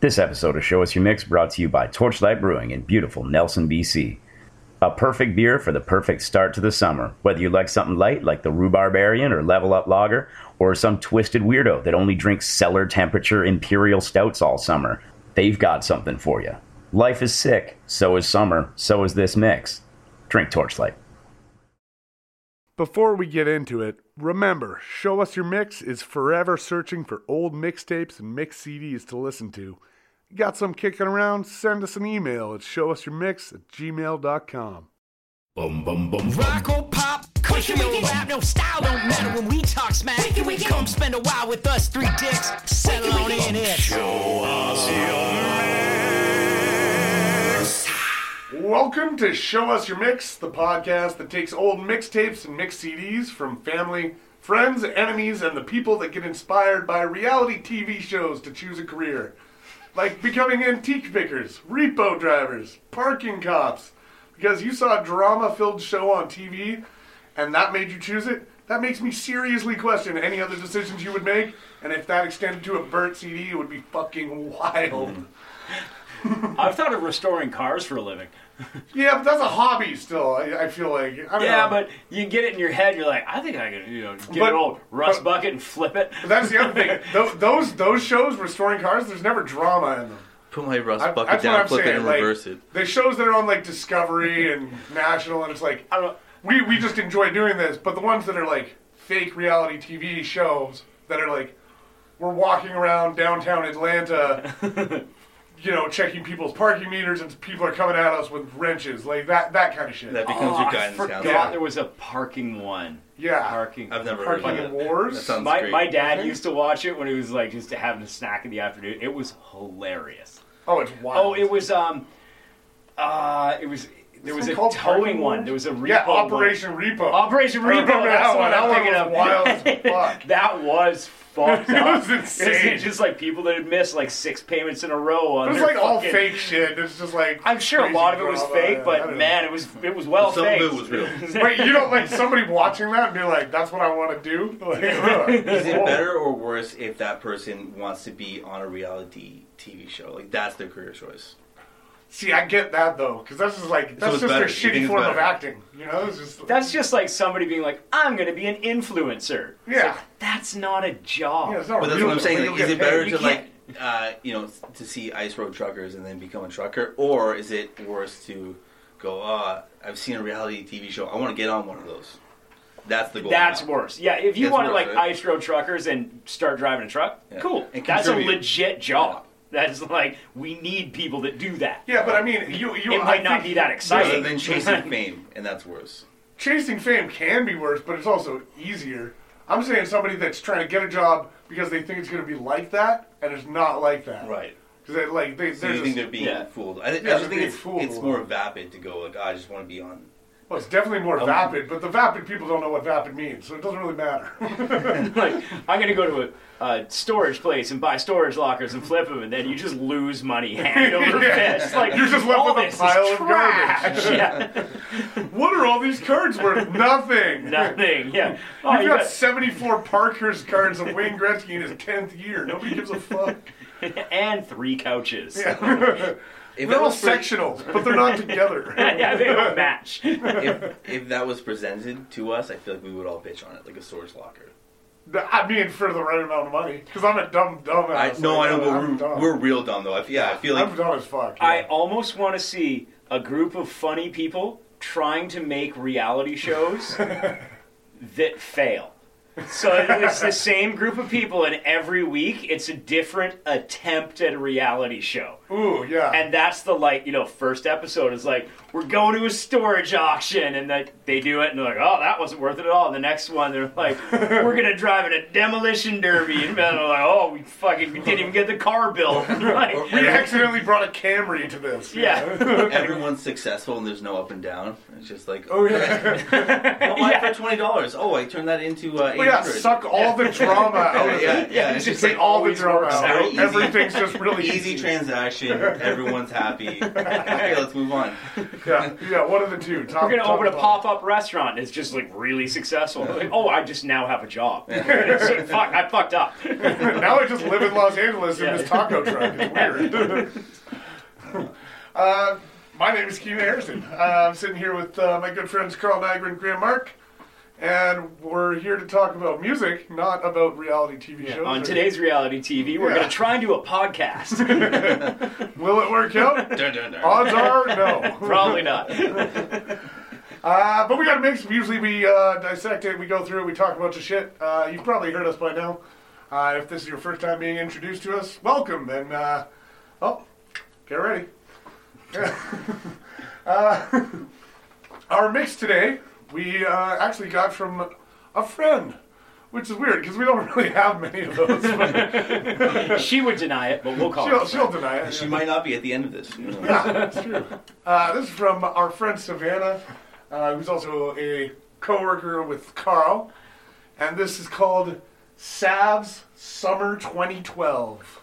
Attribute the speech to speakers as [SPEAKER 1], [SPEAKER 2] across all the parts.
[SPEAKER 1] This episode of Show Us Your Mix brought to you by Torchlight Brewing in beautiful Nelson, BC. A perfect beer for the perfect start to the summer. Whether you like something light like the Rhubarb Aryan or Level Up Lager, or some twisted weirdo that only drinks cellar temperature imperial stouts all summer, they've got something for you. Life is sick, so is summer, so is this mix. Drink Torchlight.
[SPEAKER 2] Before we get into it, remember Show Us Your Mix is forever searching for old mixtapes and mix CDs to listen to. Got some kicking around? Send us an email at showusyourmix at gmail.com.
[SPEAKER 3] Boom, boom, boom,
[SPEAKER 4] Rock or pop, country or rap, no style don't matter when we talk smack. Come spend a while with us, three dicks, settle on in it.
[SPEAKER 2] Welcome to Show Us Your Mix, the podcast that takes old mixtapes and mix CDs from family, friends, enemies, and the people that get inspired by reality TV shows to choose a career. Like becoming antique pickers, repo drivers, parking cops. Because you saw a drama filled show on TV and that made you choose it, that makes me seriously question any other decisions you would make. And if that extended to a burnt CD, it would be fucking
[SPEAKER 5] Mm-hmm.
[SPEAKER 2] wild.
[SPEAKER 5] I've thought of restoring cars for a living.
[SPEAKER 2] Yeah, but that's a hobby still, I, I feel like. I don't
[SPEAKER 5] Yeah,
[SPEAKER 2] know.
[SPEAKER 5] but you get it in your head. You're like, I think I can, you know, get
[SPEAKER 2] But-
[SPEAKER 5] an old rust
[SPEAKER 2] but-
[SPEAKER 5] bucket and flip it.
[SPEAKER 2] But That's the other thing. Those, those those shows restoring cars. There's never drama in them.
[SPEAKER 6] Put my rust
[SPEAKER 2] I-
[SPEAKER 6] bucket down, flip it, and
[SPEAKER 2] like,
[SPEAKER 6] reverse it.
[SPEAKER 2] The shows that are on like Discovery and National, and it's like
[SPEAKER 5] I don't.
[SPEAKER 2] we we just enjoy doing this. But the ones that are like fake reality TV shows that are like we're walking around downtown Atlanta. You know, checking people's parking meters and people are coming at us with wrenches, like that, that kind of shit.
[SPEAKER 6] That becomes
[SPEAKER 5] Oh,
[SPEAKER 6] your
[SPEAKER 5] I
[SPEAKER 6] guidance
[SPEAKER 5] forgot
[SPEAKER 6] counselor.
[SPEAKER 5] there was a parking one.
[SPEAKER 2] Yeah.
[SPEAKER 5] parking.
[SPEAKER 6] I've never heard of
[SPEAKER 2] Parking
[SPEAKER 6] that.
[SPEAKER 2] wars.
[SPEAKER 6] That sounds
[SPEAKER 5] My
[SPEAKER 6] great.
[SPEAKER 5] my dad used to watch it when he was like just having a snack in the afternoon. It was hilarious.
[SPEAKER 2] oh, it's wild.
[SPEAKER 5] Oh, it was um, uh, it was there was
[SPEAKER 2] it
[SPEAKER 5] a
[SPEAKER 2] called
[SPEAKER 5] towing
[SPEAKER 2] Parking
[SPEAKER 5] one.
[SPEAKER 2] Wars?
[SPEAKER 5] There was a repo
[SPEAKER 2] yeah,
[SPEAKER 5] one.
[SPEAKER 2] Operation Repo.
[SPEAKER 5] Operation
[SPEAKER 2] I remember
[SPEAKER 5] Repo. That's
[SPEAKER 2] that
[SPEAKER 5] the
[SPEAKER 2] one.
[SPEAKER 5] one
[SPEAKER 2] That
[SPEAKER 5] I'm
[SPEAKER 2] one was
[SPEAKER 5] thinking of.
[SPEAKER 2] wild as fuck.
[SPEAKER 5] That was fucked
[SPEAKER 2] It
[SPEAKER 5] up.
[SPEAKER 2] was insane.
[SPEAKER 5] It was just like people that had missed like six payments in a row. On
[SPEAKER 2] It was
[SPEAKER 5] their
[SPEAKER 2] like all
[SPEAKER 5] fucking-
[SPEAKER 2] fake shit. It's just like
[SPEAKER 5] I'm sure a
[SPEAKER 2] crazy
[SPEAKER 5] lot of it was
[SPEAKER 2] drama.
[SPEAKER 5] fake,
[SPEAKER 2] Yeah, I
[SPEAKER 5] but
[SPEAKER 2] don't
[SPEAKER 5] man, it was it was well
[SPEAKER 6] Some
[SPEAKER 5] faked.
[SPEAKER 6] of it was real. Is
[SPEAKER 2] know. wait, you don't like somebody watching that and be like, "That's what I want to do." Like, is
[SPEAKER 6] it better or worse if that person wants to be on a reality TV show? Like that's their career choice.
[SPEAKER 2] See, I get that though, because that's just like that's
[SPEAKER 6] it's
[SPEAKER 2] just
[SPEAKER 6] better.
[SPEAKER 2] their
[SPEAKER 6] You think
[SPEAKER 2] shitty
[SPEAKER 6] it's
[SPEAKER 2] form of
[SPEAKER 6] better?
[SPEAKER 2] acting. You know, it's just
[SPEAKER 5] That's just like somebody being like, "I'm going to be an influencer." It's
[SPEAKER 2] Yeah.
[SPEAKER 5] like, that's not a job.
[SPEAKER 2] yeah, it's not
[SPEAKER 6] But that's
[SPEAKER 2] real,
[SPEAKER 6] what I'm
[SPEAKER 2] Oh, but
[SPEAKER 6] saying.
[SPEAKER 2] you'll
[SPEAKER 6] Like, is
[SPEAKER 2] get
[SPEAKER 6] it better
[SPEAKER 2] paid.
[SPEAKER 6] to like, uh, you know, to see ice road truckers and then become a trucker, or is it worse to go? Uh, I've seen a reality TV show. I want to get on one of those. That's the goal.
[SPEAKER 5] That's
[SPEAKER 6] now.
[SPEAKER 5] worse. Yeah, if you
[SPEAKER 6] It's
[SPEAKER 5] want to
[SPEAKER 6] worse,
[SPEAKER 5] like
[SPEAKER 6] right?
[SPEAKER 5] ice road truckers and start driving a truck,
[SPEAKER 6] Yeah.
[SPEAKER 5] cool.
[SPEAKER 6] And
[SPEAKER 5] That's a
[SPEAKER 6] contribute.
[SPEAKER 5] legit job. That's like we need people that do that.
[SPEAKER 2] Yeah, but I mean, you you
[SPEAKER 5] It
[SPEAKER 2] I
[SPEAKER 5] might not
[SPEAKER 2] think
[SPEAKER 5] be that
[SPEAKER 6] Rather
[SPEAKER 5] exciting.
[SPEAKER 6] than chasing fame, and that's worse.
[SPEAKER 2] Chasing fame can be worse, but it's also easier. I'm saying somebody that's trying to get a job because they think it's going to be like that, and it's not like that.
[SPEAKER 6] Right.
[SPEAKER 2] Because like they,
[SPEAKER 6] So
[SPEAKER 2] they're
[SPEAKER 6] you think
[SPEAKER 2] just-
[SPEAKER 6] they're being
[SPEAKER 5] yeah.
[SPEAKER 6] fooled? I, th-
[SPEAKER 2] Yeah, they're
[SPEAKER 6] I just
[SPEAKER 2] being
[SPEAKER 6] think it's
[SPEAKER 2] fooled a
[SPEAKER 6] it's
[SPEAKER 2] little.
[SPEAKER 6] more vapid to go. Like, "Oh, I just want to be on.
[SPEAKER 2] Well, it's definitely
[SPEAKER 6] Um,
[SPEAKER 2] more vapid, but the vapid people don't know what vapid means, so it doesn't really matter.
[SPEAKER 5] like I'm going to go to a uh, storage place and buy storage lockers and flip them, and then you just lose money hand over
[SPEAKER 2] Yeah.
[SPEAKER 5] fist. Like
[SPEAKER 2] You're just left
[SPEAKER 5] all
[SPEAKER 2] with a
[SPEAKER 5] this is
[SPEAKER 2] pile of
[SPEAKER 5] trash. Yeah,
[SPEAKER 2] what are all these cards worth? Nothing.
[SPEAKER 5] nothing. Yeah. Oh,
[SPEAKER 2] We've
[SPEAKER 5] you
[SPEAKER 2] got,
[SPEAKER 5] got-
[SPEAKER 2] 74 Parker's cards of Wayne Gretzky in his 10th year. Nobody gives a fuck.
[SPEAKER 5] and three couches. Yeah,
[SPEAKER 6] If
[SPEAKER 2] They're
[SPEAKER 6] that
[SPEAKER 2] all
[SPEAKER 6] was for-
[SPEAKER 2] sectionals, but they're not together.
[SPEAKER 5] they don't match.
[SPEAKER 6] if, if that was presented to us, I feel like we would all bitch on it, like a storage locker.
[SPEAKER 2] I mean, for the right amount of money, because I'm a dumb dumbass.
[SPEAKER 6] I, no, I
[SPEAKER 2] Like,
[SPEAKER 6] know,
[SPEAKER 2] I'm
[SPEAKER 6] but
[SPEAKER 2] dumb.
[SPEAKER 6] we're, we're real dumb though. I, f- yeah, I feel like
[SPEAKER 2] I'm dumb as fuck. yeah.
[SPEAKER 5] I almost want to see a group of funny people trying to make reality shows that fail. So it's the same group of people, and every week it's a different attempt at a reality show.
[SPEAKER 2] Ooh, yeah.
[SPEAKER 5] And that's the like, you know, first episode is like, we're going to a storage auction, and they, they do it, and they're like, oh, that wasn't worth it at all. And the next one, they're like, we're gonna drive in a demolition derby, and they're like, oh, we fucking we didn't even get the car built. Like,
[SPEAKER 2] we accidentally brought a Camry to this. you
[SPEAKER 5] Yeah.
[SPEAKER 2] know?
[SPEAKER 6] everyone's successful and there's no up and down. It's just like, oh,
[SPEAKER 2] oh, yeah.
[SPEAKER 6] I won for twenty dollars. Oh, I turned that into uh, eighty
[SPEAKER 2] Wait, yeah,
[SPEAKER 7] sure it-
[SPEAKER 2] suck all the drama out of
[SPEAKER 7] Yeah,
[SPEAKER 2] it.
[SPEAKER 7] yeah. It's
[SPEAKER 2] Just
[SPEAKER 7] just
[SPEAKER 2] take
[SPEAKER 7] like
[SPEAKER 2] all the
[SPEAKER 5] always
[SPEAKER 2] drama
[SPEAKER 5] works
[SPEAKER 2] out.
[SPEAKER 7] out. Easy.
[SPEAKER 2] Everything's just really
[SPEAKER 7] easy transaction. Everyone's happy. Okay, let's move on.
[SPEAKER 2] Yeah, yeah, one of the two. Top,
[SPEAKER 5] We're gonna
[SPEAKER 2] top
[SPEAKER 5] open a
[SPEAKER 2] bottom.
[SPEAKER 5] pop up restaurant. It's just like really successful. Like, oh, I just now have a job. It's like, fuck, I fucked up.
[SPEAKER 2] now I just live in Los Angeles in
[SPEAKER 5] Yeah.
[SPEAKER 2] this taco truck. It's weird. uh, my name is Keenan Harrison. Uh, I'm sitting here with uh, my good friends Carl Niagara and Graham Mark, and we're here to talk about music, not about reality TV shows.
[SPEAKER 5] On
[SPEAKER 2] or-
[SPEAKER 5] today's reality TV, we're
[SPEAKER 2] Yeah.
[SPEAKER 5] gonna try and do a podcast.
[SPEAKER 2] will it work out?
[SPEAKER 7] Dun, dun, dun.
[SPEAKER 2] Odds are no.
[SPEAKER 5] Probably not.
[SPEAKER 2] Uh, but we got a mix. Usually we uh, dissect it, we go through it, we talk about the shit. Uh, you've probably heard us by now. Uh, if this is your first time being introduced to us, welcome. And uh, oh, get ready. uh, our mix today we uh, actually got from a friend, which is weird because we don't really have many of those. But
[SPEAKER 5] She would deny it, but we'll call
[SPEAKER 2] she'll,
[SPEAKER 5] it.
[SPEAKER 2] she'll deny it.
[SPEAKER 7] She might not be at the end of this. You know.
[SPEAKER 2] That's true. Uh, this is from our friend Savannah, uh, who's also a coworker with Carl, and this is called Sav's Summer 2012.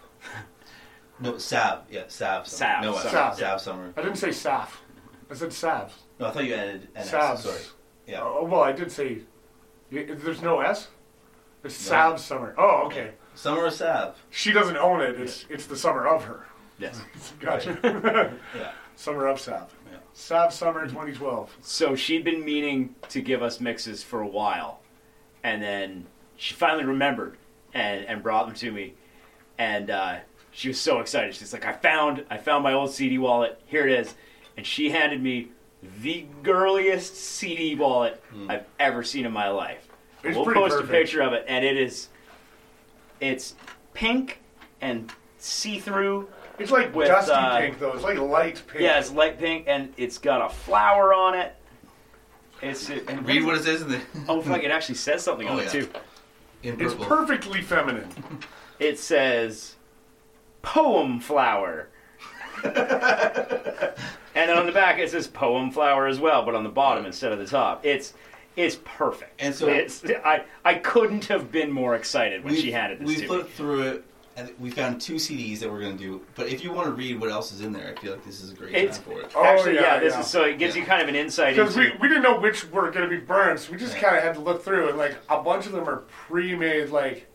[SPEAKER 7] No, Sav. Yeah,
[SPEAKER 5] Sav,
[SPEAKER 7] Sav. Summer.
[SPEAKER 6] uh,
[SPEAKER 7] No,
[SPEAKER 5] Sav.
[SPEAKER 7] Sav. Sav Summer.
[SPEAKER 2] I didn't say Saf. I said Sav's.
[SPEAKER 7] No, I thought you added NX.
[SPEAKER 2] Savs.
[SPEAKER 7] Sorry. Yeah.
[SPEAKER 2] Oh, well, I did say. y- There's no S. It's Sav's Summer. Oh, okay.
[SPEAKER 7] Summer of Sav.
[SPEAKER 2] She doesn't own it. It's it's the summer of her.
[SPEAKER 5] Yes.
[SPEAKER 2] Gotcha.
[SPEAKER 7] Yeah.
[SPEAKER 2] summer of Sav.
[SPEAKER 7] Yeah.
[SPEAKER 2] Sav Summer 2012.
[SPEAKER 5] So she'd been meaning to give us mixes for a while, and then she finally remembered and, and brought them to me, and uh, she was so excited. She's like, "I found I found my old CD wallet. Here it is," and she handed me the girliest CD wallet I've ever seen in my life.
[SPEAKER 2] It's
[SPEAKER 5] we'll
[SPEAKER 2] Hmm. pretty
[SPEAKER 5] post
[SPEAKER 2] perfect.
[SPEAKER 5] a picture of it, and it is it's pink and see through.
[SPEAKER 2] It's like
[SPEAKER 5] With,
[SPEAKER 2] dusty
[SPEAKER 5] uh,
[SPEAKER 2] pink though. It's like light pink.
[SPEAKER 5] Yeah, it's light pink, and it's got a flower on it. It's it, and
[SPEAKER 7] Read what it says in the
[SPEAKER 5] Oh, fuck, it actually says something
[SPEAKER 7] Oh,
[SPEAKER 5] on it,
[SPEAKER 7] yeah.
[SPEAKER 5] too.
[SPEAKER 7] in
[SPEAKER 2] It's
[SPEAKER 7] purple.
[SPEAKER 2] perfectly feminine.
[SPEAKER 5] It says, Poem Flower. and then on the back, it says Poem Flower as well, but on the bottom instead of the top. It's it's perfect.
[SPEAKER 7] And so-
[SPEAKER 5] it's, I, I couldn't have been more excited when
[SPEAKER 7] We-
[SPEAKER 5] she handed
[SPEAKER 7] we
[SPEAKER 5] this to me.
[SPEAKER 7] flipped through it. And we found two CDs that we're going to do. But if you want to read what else is in there, I feel like this is a great
[SPEAKER 5] It's
[SPEAKER 7] time for it.
[SPEAKER 2] Oh,
[SPEAKER 5] actually,
[SPEAKER 2] yeah,
[SPEAKER 5] yeah, this
[SPEAKER 2] yeah.
[SPEAKER 5] is so it gives you kind of an insight
[SPEAKER 2] Because
[SPEAKER 5] into.
[SPEAKER 2] we, we didn't know which were going to be burns. We just
[SPEAKER 7] Yeah.
[SPEAKER 2] kind of had to look through, and like a bunch of them are pre-made, like it's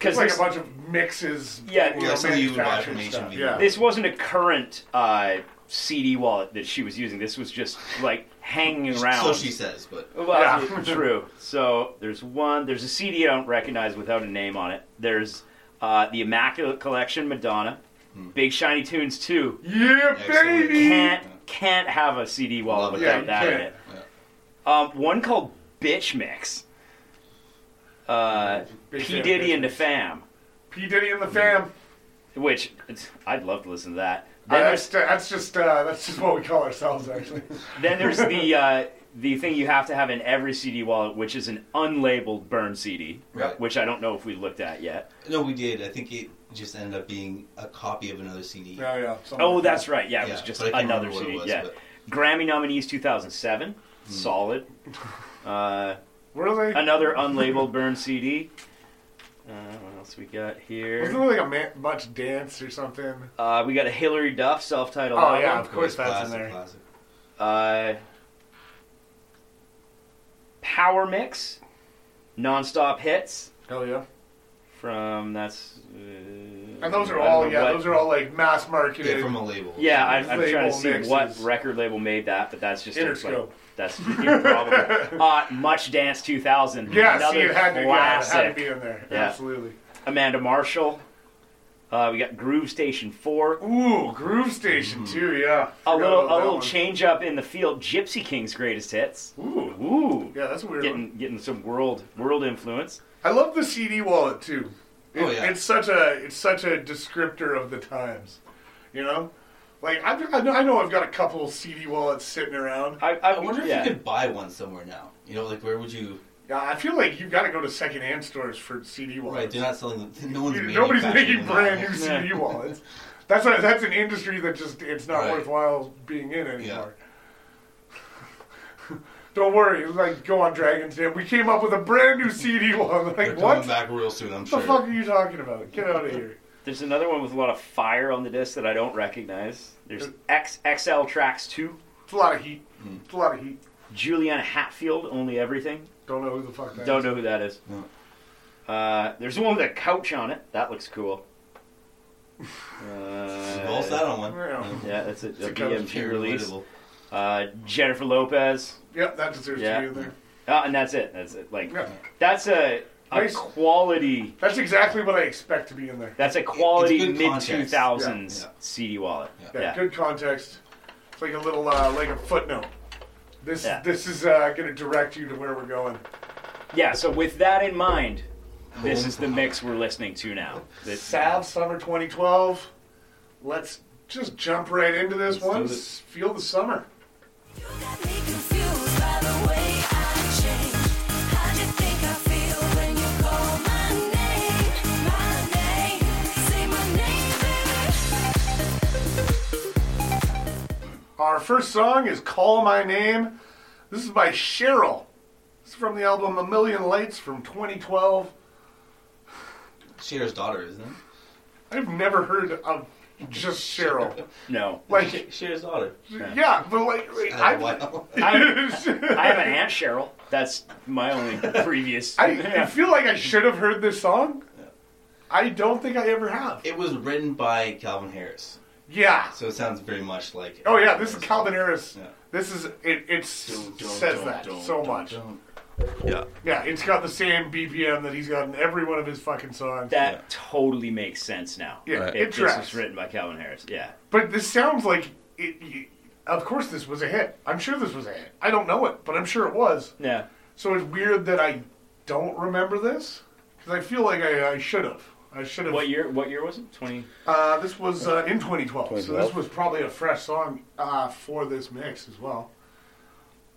[SPEAKER 5] Because
[SPEAKER 2] like
[SPEAKER 5] this,
[SPEAKER 2] a bunch of mixes.
[SPEAKER 5] Yeah,
[SPEAKER 2] you
[SPEAKER 5] yeah,
[SPEAKER 2] know,
[SPEAKER 7] something you would buy
[SPEAKER 2] manufactured
[SPEAKER 7] from
[SPEAKER 2] stuff.
[SPEAKER 7] H&B.
[SPEAKER 2] Yeah.
[SPEAKER 5] this wasn't a current uh, CD wallet that she was using. This was just like hanging around.
[SPEAKER 7] So she says, but
[SPEAKER 2] Oh.
[SPEAKER 5] Well,
[SPEAKER 2] Yeah.
[SPEAKER 5] true. So there's one. There's a CD I don't recognize without a name on it. There's uh, the Immaculate Collection, Madonna, Big Shiny Tunes two.
[SPEAKER 2] Hmm. yeah,
[SPEAKER 7] Excellent.
[SPEAKER 2] baby.
[SPEAKER 5] Can't can't have a CD wallet
[SPEAKER 7] Love it.
[SPEAKER 2] Yeah,
[SPEAKER 5] without that
[SPEAKER 2] you
[SPEAKER 5] in it. Um, one called Bitch Mix. Uh,
[SPEAKER 2] Big
[SPEAKER 5] P
[SPEAKER 2] fan of
[SPEAKER 5] Diddy and Mm-hmm. the
[SPEAKER 2] Bitch
[SPEAKER 5] Fam,
[SPEAKER 2] P Diddy and the fam.
[SPEAKER 5] which it's, I'd love to listen to that.
[SPEAKER 2] Uh,
[SPEAKER 5] Then
[SPEAKER 2] that's,
[SPEAKER 5] there's
[SPEAKER 2] that's just uh, that's just what we call ourselves, actually.
[SPEAKER 5] then there's the uh, the thing you have to have in every CD wallet, which is an unlabeled burn CD,
[SPEAKER 7] Right.
[SPEAKER 5] which I don't know if we looked at yet.
[SPEAKER 7] no, we did. I think it just ended up being a copy of another CD.
[SPEAKER 2] yeah, yeah. something
[SPEAKER 5] Oh,
[SPEAKER 2] like
[SPEAKER 5] that's right. Yeah, it was
[SPEAKER 7] Yeah,
[SPEAKER 5] just
[SPEAKER 7] but I can't
[SPEAKER 5] another
[SPEAKER 7] remember
[SPEAKER 5] CD.
[SPEAKER 7] what it was,
[SPEAKER 5] yeah,
[SPEAKER 7] but- Hmm.
[SPEAKER 5] Grammy nominees 2007, solid. Uh,
[SPEAKER 2] that. Really?
[SPEAKER 5] another unlabeled burn CD. Uh, what else we got
[SPEAKER 2] Wasn't
[SPEAKER 5] here?
[SPEAKER 2] there like a man- much dance or something?
[SPEAKER 5] Uh, we got a Hillary Duff self-titled
[SPEAKER 2] Oh,
[SPEAKER 5] album.
[SPEAKER 2] yeah, of course that's in
[SPEAKER 7] classic,
[SPEAKER 2] there.
[SPEAKER 7] Classic.
[SPEAKER 5] Uh, Power Mix, nonstop hits
[SPEAKER 2] Hell yeah.
[SPEAKER 5] from that's. Uh,
[SPEAKER 2] And those are
[SPEAKER 5] I don't
[SPEAKER 2] all
[SPEAKER 5] know
[SPEAKER 2] yeah,
[SPEAKER 5] what-
[SPEAKER 2] those are all like mass marketed.
[SPEAKER 7] Yeah, from a label.
[SPEAKER 5] Yeah, I, I'm
[SPEAKER 2] Label
[SPEAKER 5] trying to see what
[SPEAKER 2] mixes.
[SPEAKER 5] record label made that, but that's just it's
[SPEAKER 2] Interscope.
[SPEAKER 5] Like, that's your problem. uh, Much Dance 2000.
[SPEAKER 2] yeah, see,
[SPEAKER 5] another
[SPEAKER 2] it had to, yeah, it
[SPEAKER 5] classic.
[SPEAKER 2] had to be in there.
[SPEAKER 5] Yeah.
[SPEAKER 2] Absolutely.
[SPEAKER 5] Amanda Marshall. Uh, we got Groove Station 4.
[SPEAKER 2] Ooh, Groove Station too. Yeah.
[SPEAKER 5] Mm-hmm. A
[SPEAKER 2] Forgot
[SPEAKER 5] little,
[SPEAKER 2] about
[SPEAKER 5] a
[SPEAKER 2] that
[SPEAKER 5] little
[SPEAKER 2] one.
[SPEAKER 5] change up in the field. Gypsy King's greatest hits.
[SPEAKER 2] Ooh.
[SPEAKER 5] Ooh,
[SPEAKER 2] Yeah, that's a weird. one.
[SPEAKER 5] getting getting some world world influence.
[SPEAKER 2] I love the CD wallet too. It-
[SPEAKER 7] Oh, yeah.
[SPEAKER 2] It's such a it's such a descriptor of the times, you know. Like I, I know- I know I've got a couple CD wallets sitting around.
[SPEAKER 5] I, I,
[SPEAKER 7] I wonder
[SPEAKER 5] yeah.
[SPEAKER 7] if you could buy one somewhere now. You know, like where would you?
[SPEAKER 2] Yeah, I feel like you've got to go to secondhand stores for CD
[SPEAKER 7] Right,
[SPEAKER 2] wallets.
[SPEAKER 7] they're not selling them. No one's
[SPEAKER 2] You- Nobody's
[SPEAKER 7] manufacturing
[SPEAKER 2] making
[SPEAKER 7] them
[SPEAKER 2] brand
[SPEAKER 7] now.
[SPEAKER 2] new
[SPEAKER 5] Yeah.
[SPEAKER 2] CD wallets. That's a, that's an industry that just it's not
[SPEAKER 7] Right.
[SPEAKER 2] worthwhile being in anymore. Don't worry, like go on Dragon's Den. We came up with a brand new CD one.
[SPEAKER 8] They're
[SPEAKER 2] Like what?
[SPEAKER 8] coming back real soon, I'm
[SPEAKER 2] the
[SPEAKER 8] sure.
[SPEAKER 2] fuck are you talking about? Get out of here.
[SPEAKER 5] There's another one with a lot of fire on the disc that I don't recognize.
[SPEAKER 2] Uh,
[SPEAKER 5] There's XXL Tracks 2,
[SPEAKER 2] It's a lot of heat.
[SPEAKER 8] Hmm.
[SPEAKER 2] It's a lot of heat.
[SPEAKER 5] Juliana Hatfield, Only Everything.
[SPEAKER 2] Don't know who the fuck that
[SPEAKER 5] Don't
[SPEAKER 2] is.
[SPEAKER 5] know who that is. Uh, there's one with a couch on it. That looks cool.
[SPEAKER 7] Well, it's
[SPEAKER 5] Uh,
[SPEAKER 7] that on one.
[SPEAKER 2] Yeah.
[SPEAKER 5] yeah, that's a, a
[SPEAKER 2] a couch
[SPEAKER 5] BMG
[SPEAKER 7] Very
[SPEAKER 5] release.
[SPEAKER 7] relatable.
[SPEAKER 5] Uh, Jennifer Lopez.
[SPEAKER 2] Yep, that deserves
[SPEAKER 5] Yeah.
[SPEAKER 2] to be in there.
[SPEAKER 5] Uh, and that's it. That's it. Like
[SPEAKER 2] Yeah.
[SPEAKER 5] that's a, a
[SPEAKER 2] Nice.
[SPEAKER 5] quality.
[SPEAKER 2] That's exactly what I expect to be in there.
[SPEAKER 5] That's a quality
[SPEAKER 8] good
[SPEAKER 5] mid
[SPEAKER 8] context.
[SPEAKER 5] two thousands
[SPEAKER 8] Yeah, yeah.
[SPEAKER 5] CD wallet.
[SPEAKER 2] Yeah,
[SPEAKER 5] Yeah.
[SPEAKER 2] good context. It's like a little, uh, like a footnote. This
[SPEAKER 5] Yeah.
[SPEAKER 2] this is uh, going to direct you to where we're going.
[SPEAKER 5] Yeah, So with that in mind, this is the mix we're listening to now. This,
[SPEAKER 2] Sav Summer 2012. Let's just jump right into this one.
[SPEAKER 8] do it.
[SPEAKER 2] S- Feel the summer. Our first song is Call My Name. This is by Cheryl. This is from the album A Million Lights from 2012.
[SPEAKER 7] Cher's daughter, isn't it?
[SPEAKER 2] I've never heard of just Cheryl.
[SPEAKER 5] no,
[SPEAKER 2] Like,
[SPEAKER 7] Cher's daughter.
[SPEAKER 2] yeah, but like, like
[SPEAKER 7] I
[SPEAKER 2] I,
[SPEAKER 7] wow.
[SPEAKER 2] I,
[SPEAKER 5] I have an aunt Cheryl. That's my only previous.
[SPEAKER 2] I,
[SPEAKER 5] Yeah.
[SPEAKER 2] feel like I should have heard this song. I don't think I ever have.
[SPEAKER 7] It was written by Calvin Harris,
[SPEAKER 2] Yeah.
[SPEAKER 7] so it sounds very much like.
[SPEAKER 2] Oh yeah, this is Calvin Harris.
[SPEAKER 7] Yeah.
[SPEAKER 2] This is it. It s-
[SPEAKER 7] Don't, don't,
[SPEAKER 2] says
[SPEAKER 7] don't,
[SPEAKER 2] that
[SPEAKER 7] don't,
[SPEAKER 2] so
[SPEAKER 7] don't,
[SPEAKER 2] much.
[SPEAKER 7] don't. Yeah.
[SPEAKER 2] Yeah, it's got the same BPM that he's got in every one of his fucking songs.
[SPEAKER 5] That totally makes sense now.
[SPEAKER 2] Yeah, it
[SPEAKER 7] Right.
[SPEAKER 5] If Uh, this
[SPEAKER 2] tracks.
[SPEAKER 5] was written by Calvin Harris. Yeah.
[SPEAKER 2] But this sounds like it. y of course, this was a hit. I'm sure this was a hit. I don't know it, but I'm sure it was.
[SPEAKER 5] Yeah.
[SPEAKER 2] So it's weird that I don't remember this because I feel like I, I should have. I should have.
[SPEAKER 5] What year? What year was it? Twenty.
[SPEAKER 2] Uh, this was uh, in 2012, so
[SPEAKER 7] 2012.
[SPEAKER 2] this was probably a fresh song uh, for this mix as well.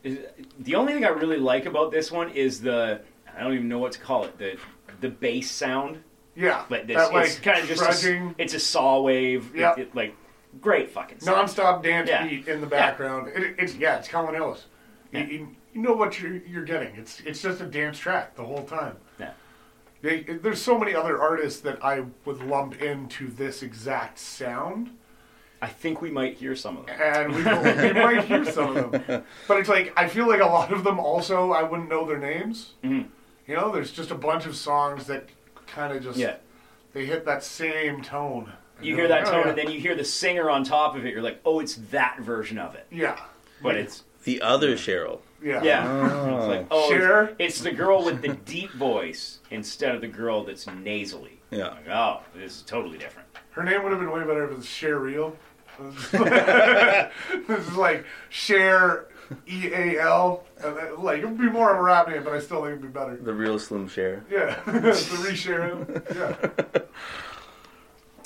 [SPEAKER 5] Is- The only thing I really like about this one is the I don't even know what to call it the the bass sound.
[SPEAKER 2] Yeah,
[SPEAKER 5] Like this,
[SPEAKER 2] that
[SPEAKER 5] it's
[SPEAKER 2] like
[SPEAKER 5] kind of just a,
[SPEAKER 2] trudging,
[SPEAKER 5] it's a saw wave.
[SPEAKER 2] Yeah.
[SPEAKER 5] It, it, like great fucking. Sound.
[SPEAKER 2] nonstop dance
[SPEAKER 5] Yeah.
[SPEAKER 2] beat in the background. It, it's yeah, it's Colin Ellis. You-
[SPEAKER 5] Yeah.
[SPEAKER 2] You, you know what you're you're getting. It's it's just a dance track the whole time.
[SPEAKER 5] Yeah.
[SPEAKER 2] They, there's so many other artists that I would lump into this exact sound,
[SPEAKER 5] I think we might hear some of them.
[SPEAKER 2] and we, will- we might hear some of them. But it's like I feel like a lot of them also I wouldn't know their names.
[SPEAKER 5] Mm-hmm.
[SPEAKER 2] You know, there's just a bunch of songs that kind of just
[SPEAKER 5] Yeah.
[SPEAKER 2] they hit that same tone.
[SPEAKER 5] You
[SPEAKER 2] And
[SPEAKER 5] hear
[SPEAKER 2] you're
[SPEAKER 5] that
[SPEAKER 2] like, oh,
[SPEAKER 5] tone,
[SPEAKER 2] yeah.
[SPEAKER 5] and then you hear the singer on top of it. You're like, oh, it's that version of it.
[SPEAKER 2] yeah,
[SPEAKER 5] But it's
[SPEAKER 7] The other Cheryl.
[SPEAKER 2] yeah,
[SPEAKER 5] yeah. it's like oh, it's-
[SPEAKER 2] Sure.
[SPEAKER 5] it's, the girl with the deep voice instead of the girl that's nasally.
[SPEAKER 7] Yeah.
[SPEAKER 5] Like, oh, this is totally different.
[SPEAKER 2] Her name would have been way better if it was Share Real. this is like Share E A L. and then, Like it would be more of a rap name, but I still think it'd be better.
[SPEAKER 7] The real Slim Cher.
[SPEAKER 2] Yeah, the reshare him. Yeah.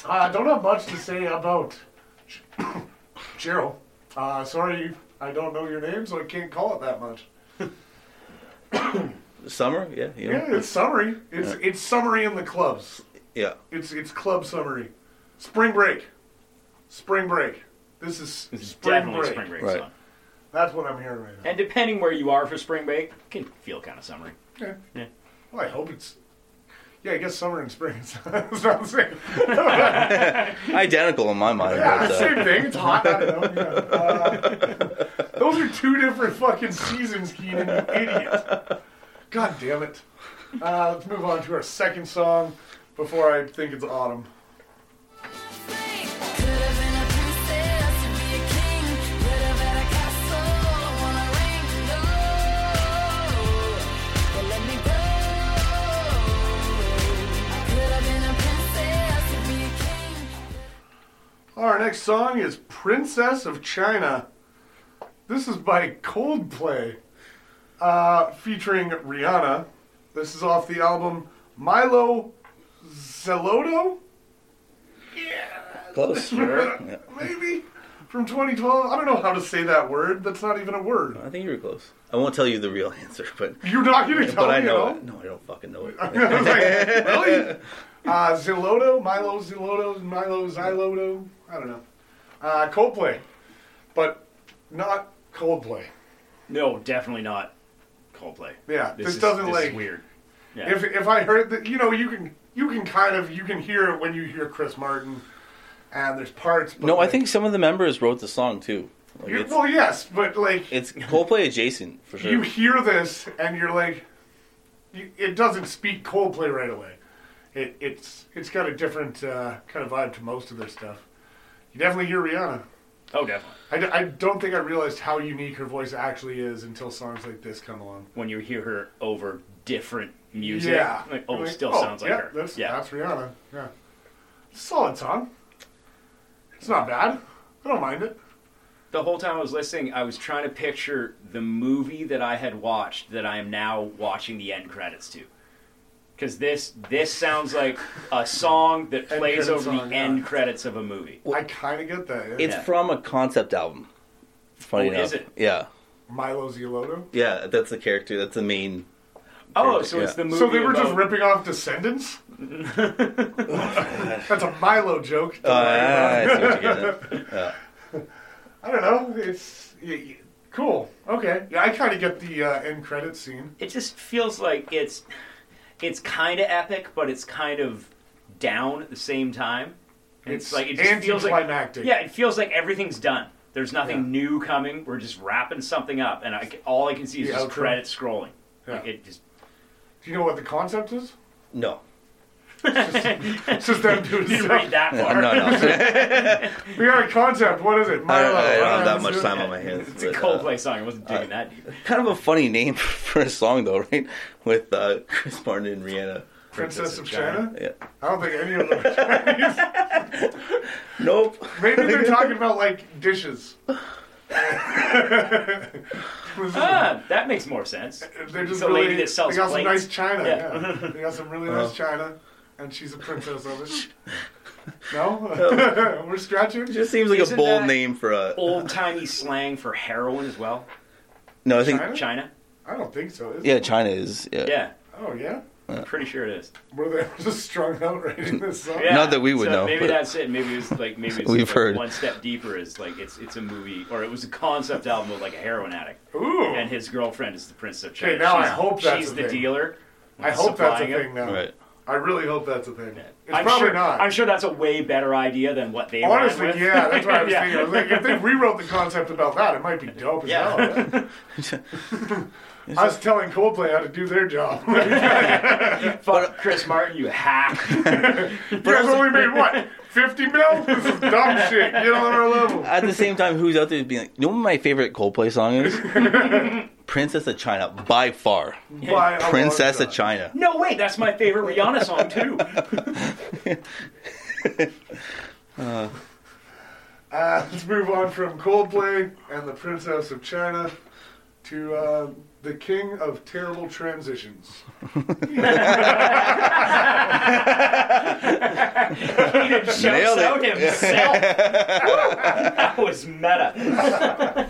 [SPEAKER 2] Uh, I don't have much to say about Cheryl. Uh, sorry, I don't know your name, so I can't call it that much.
[SPEAKER 7] Summer? Yeah. You know?
[SPEAKER 2] Yeah, it's summary. It's it's summary in the clubs.
[SPEAKER 7] Yeah.
[SPEAKER 2] It's it's club summary. Spring break. Spring break. This is
[SPEAKER 5] This is
[SPEAKER 2] spring
[SPEAKER 5] definitely
[SPEAKER 2] break.
[SPEAKER 5] a spring break
[SPEAKER 7] Right.
[SPEAKER 5] song.
[SPEAKER 2] That's what I'm hearing right now.
[SPEAKER 5] And depending where you are for spring break, it can feel kind of summery.
[SPEAKER 2] Okay.
[SPEAKER 5] Yeah.
[SPEAKER 2] Well, I hope it's. Yeah, I guess summer and spring. It's not the same.
[SPEAKER 7] Identical in my mind.
[SPEAKER 2] Yeah,
[SPEAKER 7] but, uh,
[SPEAKER 2] same thing. It's hot. I don't know. Yeah. Uh, those are two different fucking seasons, Keenan. You idiot. God damn it. Uh, let's move on to our second song before I think it's autumn. Our next song is Princess of China. This is by Coldplay, uh, featuring Rihanna. This is off the album Milo Zeloto,
[SPEAKER 7] Close. Yeah.
[SPEAKER 2] maybe? From 2012. I don't know how to say that word. That's not even a word.
[SPEAKER 7] I think you were close. I won't tell you the real answer, but
[SPEAKER 2] You're not going to tell
[SPEAKER 7] but
[SPEAKER 2] me
[SPEAKER 7] I
[SPEAKER 2] at
[SPEAKER 7] know
[SPEAKER 2] all?
[SPEAKER 7] it. No, I don't fucking know it.
[SPEAKER 2] I was like, really? Uh, Ziloto, Milo Ziloto, Milo Ziloto. I don't know. Uh, Coldplay, but not Coldplay.
[SPEAKER 5] No, definitely not Coldplay.
[SPEAKER 2] Yeah, this
[SPEAKER 5] is-
[SPEAKER 2] doesn't,
[SPEAKER 5] this is
[SPEAKER 2] like-
[SPEAKER 5] weird. Yeah.
[SPEAKER 2] If if I heard that, you know, you can you can kind of you can hear it when you hear Chris Martin, and there's parts. But
[SPEAKER 7] No, I
[SPEAKER 2] like-
[SPEAKER 7] think some of the members wrote the song too. Like
[SPEAKER 2] you-
[SPEAKER 7] it's,
[SPEAKER 2] well, yes, but like
[SPEAKER 7] it's Coldplay adjacent for
[SPEAKER 2] you
[SPEAKER 7] sure.
[SPEAKER 2] hear this and you're like, you, it doesn't speak Coldplay right away. It, it's it's got a different uh, kind of vibe to most of their stuff. You definitely hear Rihanna.
[SPEAKER 5] Oh, definitely.
[SPEAKER 2] I, d- I don't think I realized how unique her voice actually is until songs like this come along.
[SPEAKER 5] When you hear her over different music,
[SPEAKER 2] Yeah.
[SPEAKER 5] like, oh,
[SPEAKER 2] I'm
[SPEAKER 5] it
[SPEAKER 2] like,
[SPEAKER 5] still
[SPEAKER 2] oh,
[SPEAKER 5] sounds like
[SPEAKER 2] yeah,
[SPEAKER 5] her.
[SPEAKER 2] That's,
[SPEAKER 5] yeah.
[SPEAKER 2] that's Rihanna. Yeah. Solid song. It's not bad. I don't mind it.
[SPEAKER 5] The whole time I was listening, I was trying to picture the movie that I had watched that I am now watching the end credits to. Because this this sounds like a song that
[SPEAKER 2] End
[SPEAKER 5] plays
[SPEAKER 2] credit
[SPEAKER 5] over
[SPEAKER 2] song,
[SPEAKER 5] the
[SPEAKER 2] yeah.
[SPEAKER 5] end credits of a movie.
[SPEAKER 2] I kind of get that. Yeah.
[SPEAKER 7] It's from a concept album. Funny
[SPEAKER 5] Oh,
[SPEAKER 7] enough,
[SPEAKER 5] is it?
[SPEAKER 7] yeah,
[SPEAKER 2] Milo Ziolotto.
[SPEAKER 7] yeah. That's the character. That's the main.
[SPEAKER 5] Oh, so it's
[SPEAKER 7] Yeah.
[SPEAKER 5] the movie.
[SPEAKER 2] So they were just
[SPEAKER 5] about-
[SPEAKER 2] ripping off Descendants? That's a Milo joke.
[SPEAKER 7] Uh, I see what you're getting at.
[SPEAKER 2] I don't know. It's y y cool. Okay. Yeah, I kind of get the uh, end credit scene.
[SPEAKER 5] it just feels like it's it's kind of epic, but it's kind of down at the same time. And it's,
[SPEAKER 2] It's
[SPEAKER 5] like it just feels like
[SPEAKER 2] anticlimactic.
[SPEAKER 5] yeah, it feels like everything's done. There's nothing
[SPEAKER 2] Yeah.
[SPEAKER 5] new coming. We're just wrapping something up, and I, all I can see is
[SPEAKER 2] The
[SPEAKER 5] just
[SPEAKER 2] outro.
[SPEAKER 5] credits scrolling.
[SPEAKER 2] Yeah.
[SPEAKER 5] Like it just
[SPEAKER 2] Do you know what the concept is?
[SPEAKER 7] No,
[SPEAKER 2] It's just them doing
[SPEAKER 5] you
[SPEAKER 2] stuff.
[SPEAKER 5] read that
[SPEAKER 7] no,
[SPEAKER 5] far.
[SPEAKER 7] no.
[SPEAKER 2] We got a concept. What is it?
[SPEAKER 7] I
[SPEAKER 2] Milo.
[SPEAKER 7] don't, I don't have that
[SPEAKER 2] Ryan's
[SPEAKER 7] much
[SPEAKER 2] doing-
[SPEAKER 7] time on my hands.
[SPEAKER 5] It's a
[SPEAKER 7] but, uh,
[SPEAKER 5] Coldplay song. I wasn't digging that deep.
[SPEAKER 7] kind of a funny name for a song, though, right? With uh, Chris Martin and Rihanna.
[SPEAKER 2] Princess of China?
[SPEAKER 7] Yeah.
[SPEAKER 2] I don't think any of them are Chinese.
[SPEAKER 7] Nope.
[SPEAKER 2] Maybe they're talking about like dishes. This is-
[SPEAKER 5] Ah, that makes more sense.
[SPEAKER 2] They're just
[SPEAKER 5] a
[SPEAKER 2] really,
[SPEAKER 5] lady that sells
[SPEAKER 2] they got some
[SPEAKER 5] plates.
[SPEAKER 2] nice china.
[SPEAKER 5] Yeah.
[SPEAKER 2] Yeah. They got some really
[SPEAKER 7] Uh-huh.
[SPEAKER 2] nice china, and she's a princess of it. No? We're scratching?
[SPEAKER 7] Just seems like a
[SPEAKER 5] Isn't
[SPEAKER 7] bold
[SPEAKER 5] that-
[SPEAKER 7] name for uh, a.
[SPEAKER 5] Old timey slang for heroin as well.
[SPEAKER 7] No, I think.
[SPEAKER 2] China?
[SPEAKER 5] China.
[SPEAKER 2] I don't think so. Is it?
[SPEAKER 7] Yeah, China is. Yeah.
[SPEAKER 5] Yeah,
[SPEAKER 2] Oh, yeah?
[SPEAKER 5] I'm pretty sure it is.
[SPEAKER 2] Were they just strung out writing this song?
[SPEAKER 5] Yeah.
[SPEAKER 7] Not that we would
[SPEAKER 5] So
[SPEAKER 7] know,
[SPEAKER 5] Maybe
[SPEAKER 7] but-
[SPEAKER 5] that's it. Maybe it's like maybe it's
[SPEAKER 7] We've
[SPEAKER 5] like
[SPEAKER 7] heard.
[SPEAKER 5] one step deeper is like it's it's a movie or it was a concept album of like a heroin addict
[SPEAKER 2] Ooh.
[SPEAKER 5] and his girlfriend is the princess of China.
[SPEAKER 2] Okay, now I
[SPEAKER 5] she's,
[SPEAKER 2] hope that's
[SPEAKER 5] she's
[SPEAKER 2] a
[SPEAKER 5] the
[SPEAKER 2] thing.
[SPEAKER 5] dealer.
[SPEAKER 2] I hope that's a
[SPEAKER 5] Supplying it.
[SPEAKER 2] thing now.
[SPEAKER 7] Right.
[SPEAKER 2] I really hope that's a thing. It's
[SPEAKER 5] I'm
[SPEAKER 2] probably
[SPEAKER 5] sure,
[SPEAKER 2] not.
[SPEAKER 5] I'm sure that's a way better idea than what they ran
[SPEAKER 2] Honestly,
[SPEAKER 5] with.
[SPEAKER 2] yeah, that's what I was
[SPEAKER 5] Yeah.
[SPEAKER 2] thinking. I was like, if they rewrote the concept about that, it might be dope as
[SPEAKER 5] Yeah.
[SPEAKER 2] hell. Yeah. I was telling Coldplay how to do their job. you
[SPEAKER 7] uh,
[SPEAKER 5] Fuck Chris Martin, you hack.
[SPEAKER 2] guys only made what? 50 mil? This is dumb shit. Get on our level.
[SPEAKER 7] At the same time, who's out there being like, you know what my favorite Coldplay song is? Princess of China, by far.
[SPEAKER 2] By a long
[SPEAKER 7] Princess
[SPEAKER 2] shot.
[SPEAKER 7] of China.
[SPEAKER 5] no, wait, that's my favorite Rihanna song too.
[SPEAKER 2] Uh, let's move on from Coldplay and the Princess of China to uh, the King of Terrible Transitions.
[SPEAKER 5] He did shouts
[SPEAKER 7] Nailed it.
[SPEAKER 5] out himself. that was meta.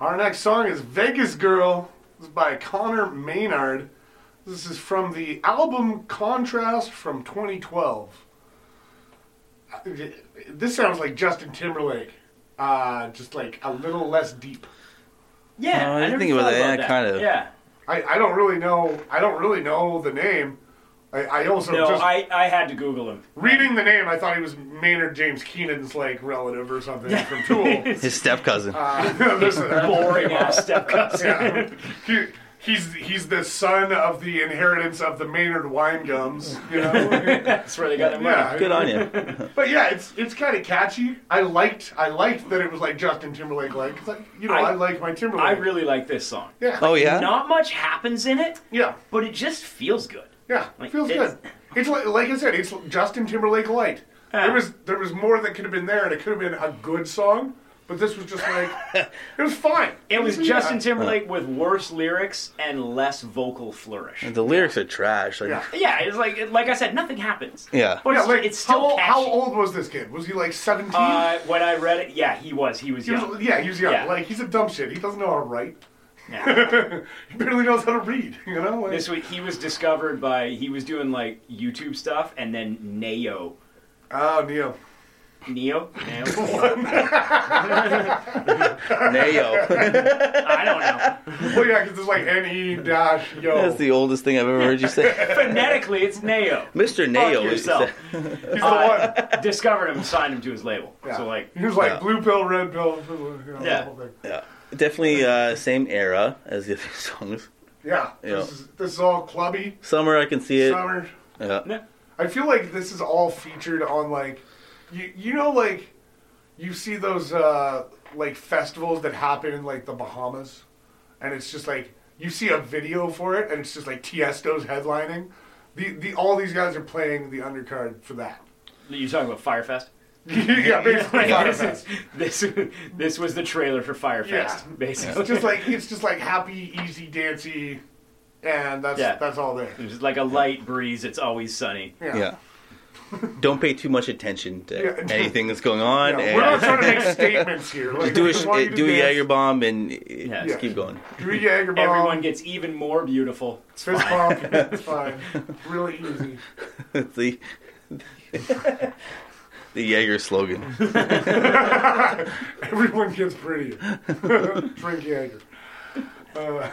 [SPEAKER 2] Our next song is Vegas Girl. This is by Connor Maynard. This is from the album Contrast from 2012. Uh, This sounds like Justin Timberlake, uh, just like a little less deep.
[SPEAKER 5] Yeah,
[SPEAKER 7] No, Uh, I
[SPEAKER 5] I
[SPEAKER 7] didn't
[SPEAKER 5] never
[SPEAKER 7] think about
[SPEAKER 5] thought
[SPEAKER 7] that. Yeah,
[SPEAKER 5] about
[SPEAKER 7] kinda.
[SPEAKER 5] Yeah.
[SPEAKER 2] I, I don't really know. I don't really know the name. I, I also
[SPEAKER 5] No,
[SPEAKER 2] just
[SPEAKER 5] I, I had to Google him.
[SPEAKER 2] reading the name. I thought he was Maynard James Keenan's like relative or something from Tool.
[SPEAKER 7] His step cousin.
[SPEAKER 2] Uh, this is-
[SPEAKER 5] Boring ass step cousin.
[SPEAKER 2] Yeah. He, he's he's the son of the inheritance of the Maynard wine gums, you know.
[SPEAKER 5] That's where they got their money.
[SPEAKER 2] yeah.
[SPEAKER 7] Good on you.
[SPEAKER 2] But yeah, it's it's kind of catchy. I liked I liked that it was like Justin Timberlake like 'cause I- you know, I,
[SPEAKER 5] I-
[SPEAKER 2] like my Timberlake.
[SPEAKER 5] I really like this song.
[SPEAKER 2] yeah.
[SPEAKER 7] Oh, yeah?
[SPEAKER 5] Not much happens in it,
[SPEAKER 2] Yeah.
[SPEAKER 5] but it just feels good.
[SPEAKER 2] Yeah.
[SPEAKER 5] Like,
[SPEAKER 2] feels
[SPEAKER 5] it's-
[SPEAKER 2] good. It's like like I said, it's Justin Timberlake light. There
[SPEAKER 5] Yeah.
[SPEAKER 2] was there was more that could have been there and it could have been a good song, but this was just like it was fine.
[SPEAKER 5] It was
[SPEAKER 2] Yeah.
[SPEAKER 5] Justin Timberlake with worse lyrics and less vocal flourish.
[SPEAKER 7] the lyrics are trash. Like,
[SPEAKER 2] Yeah.
[SPEAKER 5] Yeah, it's like it- like I said, nothing happens.
[SPEAKER 7] Yeah.
[SPEAKER 5] but
[SPEAKER 2] Yeah,
[SPEAKER 5] it's,
[SPEAKER 2] like
[SPEAKER 5] it's still
[SPEAKER 2] how, how
[SPEAKER 5] catchy.
[SPEAKER 2] old was this kid? Was he like 17?
[SPEAKER 5] Uh, when I read it, yeah, he was. He was
[SPEAKER 2] He
[SPEAKER 5] young.
[SPEAKER 2] was, yeah, he was young.
[SPEAKER 5] Yeah.
[SPEAKER 2] Like he's a dumb shit. He doesn't know how to write. He barely knows how to read, you know? Like,
[SPEAKER 5] This week he was discovered by he was doing like YouTube stuff and then Neo.
[SPEAKER 2] oh, Neo.
[SPEAKER 5] Neo? Neo?
[SPEAKER 7] Neo.
[SPEAKER 5] I don't know.
[SPEAKER 2] Well, yeah, because it's like N-E dash yo.
[SPEAKER 7] That's the oldest thing I've ever heard you say.
[SPEAKER 5] Phonetically it's Neo.
[SPEAKER 7] Mr.
[SPEAKER 5] Fuck
[SPEAKER 7] Neo is
[SPEAKER 5] yourself. uh,
[SPEAKER 2] He's the one.
[SPEAKER 5] Discovered him, signed him to his label.
[SPEAKER 2] Yeah.
[SPEAKER 5] So like
[SPEAKER 2] he was like
[SPEAKER 7] Yeah.
[SPEAKER 2] blue pill, red pill. You know, the
[SPEAKER 5] Yeah.
[SPEAKER 2] whole thing.
[SPEAKER 7] yeah. definitely uh, same era as the other songs.
[SPEAKER 2] yeah. This,
[SPEAKER 7] Yeah.
[SPEAKER 2] is, this is all clubby
[SPEAKER 7] Summer, I can see it.
[SPEAKER 2] summer.
[SPEAKER 7] Yeah.
[SPEAKER 2] I feel like this is all featured on like, you you know like, you see those uh like festivals that happen in like the Bahamas, and it's just like you see a video for it, and it's just like Tiesto's headlining. The the all these guys are playing the undercard for that.
[SPEAKER 5] you're talking about Firefest?
[SPEAKER 2] yeah, basically.
[SPEAKER 5] Like,
[SPEAKER 2] Firefest.
[SPEAKER 5] This, is, this this was the trailer for Firefest,
[SPEAKER 2] Yeah.
[SPEAKER 5] basically.
[SPEAKER 2] It's just like it's just like happy, easy, dancey, and that's
[SPEAKER 5] Yeah.
[SPEAKER 2] that's all there.
[SPEAKER 5] It was like a light breeze. It's always sunny.
[SPEAKER 2] Yeah.
[SPEAKER 7] Yeah. Don't pay too much attention to
[SPEAKER 2] Yeah.
[SPEAKER 7] anything that's going on.
[SPEAKER 2] Yeah,
[SPEAKER 7] and
[SPEAKER 2] We're not trying to make statements here. Like,
[SPEAKER 7] do
[SPEAKER 2] we
[SPEAKER 7] a,
[SPEAKER 2] just want you to
[SPEAKER 7] do a
[SPEAKER 2] dance.
[SPEAKER 7] Jager bomb and uh, just keep going.
[SPEAKER 2] Do a Jager bomb.
[SPEAKER 5] Everyone gets even more beautiful.
[SPEAKER 2] fist bump. It's fine. Really easy.
[SPEAKER 7] the the Jaeger slogan.
[SPEAKER 2] Everyone gets prettier. Drink Jager. Uh,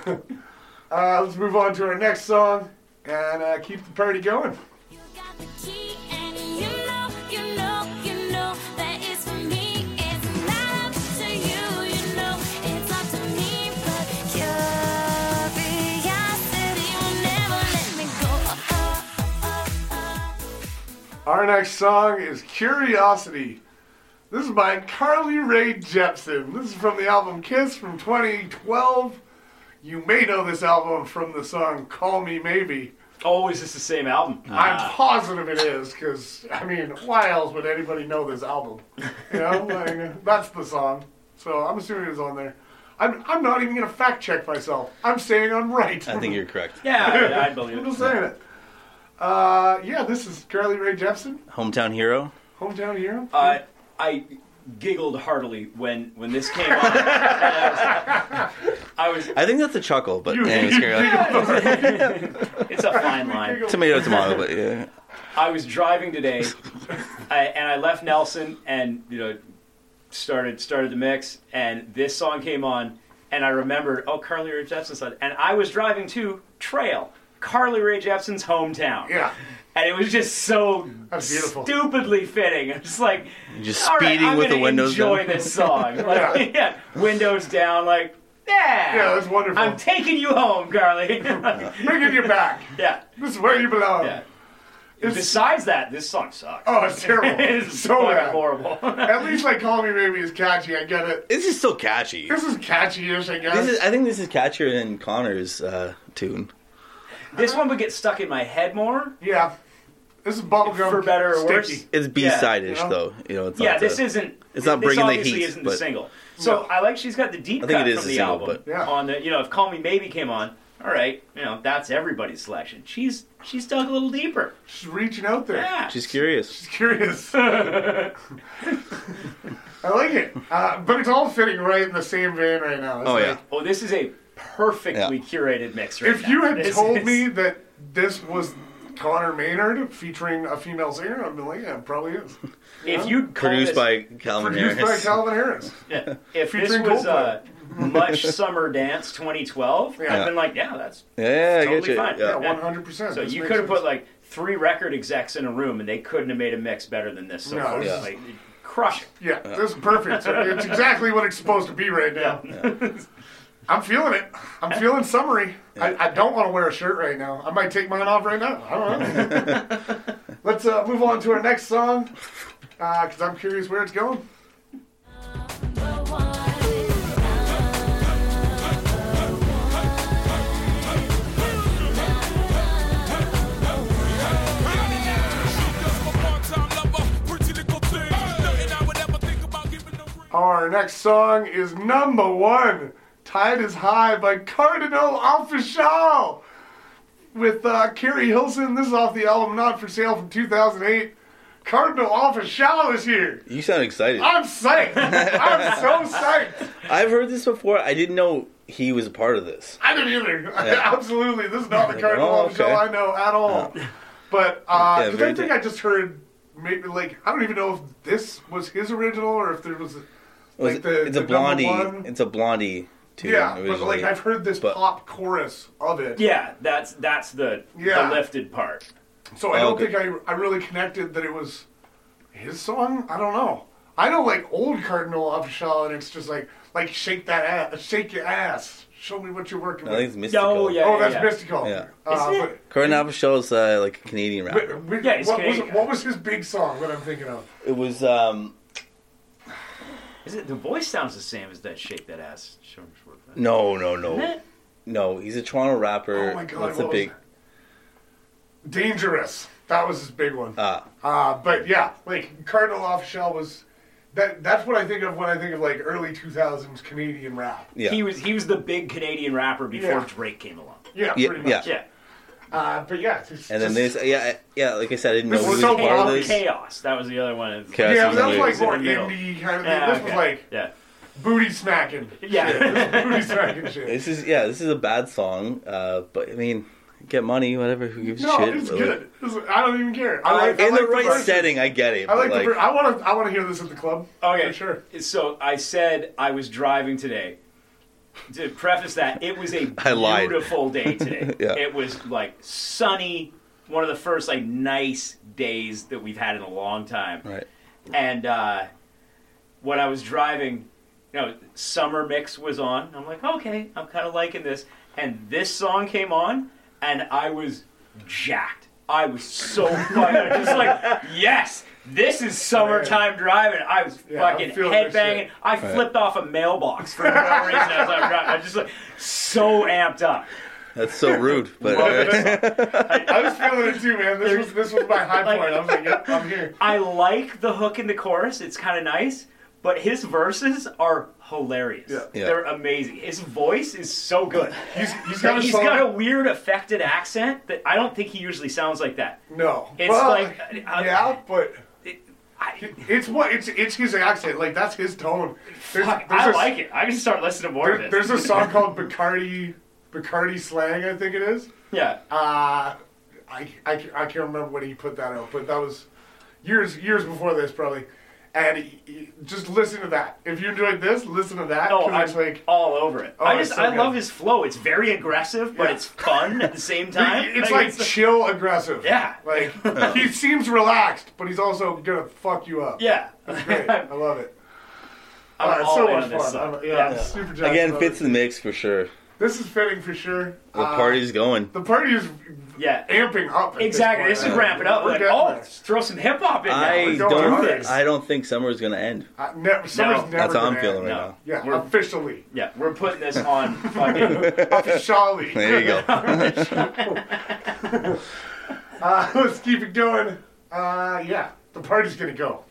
[SPEAKER 2] uh, let's move on to our next song and uh, keep the party going.
[SPEAKER 8] You got the key, and you know, you know, you know that it's for me. It's not up to you, you know, it's up to me. But curiosity will never let me go.
[SPEAKER 2] Our next song is Curiosity. This is by Carly Rae Jepsen. This is from the album Kiss from 2012. You may know this album from the song Call Me Maybe.
[SPEAKER 5] Oh, is this the same album?
[SPEAKER 7] Ah.
[SPEAKER 5] Ah.
[SPEAKER 2] I'm positive it is, because, I mean, why else would anybody know this album? You know, like, uh, that's the song. So I'm assuming it's on there. I'm, I'm not even going to fact check myself. I'm saying I'm right.
[SPEAKER 7] I think you're correct.
[SPEAKER 5] yeah, I, I believe
[SPEAKER 2] I'm
[SPEAKER 5] it.
[SPEAKER 2] just saying it. Uh, yeah, this is Carly Rae Jepsen,
[SPEAKER 7] Hometown hero.
[SPEAKER 2] hometown hero.
[SPEAKER 5] Uh, I giggled heartily when when this came on. And I, was, I
[SPEAKER 7] I think that's a chuckle, but
[SPEAKER 2] You-
[SPEAKER 7] anyways,
[SPEAKER 2] you
[SPEAKER 7] carry on.
[SPEAKER 5] was, it's a fine line.
[SPEAKER 7] tomato, tomato. But yeah,
[SPEAKER 5] I was driving today, I, and I left Nelson, and you know, started started the mix, and this song came on, and I remembered, oh, Carly Rae Jepsen's on, and I was driving to Trail, Carly Rae Jepsen's hometown,
[SPEAKER 2] Yeah.
[SPEAKER 5] and it was just so
[SPEAKER 2] That's beautiful.
[SPEAKER 5] stupidly fitting. I'm just like,
[SPEAKER 7] just
[SPEAKER 5] all right,
[SPEAKER 7] speeding
[SPEAKER 5] I'm
[SPEAKER 7] with the
[SPEAKER 5] gonna
[SPEAKER 7] windows
[SPEAKER 5] enjoy
[SPEAKER 7] down.
[SPEAKER 5] this song, like, yeah. windows down, like, yeah,
[SPEAKER 2] Yeah, that's wonderful.
[SPEAKER 5] I'm taking you home, Carly. Like,
[SPEAKER 2] Bringing you back.
[SPEAKER 5] yeah,
[SPEAKER 2] This is where you belong.
[SPEAKER 5] yeah. Besides that, this song sucks.
[SPEAKER 2] Oh, it's terrible.
[SPEAKER 5] it's
[SPEAKER 2] so
[SPEAKER 5] fucking
[SPEAKER 2] bad.
[SPEAKER 5] horrible.
[SPEAKER 2] At least like Call Me Maybe is catchy. I get it.
[SPEAKER 7] This is so catchy.
[SPEAKER 2] This is catchy-ish, I guess.
[SPEAKER 7] This is. I think this is catchier than Connor's uh, tune.
[SPEAKER 5] this one would get stuck in my head more.
[SPEAKER 2] yeah. This is bubblegum.
[SPEAKER 5] For better or worse.
[SPEAKER 2] sticky.
[SPEAKER 7] It's B-side-ish,
[SPEAKER 2] Yeah, you know?
[SPEAKER 7] though. You know, it's
[SPEAKER 5] Yeah,
[SPEAKER 7] not
[SPEAKER 5] this
[SPEAKER 7] the-
[SPEAKER 5] isn't.
[SPEAKER 7] it's not
[SPEAKER 5] this
[SPEAKER 7] bringing the
[SPEAKER 5] obviously
[SPEAKER 7] heat,
[SPEAKER 5] Isn't the
[SPEAKER 7] but-
[SPEAKER 5] single? So I like she's got the deep
[SPEAKER 7] I think
[SPEAKER 5] cut
[SPEAKER 7] it is
[SPEAKER 5] from the,
[SPEAKER 7] the single,
[SPEAKER 5] album
[SPEAKER 7] but-
[SPEAKER 2] Yeah.
[SPEAKER 5] on the you know if Call Me Maybe came on. All right, you know that's everybody's selection. She's she's dug a little deeper.
[SPEAKER 2] She's reaching out there.
[SPEAKER 5] Yeah,
[SPEAKER 7] She's curious.
[SPEAKER 2] Curious. I like it, uh, but it's all fitting right in the same vein right now. It's
[SPEAKER 7] Oh
[SPEAKER 2] like,
[SPEAKER 7] yeah.
[SPEAKER 5] oh, this is a perfectly
[SPEAKER 7] Yeah.
[SPEAKER 5] curated mix. Right
[SPEAKER 2] If
[SPEAKER 5] now.
[SPEAKER 2] you had
[SPEAKER 5] This
[SPEAKER 2] told
[SPEAKER 5] is-
[SPEAKER 2] me that this was Connor Maynard featuring a female singer, I'd be like, yeah, it probably is.
[SPEAKER 5] if you
[SPEAKER 7] Produced by Calvin
[SPEAKER 2] Produced by
[SPEAKER 7] Harris.
[SPEAKER 2] Calvin Harris.
[SPEAKER 5] if this
[SPEAKER 2] featuring
[SPEAKER 5] was uh,
[SPEAKER 2] Coldplay.
[SPEAKER 5] much summer dance 2012,
[SPEAKER 2] Yeah.
[SPEAKER 5] I've been like, yeah, that's
[SPEAKER 7] Yeah, I get
[SPEAKER 5] Totally
[SPEAKER 7] you.
[SPEAKER 5] fine.
[SPEAKER 2] Yeah,
[SPEAKER 7] Yeah.
[SPEAKER 2] one hundred percent.
[SPEAKER 5] So you could have put like three record execs in a room, and they couldn't have made a mix better than this. So
[SPEAKER 2] No,
[SPEAKER 5] far.
[SPEAKER 2] this
[SPEAKER 7] is-
[SPEAKER 5] Like, crush it.
[SPEAKER 2] Yeah, this is perfect. It's exactly what it's supposed to be right now. I'm feeling it. I'm feeling summery. I, I don't want to wear a shirt right now. I might take mine off right now. I don't know. Let's uh, move on to our next song because I'm curious where it's going.
[SPEAKER 8] Number one.
[SPEAKER 2] Our next song is number one Tide is High by Cardinal Official with uh, Carrie Hilson. This is off the album Not for Sale from 2008. Cardinal Office Shallow is here.
[SPEAKER 7] You sound excited.
[SPEAKER 2] I'm psyched. I'm so psyched.
[SPEAKER 7] I've heard this before. I didn't know he was a part of this.
[SPEAKER 2] I didn't either.
[SPEAKER 7] Yeah.
[SPEAKER 2] Absolutely. This is not the Cardinal
[SPEAKER 7] Oh,
[SPEAKER 2] Office Shallow
[SPEAKER 7] okay.
[SPEAKER 2] I know at all. But uh,
[SPEAKER 7] Yeah,
[SPEAKER 2] 'cause I
[SPEAKER 7] very
[SPEAKER 2] think
[SPEAKER 7] di-
[SPEAKER 2] I just heard maybe like I don't even know if this was his original or if there was
[SPEAKER 7] Was
[SPEAKER 2] like
[SPEAKER 7] it-
[SPEAKER 2] the,
[SPEAKER 7] it's
[SPEAKER 2] the number
[SPEAKER 7] a blondie.
[SPEAKER 2] one.
[SPEAKER 7] It's a blondie too.
[SPEAKER 2] yeah, but
[SPEAKER 7] originally.
[SPEAKER 2] like I've heard this
[SPEAKER 7] But-
[SPEAKER 2] pop chorus of it.
[SPEAKER 5] Yeah, that's that's the,
[SPEAKER 2] Yeah.
[SPEAKER 5] the lifted part.
[SPEAKER 2] So I
[SPEAKER 7] Oh,
[SPEAKER 2] don't
[SPEAKER 7] good.
[SPEAKER 2] think I, I really connected that it was his song. I don't know. I know like old Cardinal Official, and it's just like like shake that ass, shake your ass, show me what you're working
[SPEAKER 7] I
[SPEAKER 2] with.
[SPEAKER 7] think it's mystical.
[SPEAKER 5] Oh, yeah.
[SPEAKER 2] oh, that's
[SPEAKER 5] yeah.
[SPEAKER 2] mystical.
[SPEAKER 7] Yeah.
[SPEAKER 2] Uh,
[SPEAKER 5] Isn't
[SPEAKER 2] but-
[SPEAKER 5] it?
[SPEAKER 7] Current Alpha Show is uh, like a Canadian
[SPEAKER 2] but
[SPEAKER 7] rapper.
[SPEAKER 2] we-
[SPEAKER 5] Yeah, he's
[SPEAKER 2] what, was,
[SPEAKER 5] Canadian.
[SPEAKER 2] what was his big song that I'm thinking of?
[SPEAKER 7] It was um
[SPEAKER 5] Is it the voice sounds the same as that shake that ass? Sure, sure, sure.
[SPEAKER 7] no no
[SPEAKER 5] Isn't
[SPEAKER 7] no
[SPEAKER 5] it?
[SPEAKER 7] no. He's a Toronto rapper.
[SPEAKER 2] Oh my god,
[SPEAKER 7] What's
[SPEAKER 2] what
[SPEAKER 7] the big?
[SPEAKER 2] was that? Dangerous. That was his big one.
[SPEAKER 7] Ah,
[SPEAKER 2] Uh, but yeah, like Cardinal Official was that. That's what I think of when I think of like early 2000s Canadian rap.
[SPEAKER 7] yeah.
[SPEAKER 5] He was he was the big Canadian rapper before
[SPEAKER 2] Yeah.
[SPEAKER 5] Drake came along.
[SPEAKER 2] Yeah,
[SPEAKER 7] Yeah,
[SPEAKER 2] pretty much.
[SPEAKER 7] yeah.
[SPEAKER 5] Yeah.
[SPEAKER 2] Uh, but yeah, it's just,
[SPEAKER 7] and then
[SPEAKER 2] just-
[SPEAKER 7] this, yeah, I- yeah. Like I said, I didn't know
[SPEAKER 2] This
[SPEAKER 7] he
[SPEAKER 2] is
[SPEAKER 7] was
[SPEAKER 2] so
[SPEAKER 7] a part of
[SPEAKER 2] wild.
[SPEAKER 7] this.
[SPEAKER 5] Chaos. That was the other one.
[SPEAKER 7] Chaos
[SPEAKER 2] Yeah,
[SPEAKER 7] is
[SPEAKER 2] but that was
[SPEAKER 7] weird.
[SPEAKER 2] like
[SPEAKER 5] It's in
[SPEAKER 2] more
[SPEAKER 5] the middle.
[SPEAKER 2] indie kind of thing.
[SPEAKER 5] Yeah,
[SPEAKER 2] this was
[SPEAKER 5] okay.
[SPEAKER 2] like
[SPEAKER 5] yeah.
[SPEAKER 2] booty smacking.
[SPEAKER 5] Yeah.
[SPEAKER 2] booty smacking shit.
[SPEAKER 7] This is yeah. This is a bad song, uh, but I mean, get money, whatever. Who gives
[SPEAKER 2] No,
[SPEAKER 7] a shit?
[SPEAKER 2] it's
[SPEAKER 7] But, like,
[SPEAKER 2] good. This is- I don't even care. I like, I
[SPEAKER 7] in
[SPEAKER 2] like
[SPEAKER 7] the right
[SPEAKER 2] verses.
[SPEAKER 7] setting, I get it.
[SPEAKER 2] I
[SPEAKER 7] but,
[SPEAKER 2] like, the. ver- I want to. I want to hear this at the club.
[SPEAKER 5] Okay.
[SPEAKER 2] for sure.
[SPEAKER 5] So I said I was driving today. To preface that, it was a
[SPEAKER 7] I lied.
[SPEAKER 5] beautiful day today.
[SPEAKER 7] Yeah.
[SPEAKER 5] It was like sunny, one of the first like nice days that we've had in a long time.
[SPEAKER 7] right.
[SPEAKER 5] And uh, when I was driving, you know, summer mix was on. I'm like, okay, I'm kind of liking this. And this song came on, and I was jacked. I was so fucking just like, yes, this is summertime driving. I was
[SPEAKER 2] Yeah, I'm
[SPEAKER 5] fucking
[SPEAKER 2] feeling this shit.
[SPEAKER 5] headbanging. I flipped off a mailbox for no reason. I was, like, I'm just like so amped up.
[SPEAKER 7] That's so rude, but uh,
[SPEAKER 2] Love
[SPEAKER 7] alright.
[SPEAKER 2] it. I was feeling it too, man. This was this was my high
[SPEAKER 5] Like-
[SPEAKER 2] point. I was like, yep, I'm here.
[SPEAKER 5] I like the hook in the chorus. It's kind of nice, but his verses are hilarious.
[SPEAKER 2] Yeah.
[SPEAKER 7] Yeah.
[SPEAKER 5] They're amazing. His voice is so good.
[SPEAKER 2] He's, he's got a
[SPEAKER 5] he's
[SPEAKER 2] song.
[SPEAKER 5] got a weird affected accent that I don't think he usually sounds like that.
[SPEAKER 2] no.
[SPEAKER 5] It's
[SPEAKER 2] well,
[SPEAKER 5] like- I-
[SPEAKER 2] yeah, but
[SPEAKER 5] I,
[SPEAKER 2] it's what it's it's his accent. Like that's his tone. There's,
[SPEAKER 5] I
[SPEAKER 2] there's a-
[SPEAKER 5] like it. I can start listening to more
[SPEAKER 2] there-
[SPEAKER 5] of this.
[SPEAKER 2] there's a song called Bacardi Bacardi slang. I think it is.
[SPEAKER 5] yeah.
[SPEAKER 2] Uh, I, I, ca- I can't remember when he put that out, but that was years years before this probably. And he, he- just listen to that. If you enjoyed this, listen to that.
[SPEAKER 5] Oh,
[SPEAKER 2] 'cause
[SPEAKER 5] I'm
[SPEAKER 2] it's like
[SPEAKER 5] all over it.
[SPEAKER 2] Oh,
[SPEAKER 5] I just
[SPEAKER 2] it's so
[SPEAKER 5] I
[SPEAKER 2] good.
[SPEAKER 5] love his flow. It's very aggressive, but
[SPEAKER 2] Yeah.
[SPEAKER 5] it's fun at the same time.
[SPEAKER 2] it's like
[SPEAKER 5] it's-
[SPEAKER 2] chill aggressive.
[SPEAKER 5] Yeah.
[SPEAKER 2] like he seems relaxed, but he's also gonna fuck you up.
[SPEAKER 5] yeah.
[SPEAKER 2] That's great. I love it. Uh,
[SPEAKER 5] I'm
[SPEAKER 2] it's
[SPEAKER 5] all
[SPEAKER 2] so
[SPEAKER 5] in
[SPEAKER 2] much
[SPEAKER 5] on this
[SPEAKER 2] fun.
[SPEAKER 5] song.
[SPEAKER 2] I'm- yeah, I'm
[SPEAKER 5] Yeah.
[SPEAKER 2] super jacked
[SPEAKER 7] again
[SPEAKER 2] about
[SPEAKER 7] fits
[SPEAKER 2] it.
[SPEAKER 7] the mix for sure.
[SPEAKER 2] This is fitting for sure.
[SPEAKER 7] The
[SPEAKER 2] Uh,
[SPEAKER 7] party's going.
[SPEAKER 2] The party is
[SPEAKER 5] Yeah.
[SPEAKER 2] amping up. at
[SPEAKER 5] Exactly. This,
[SPEAKER 2] This,
[SPEAKER 5] is
[SPEAKER 2] point.
[SPEAKER 5] ramping up.
[SPEAKER 2] We're
[SPEAKER 5] Like,
[SPEAKER 2] getting
[SPEAKER 5] oh,
[SPEAKER 2] there.
[SPEAKER 5] let's throw some hip hop in
[SPEAKER 7] I
[SPEAKER 2] going
[SPEAKER 5] now.
[SPEAKER 7] don't.
[SPEAKER 2] hard.
[SPEAKER 7] Think, I don't think summer is gonna end.
[SPEAKER 2] I, ne- summer's
[SPEAKER 5] No.
[SPEAKER 2] never
[SPEAKER 7] That's how I'm
[SPEAKER 2] gonna
[SPEAKER 7] feeling
[SPEAKER 2] end.
[SPEAKER 7] right
[SPEAKER 5] No.
[SPEAKER 7] now.
[SPEAKER 2] Yeah,
[SPEAKER 5] We're-
[SPEAKER 2] officially.
[SPEAKER 5] Yeah, we're putting this on fucking.
[SPEAKER 2] Officially.
[SPEAKER 7] There you go.
[SPEAKER 2] Uh, let's keep it going. Uh, yeah, the party's gonna go.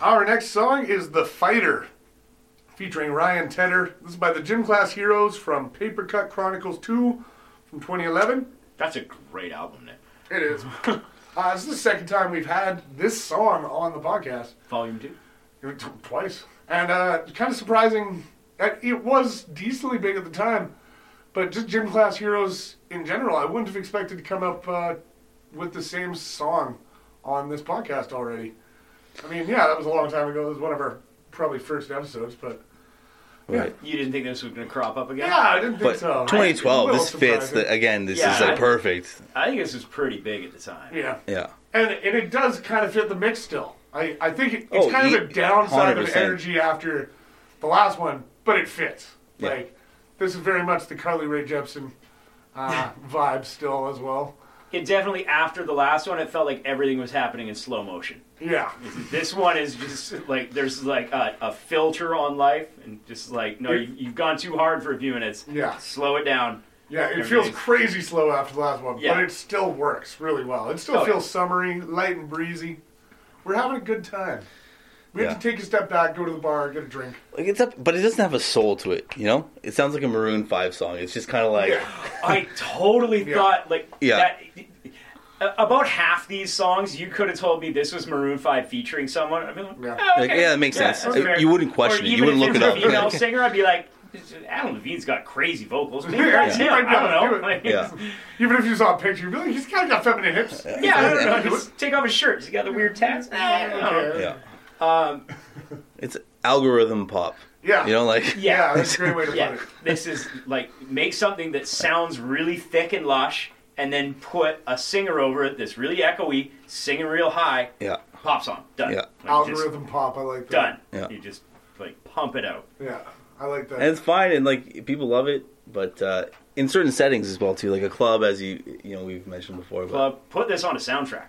[SPEAKER 2] Our next song is "The Fighter," featuring Ryan Tedder. This is by the Gym Class Heroes from Paper Cut Chronicles 2 from 2011.
[SPEAKER 5] That's a great album name.
[SPEAKER 2] It is. Uh, this is the second time we've had this song on the podcast.
[SPEAKER 5] Volume two.
[SPEAKER 2] Twice. And uh, kind of surprising. uh, It was decently big at the time, but just gym class heroes in general, I wouldn't have expected to come up uh, with the same song on this podcast already. I mean, yeah, that was a long time ago. It was one of our probably first episodes, but
[SPEAKER 7] Right.
[SPEAKER 5] You didn't think this was going to crop up again?
[SPEAKER 2] yeah, I didn't think
[SPEAKER 7] But
[SPEAKER 2] so.
[SPEAKER 7] 2012,
[SPEAKER 2] It's a
[SPEAKER 7] this
[SPEAKER 2] little
[SPEAKER 7] fits.
[SPEAKER 2] surprising.
[SPEAKER 7] The, again, this
[SPEAKER 5] Yeah,
[SPEAKER 7] is like
[SPEAKER 5] I-
[SPEAKER 7] perfect.
[SPEAKER 5] I think this was pretty big at the time.
[SPEAKER 2] Yeah.
[SPEAKER 7] Yeah.
[SPEAKER 2] And, and it does kind of fit the mix still. I, I think it, it's
[SPEAKER 7] Oh,
[SPEAKER 2] kind
[SPEAKER 7] ye-
[SPEAKER 2] of a downside of
[SPEAKER 7] 100%.
[SPEAKER 2] energy after the last one, but it fits.
[SPEAKER 7] Yeah.
[SPEAKER 2] Like, this is very much the Carly Rae Jepsen uh, vibe still as well.
[SPEAKER 5] It definitely, after the last one, it felt like everything was happening in slow motion.
[SPEAKER 2] Yeah.
[SPEAKER 5] This one is just like there's like a, a filter on life, and just like no, you, you've gone too hard for a few minutes.
[SPEAKER 2] Yeah.
[SPEAKER 5] slow it down.
[SPEAKER 2] Yeah, it
[SPEAKER 5] Everything.
[SPEAKER 2] feels crazy slow after the last one,
[SPEAKER 5] Yeah.
[SPEAKER 2] but it still works really well. It still
[SPEAKER 5] Oh, yeah.
[SPEAKER 2] feels summery, light and breezy. We're having a good time. We
[SPEAKER 7] Yeah.
[SPEAKER 2] have to take a step back, go to the bar, get a drink.
[SPEAKER 7] Like it's up, but it doesn't have a soul to it. You know, it sounds like a Maroon Five song. It's just kind of like,
[SPEAKER 2] Yeah.
[SPEAKER 5] I totally
[SPEAKER 2] Yeah.
[SPEAKER 5] thought like
[SPEAKER 7] Yeah.
[SPEAKER 5] that. About half these songs, you could have told me this was Maroon Five featuring someone. I'd be like,
[SPEAKER 2] Yeah.
[SPEAKER 5] "Oh,
[SPEAKER 7] like,
[SPEAKER 5] okay.
[SPEAKER 7] yeah, that makes sense.
[SPEAKER 5] that's
[SPEAKER 7] It-
[SPEAKER 5] fair."
[SPEAKER 7] you wouldn't
[SPEAKER 5] Or
[SPEAKER 7] question it. You
[SPEAKER 5] even
[SPEAKER 7] wouldn't
[SPEAKER 5] if
[SPEAKER 7] look it
[SPEAKER 5] it's
[SPEAKER 7] up.
[SPEAKER 5] a female singer, I'd be like, Adam Levine's got crazy vocals. Maybe
[SPEAKER 2] Yeah,
[SPEAKER 5] that's
[SPEAKER 2] he
[SPEAKER 5] him.
[SPEAKER 2] might be
[SPEAKER 5] I
[SPEAKER 2] able to
[SPEAKER 5] don't
[SPEAKER 2] do
[SPEAKER 5] know.
[SPEAKER 2] it.
[SPEAKER 5] Like,
[SPEAKER 7] Yeah.
[SPEAKER 2] Even if you saw a picture, you'd be like, he's kind of got feminine hips.
[SPEAKER 5] Yeah, I
[SPEAKER 7] Yeah.
[SPEAKER 5] don't know. Just take off his shirt. He's got the weird tats. Eh, I don't know.
[SPEAKER 7] yeah. it's algorithm pop.
[SPEAKER 2] Um, Yeah.
[SPEAKER 7] You know, like
[SPEAKER 2] Yeah,
[SPEAKER 5] Yeah.
[SPEAKER 2] that's a great way to
[SPEAKER 5] Yeah.
[SPEAKER 2] put it.
[SPEAKER 5] This is like make something that sounds really thick and lush and then put a singer over it that's really echoey, singing real high.
[SPEAKER 7] yeah,
[SPEAKER 5] Pop song. Done.
[SPEAKER 7] Yeah.
[SPEAKER 5] Like, just
[SPEAKER 2] Algorithm pop, I like that.
[SPEAKER 5] done.
[SPEAKER 7] Yeah.
[SPEAKER 5] You just like pump it out.
[SPEAKER 2] Yeah, I like that.
[SPEAKER 7] and it's fine, and like people love it, but uh, in certain settings as well too, like a club, as you you know we've mentioned before. But
[SPEAKER 5] Club, put this on a soundtrack.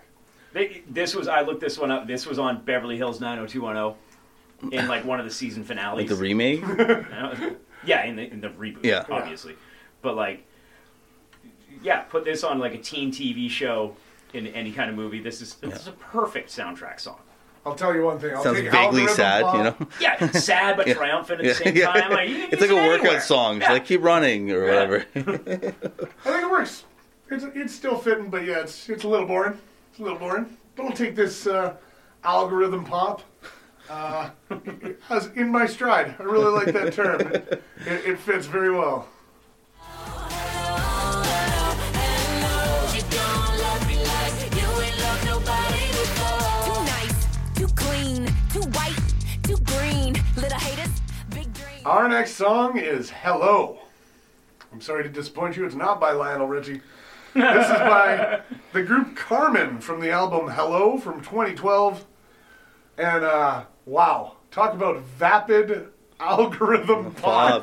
[SPEAKER 5] They, this was I looked this one up. This was on Beverly Hills 90210 in like one of the season finales.
[SPEAKER 7] like the remake,
[SPEAKER 5] Uh, yeah, in the in the reboot,
[SPEAKER 7] Yeah.
[SPEAKER 5] obviously. But like, yeah, put this on like a teen TV show in any kind of movie. This is this is a perfect soundtrack song.
[SPEAKER 2] I'll tell you one thing. I'll
[SPEAKER 7] sounds
[SPEAKER 2] take
[SPEAKER 7] vaguely
[SPEAKER 2] algorithm
[SPEAKER 7] sad.
[SPEAKER 2] pop.
[SPEAKER 7] You know.
[SPEAKER 5] Yeah, it's sad but triumphant at the same
[SPEAKER 7] Yeah.
[SPEAKER 5] time. Like, you can use
[SPEAKER 7] it's like a
[SPEAKER 5] it
[SPEAKER 7] workout
[SPEAKER 5] anywhere.
[SPEAKER 7] song. It's
[SPEAKER 5] Yeah.
[SPEAKER 7] like keep running or whatever.
[SPEAKER 2] I think it works. It's, it's still fitting, but yeah, it's it's a little boring. It's a little boring. But I'll take this uh, algorithm pop. Uh, I was in my stride. I really like that term. It, it fits very well.
[SPEAKER 8] You don't look relaxed. You ain't loved nobody before. Too nice, too clean, too white, too green. Little haters, big dreams.
[SPEAKER 2] Our next song is Hello. I'm sorry to disappoint you, it's not by Lionel Richie. This is by the group Carmen from the album Hello from 2012. And uh, wow, talk about vapid algorithm
[SPEAKER 7] Bob,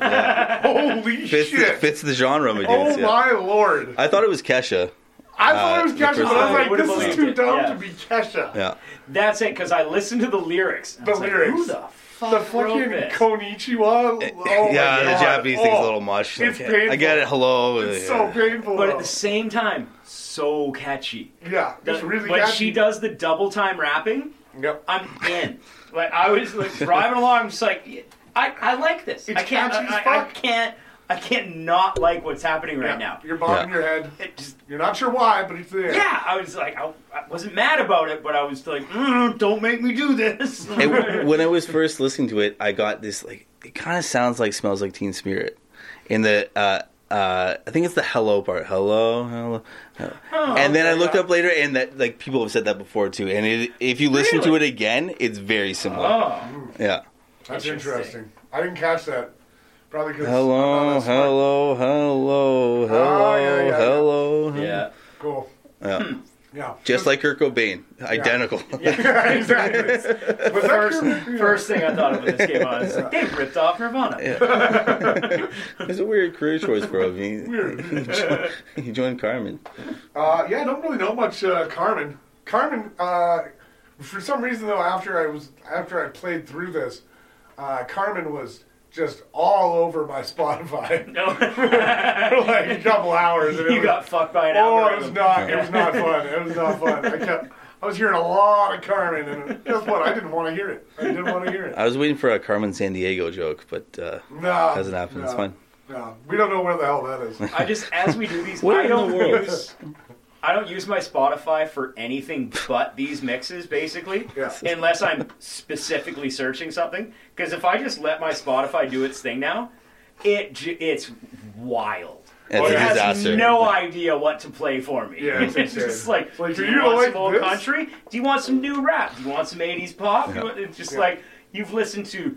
[SPEAKER 2] pop.
[SPEAKER 7] yeah.
[SPEAKER 2] Holy
[SPEAKER 7] fits, the,
[SPEAKER 2] shit.
[SPEAKER 7] fits the genre. it is,
[SPEAKER 2] Oh
[SPEAKER 7] yeah.
[SPEAKER 2] my lord.
[SPEAKER 7] I thought it was Kesha.
[SPEAKER 2] I thought it was
[SPEAKER 7] the
[SPEAKER 2] Kesha, but I
[SPEAKER 5] person-
[SPEAKER 2] was like,
[SPEAKER 5] Would've
[SPEAKER 2] this is
[SPEAKER 5] believed
[SPEAKER 2] too
[SPEAKER 5] it,
[SPEAKER 2] dumb
[SPEAKER 5] yeah.
[SPEAKER 2] to be Kesha.
[SPEAKER 7] Yeah.
[SPEAKER 5] That's it because I listened to the lyrics. and I
[SPEAKER 2] The
[SPEAKER 5] was like,
[SPEAKER 2] lyrics.
[SPEAKER 5] Who the fuck
[SPEAKER 2] The
[SPEAKER 5] wrote
[SPEAKER 2] fucking
[SPEAKER 5] this?
[SPEAKER 2] Konichiwa. Oh
[SPEAKER 7] yeah,
[SPEAKER 2] my
[SPEAKER 7] the
[SPEAKER 2] God.
[SPEAKER 7] Japanese thing's a
[SPEAKER 2] Oh,
[SPEAKER 7] little much.
[SPEAKER 2] it's
[SPEAKER 7] I get
[SPEAKER 2] painful.
[SPEAKER 7] it. Hello.
[SPEAKER 2] It's
[SPEAKER 7] yeah.
[SPEAKER 2] so painful.
[SPEAKER 5] but at
[SPEAKER 2] though.
[SPEAKER 5] the same time, so catchy.
[SPEAKER 2] Yeah, it's
[SPEAKER 5] The-
[SPEAKER 2] really
[SPEAKER 5] when
[SPEAKER 2] catchy.
[SPEAKER 5] she does the double time rapping,
[SPEAKER 2] Yep.
[SPEAKER 5] I'm in. Like I was like driving along, I'm just like I, I like this.
[SPEAKER 2] It's
[SPEAKER 5] I can't
[SPEAKER 2] catchy as
[SPEAKER 5] I, I, I
[SPEAKER 2] fuck.
[SPEAKER 5] can't I can't not like what's happening right now.
[SPEAKER 2] You're bobbing
[SPEAKER 7] Yeah.
[SPEAKER 2] your head.
[SPEAKER 5] It just
[SPEAKER 2] You're not sure why, but it's there.
[SPEAKER 5] yeah, I was like I, I wasn't mad about it, but I was like "Mm, don't make me do this.
[SPEAKER 7] It- when I was first listening to it, I got this like it kind of sounds like smells like Teen Spirit, in the uh, uh, I think it's the hello part. Hello, hello.
[SPEAKER 5] Oh,
[SPEAKER 7] and then I looked up later, and that like people have said that before too. And it, if you listen to it
[SPEAKER 5] Really?
[SPEAKER 7] again, it's very similar.
[SPEAKER 5] oh,
[SPEAKER 7] Yeah.
[SPEAKER 2] That's interesting.
[SPEAKER 5] Interesting.
[SPEAKER 2] I didn't catch that. Probably because
[SPEAKER 7] Hello, hello, hello, hello,
[SPEAKER 2] yeah, yeah, yeah.
[SPEAKER 7] hello.
[SPEAKER 5] yeah.
[SPEAKER 2] Cool.
[SPEAKER 7] Yeah.
[SPEAKER 5] Hmm.
[SPEAKER 2] Yeah.
[SPEAKER 7] Just like Kurt Cobain, identical.
[SPEAKER 2] exactly. Was that
[SPEAKER 5] First,
[SPEAKER 2] Kermit? Yeah.
[SPEAKER 5] first thing I thought of when this came on is like, they ripped off Nirvana.
[SPEAKER 7] it's a weird career choice, bro. I mean, you joined Carmen.
[SPEAKER 2] Uh, yeah, I don't really know much uh, Carmen. Carmen, uh, for some reason though, after I was after I played through this, uh, Carmen was just all over my Spotify for like a couple hours. and it
[SPEAKER 5] you
[SPEAKER 2] was-
[SPEAKER 5] got fucked by an
[SPEAKER 2] Oh, it was
[SPEAKER 5] algorithm.
[SPEAKER 2] not. It was not fun. It was not fun. I kept. I was hearing a lot of Carmen, and guess what? I didn't want to hear it. I didn't want to hear it.
[SPEAKER 7] I was waiting for a Carmen San Diego joke, but uh,
[SPEAKER 2] No,
[SPEAKER 7] hasn't happened.
[SPEAKER 2] No,
[SPEAKER 7] It's fine.
[SPEAKER 2] No, we don't know where the hell that is.
[SPEAKER 5] I just as we do these,
[SPEAKER 7] Where
[SPEAKER 5] I
[SPEAKER 7] in the
[SPEAKER 5] don't
[SPEAKER 7] world?
[SPEAKER 5] use. I don't use my Spotify for anything but these mixes, basically,
[SPEAKER 2] Yeah.
[SPEAKER 5] unless I'm specifically searching something. Because if I just let my Spotify do its thing now, it j- it's wild.
[SPEAKER 7] It's
[SPEAKER 5] it
[SPEAKER 7] a
[SPEAKER 5] has
[SPEAKER 7] disaster.
[SPEAKER 5] no idea what to play for me.
[SPEAKER 2] Yeah, it's
[SPEAKER 5] it's
[SPEAKER 2] insane.
[SPEAKER 5] just like,
[SPEAKER 2] Like,
[SPEAKER 5] do
[SPEAKER 2] do
[SPEAKER 5] you,
[SPEAKER 2] you
[SPEAKER 5] want
[SPEAKER 2] like
[SPEAKER 5] some old
[SPEAKER 2] this?
[SPEAKER 5] country? Do you want some new rap? Do you want some '80s pop? You want- It's just
[SPEAKER 2] Yeah.
[SPEAKER 5] like you've listened to.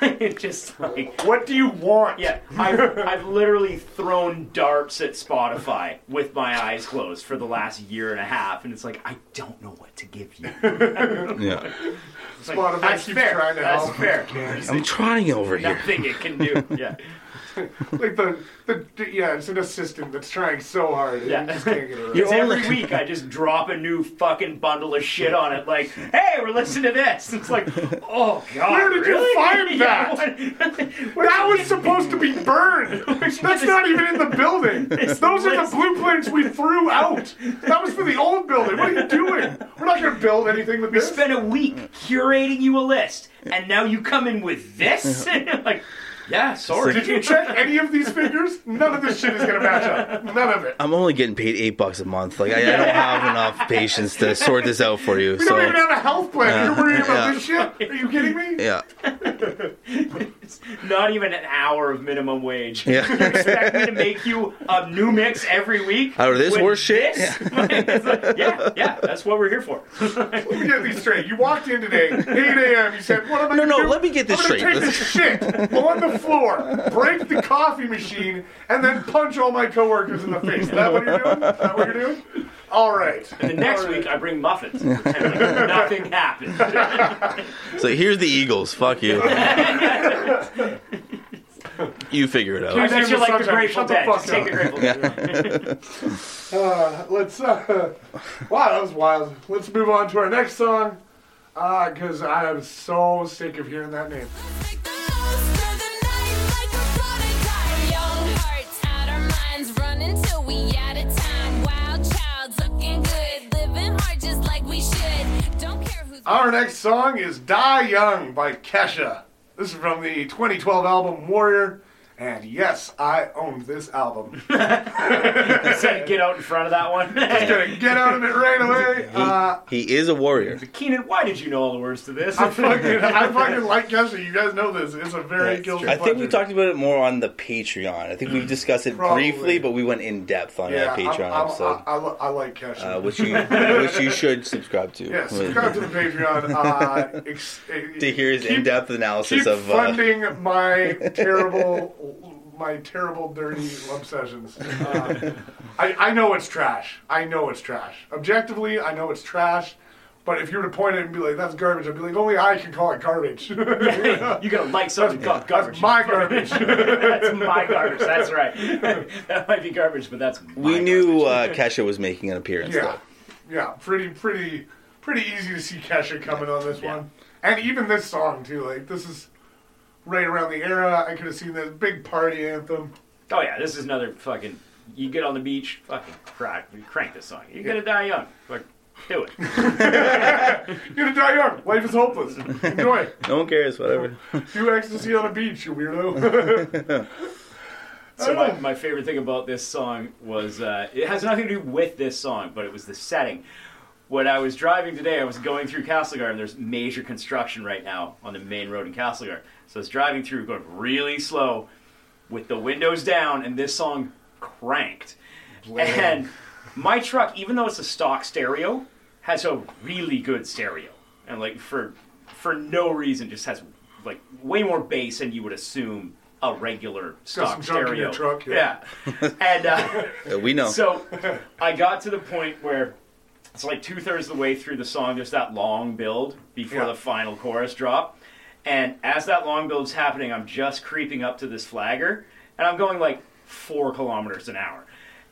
[SPEAKER 5] just like
[SPEAKER 2] What do you want?
[SPEAKER 5] yeah, I've, I've literally thrown darts at Spotify with my eyes closed for the last year and a half, and it's like I don't know what to give you.
[SPEAKER 7] Yeah.
[SPEAKER 5] It's like,
[SPEAKER 2] Spotify
[SPEAKER 5] that's
[SPEAKER 2] keeps
[SPEAKER 5] fair.
[SPEAKER 2] trying to
[SPEAKER 5] that's
[SPEAKER 2] help.
[SPEAKER 5] fair. There's
[SPEAKER 7] I'm trying over here.
[SPEAKER 5] nothing it can do. Yeah,
[SPEAKER 2] like the, the yeah, it's an assistant that's trying so hard.
[SPEAKER 5] Yeah.
[SPEAKER 2] Yeah. just can't get it right.
[SPEAKER 5] It's every week I just drop a new fucking bundle of shit on it. Like, hey, we're listening to this. It's like, oh god,
[SPEAKER 2] Where did you find
[SPEAKER 5] really? Yeah, what-
[SPEAKER 2] That was supposed to be burned. That's not even in the building. Those are the blueprints we threw out. That was for the old building. What are you doing? We're not going to build anything with this.
[SPEAKER 5] spent a week curating you a list, and now you come in with this? like, yeah, sorry.
[SPEAKER 2] Did you check any of these figures? None of this shit is going to match up. None of it.
[SPEAKER 7] I'm only getting paid eight bucks a month. Like I, I don't have enough patience to sort this out for you.
[SPEAKER 2] We don't even
[SPEAKER 7] So
[SPEAKER 2] have a health plan. You're worried about
[SPEAKER 7] Yeah.
[SPEAKER 2] this shit? Are you kidding me?
[SPEAKER 7] yeah,
[SPEAKER 5] It's not even an hour of minimum wage. You
[SPEAKER 7] yeah.
[SPEAKER 5] expect me to make you a new mix every week?
[SPEAKER 7] Out of Oh, this
[SPEAKER 5] with
[SPEAKER 7] horse shit?
[SPEAKER 5] this? Like, it's like, yeah, yeah, that's what we're here for.
[SPEAKER 2] Let me get these straight. You walked in today, 8 a.m. You said, "What am I?"
[SPEAKER 7] No, no,
[SPEAKER 2] Do?
[SPEAKER 7] let me get this
[SPEAKER 2] I'm gonna
[SPEAKER 7] straight.
[SPEAKER 2] Take this shit on the floor, break the coffee machine, and then punch all my coworkers in the face. Is that what you're doing? Is that what you're doing? All right.
[SPEAKER 5] The next
[SPEAKER 2] All right.
[SPEAKER 5] week I bring muffins. and pretend like nothing happened.
[SPEAKER 7] So here's the Eagles. Fuck you. you figure it
[SPEAKER 5] I
[SPEAKER 7] out.
[SPEAKER 5] bet you like the
[SPEAKER 2] Shut
[SPEAKER 5] Grateful
[SPEAKER 2] the
[SPEAKER 5] Dead.
[SPEAKER 2] fuck
[SPEAKER 5] Just take the
[SPEAKER 2] up.
[SPEAKER 5] Grateful Dead.
[SPEAKER 2] Uh, let's. Uh, wow, that was wild. Let's move on to our next song, because I am so sick of hearing that name.
[SPEAKER 8] Make the most of the night like a floating car. Young hearts out our minds, running till we out of time. Wild child, looking good, living hard just like we should. Don't care who's.
[SPEAKER 2] Our next song is Die Young by Kesha. This is from the 2012 album Warrior, and yes, I owned this album.
[SPEAKER 5] Said get out in front of that one.
[SPEAKER 2] Gonna get out of it right away. Uh,
[SPEAKER 7] He is a warrior.
[SPEAKER 5] Keenan, why did you know all the words to this?
[SPEAKER 2] I fucking, I fucking like Kesha. You guys know this. It's a very guilty
[SPEAKER 7] I think we
[SPEAKER 2] pleasure.
[SPEAKER 7] talked about it more on the Patreon. I think we discussed it
[SPEAKER 2] Probably.
[SPEAKER 7] briefly, but we went in depth on
[SPEAKER 2] Yeah,
[SPEAKER 7] that Patreon
[SPEAKER 2] I'm, I'm,
[SPEAKER 7] episode,
[SPEAKER 2] I, I, li- I like Kesha.
[SPEAKER 7] uh, which you which you should subscribe to.
[SPEAKER 2] yeah, subscribe to the Patreon. Uh, ex-
[SPEAKER 7] to hear his
[SPEAKER 2] keep-
[SPEAKER 7] in-depth
[SPEAKER 2] Keep
[SPEAKER 7] analysis of. Uh,
[SPEAKER 2] funding my terrible, my terrible dirty obsessions. Uh, I, I know it's trash. I know it's trash. Objectively, I know it's trash. But if you were to point at it and be like, "That's garbage," I'd be like, "Only I can call it garbage."
[SPEAKER 5] you gotta like something called
[SPEAKER 2] That's
[SPEAKER 5] garbage.
[SPEAKER 2] my garbage.
[SPEAKER 5] That's my garbage. That's right. that might be garbage, but that's my
[SPEAKER 7] we
[SPEAKER 5] garbage.
[SPEAKER 7] knew uh, Kesha was making an appearance.
[SPEAKER 2] yeah, yeah. Pretty, pretty, pretty easy to see Kesha coming on this
[SPEAKER 5] Yeah.
[SPEAKER 2] one, and even this song too. Like this is right around the era. I could have seen this big party anthem.
[SPEAKER 5] Oh yeah, this is another fucking. You get on the beach, fucking crack, crank this song. You're gonna die young. Like, do it.
[SPEAKER 2] You're gonna die young. Life is hopeless. Enjoy.
[SPEAKER 7] Though. No one cares. Whatever.
[SPEAKER 2] Do ecstasy on a beach, you weirdo.
[SPEAKER 5] So my, my favorite thing about this song was uh, it has nothing to do with this song, but it was the setting. When I was driving today, I was going through Castlegar, and there's major construction right now on the main road in Castlegar. So I was driving through, going really slow, with the windows down, and this song cranked. And my truck, even though it's a stock stereo, has a really good stereo, and like for for no reason, just has like way more bass than you would assume a regular
[SPEAKER 2] some
[SPEAKER 5] stock
[SPEAKER 2] junk in
[SPEAKER 5] stereo.
[SPEAKER 2] your truck, yeah.
[SPEAKER 5] yeah. and uh,
[SPEAKER 7] Uh, we know.
[SPEAKER 5] so I got to the point where it's like two thirds of the way through the song. There's that long build before
[SPEAKER 2] Yeah.
[SPEAKER 5] the final chorus drop, and as that long build's happening, I'm just creeping up to this flagger, and I'm going like four kilometers an hour,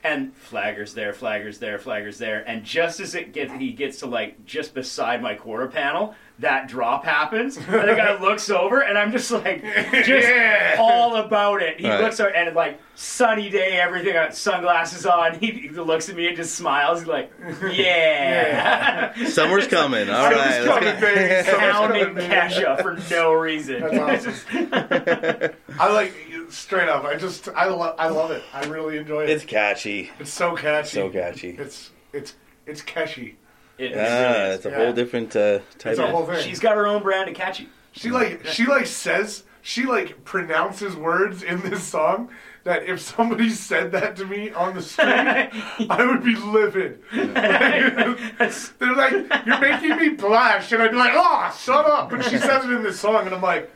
[SPEAKER 5] and flaggers there, flaggers there, flaggers there, and just as it gets, he gets to like just beside my quarter panel, that drop happens, and the guy looks over, and I'm just like, just all about it. He
[SPEAKER 7] Right.
[SPEAKER 5] looks over, and like sunny day, everything, I got sunglasses on. He, he looks at me and just smiles. He's like, yeah,
[SPEAKER 7] Summer's coming. All right. let's
[SPEAKER 2] coming, baby. Summer's
[SPEAKER 5] pounding
[SPEAKER 2] coming, baby.
[SPEAKER 5] Kesha for no reason.
[SPEAKER 2] That's awesome. I like straight up. I just I love I love it. I really enjoy
[SPEAKER 7] go.
[SPEAKER 2] it.
[SPEAKER 7] It's
[SPEAKER 2] It's,
[SPEAKER 7] catchy.
[SPEAKER 2] so catchy.
[SPEAKER 7] So catchy.
[SPEAKER 2] It's it's it's catchy.
[SPEAKER 5] It- it
[SPEAKER 7] Ah,
[SPEAKER 5] really is.
[SPEAKER 7] it's a
[SPEAKER 2] yeah.
[SPEAKER 7] whole different uh, type.
[SPEAKER 2] It's a
[SPEAKER 7] of
[SPEAKER 2] whole thing.
[SPEAKER 5] She's got her own brand to catch you.
[SPEAKER 2] she like she like says she like pronounces words in this song that if somebody said that to me on the street, I would be livid. They're like, "You're making me blush," and I'd be like, "Oh, shut up!" But she says it in this song, and I'm like,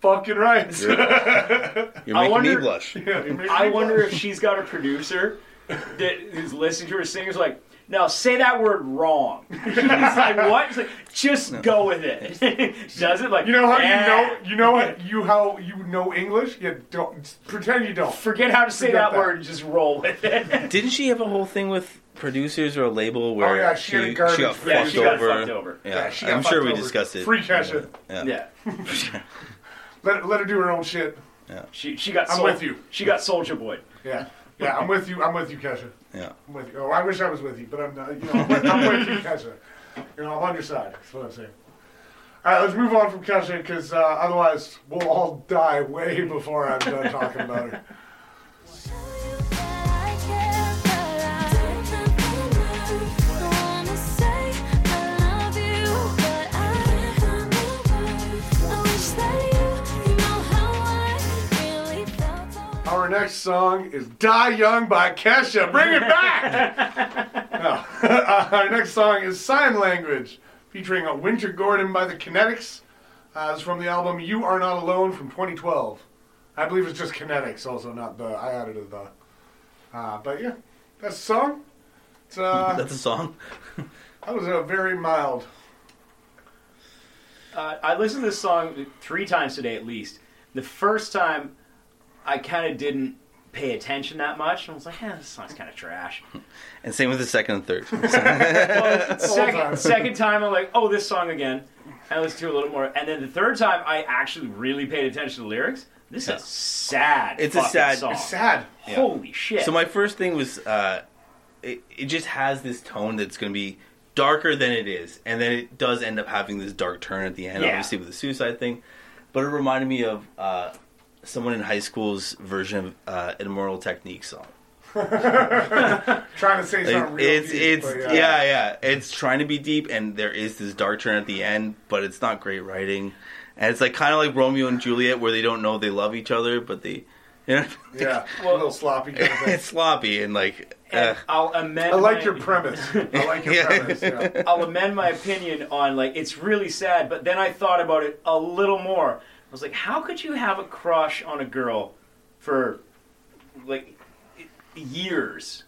[SPEAKER 2] "Fucking right."
[SPEAKER 7] You're
[SPEAKER 5] I
[SPEAKER 7] making me
[SPEAKER 5] wonder-
[SPEAKER 7] blush.
[SPEAKER 2] Yeah, you make
[SPEAKER 5] I
[SPEAKER 2] me
[SPEAKER 5] wonder if she's got a producer that is listening to her singers like, No, say that word wrong. He's like, what? He's like, just go with it. Does it like
[SPEAKER 2] You know how
[SPEAKER 5] "Eh."
[SPEAKER 2] you know you know what you how you know English? You don't pretend you don't.
[SPEAKER 5] Forget how to say
[SPEAKER 2] Forget
[SPEAKER 5] that,
[SPEAKER 2] that.
[SPEAKER 5] word and just roll with it.
[SPEAKER 7] Didn't she have a whole thing with producers or a label where
[SPEAKER 2] Oh, yeah, she
[SPEAKER 7] she,
[SPEAKER 2] had a
[SPEAKER 7] she
[SPEAKER 2] garbage
[SPEAKER 7] got
[SPEAKER 2] bag. Yeah,
[SPEAKER 7] fucked
[SPEAKER 5] she got
[SPEAKER 7] over?
[SPEAKER 5] fucked over.
[SPEAKER 7] Yeah,
[SPEAKER 2] Yeah, she got
[SPEAKER 7] I'm sure
[SPEAKER 2] fucked
[SPEAKER 7] we
[SPEAKER 2] over.
[SPEAKER 7] discussed it.
[SPEAKER 2] Free cash it.
[SPEAKER 7] Yeah.
[SPEAKER 5] yeah.
[SPEAKER 2] Let, let her do her own shit.
[SPEAKER 5] She she got
[SPEAKER 2] I'm
[SPEAKER 5] Soul-
[SPEAKER 2] with you.
[SPEAKER 5] She got Soldier Boy.
[SPEAKER 2] Yeah. Yeah, I'm with you. I'm with you, Kesha.
[SPEAKER 7] yeah.
[SPEAKER 2] I'm with you. Oh, I wish I was with you, but I'm not. You know, I'm with, I'm with you, Kesha. You know, I'm on your side. That's what I'm saying. All right, let's move on from Kesha because uh, otherwise we'll all die way before I'm done talking about her. Our next song is Die Young by Kesha. Bring it back! No. Our next song is Sign Language, featuring a Winter Gordon by the Kinetics. Uh, it's from the album You Are Not Alone from 2012. I believe it's just Kinetics, also, not the. I added a the. Uh, but yeah, that's the song. It's, uh,
[SPEAKER 7] That's a song.
[SPEAKER 2] that was a very mild.
[SPEAKER 5] Uh, I listened to this song three times today at least. The first time, I kind of didn't pay attention that much, and I was like, eh, this song's kind of trash.
[SPEAKER 7] And same with the second and third.
[SPEAKER 5] second, second time, I'm like, oh, this song again. And let's do a little more. And then the third time, I actually really paid attention to the lyrics. This
[SPEAKER 7] Yeah.
[SPEAKER 5] is sad.
[SPEAKER 7] It's a
[SPEAKER 5] fucking
[SPEAKER 7] sad-
[SPEAKER 5] song.
[SPEAKER 7] it's
[SPEAKER 2] Sad.
[SPEAKER 5] Holy shit.
[SPEAKER 7] So my first thing was, uh, it, it just has this tone that's going to be darker than it is, and then it does end up having this dark turn at the end,
[SPEAKER 5] Yeah.
[SPEAKER 7] obviously with the suicide thing. But it reminded me of uh, someone in high school's version of uh, an Immoral Technique song.
[SPEAKER 2] Trying to say something real.
[SPEAKER 7] it's
[SPEAKER 2] deep,
[SPEAKER 7] it's
[SPEAKER 2] but, uh,
[SPEAKER 7] yeah. yeah it's trying to be deep, and there is this dark turn at the end, but it's not great writing, and it's like kind of like Romeo and Juliet where they don't know they love each other, but they. You know,
[SPEAKER 2] Yeah, a little sloppy. kind of thing.
[SPEAKER 7] it's sloppy and like uh,
[SPEAKER 5] And I'll amend.
[SPEAKER 2] I like
[SPEAKER 5] my-
[SPEAKER 2] your premise. I like your
[SPEAKER 7] Yeah.
[SPEAKER 2] premise. Yeah.
[SPEAKER 5] I'll amend my opinion on like it's really sad, but then I thought about it a little more. I was like, how could you have a crush on a girl for like years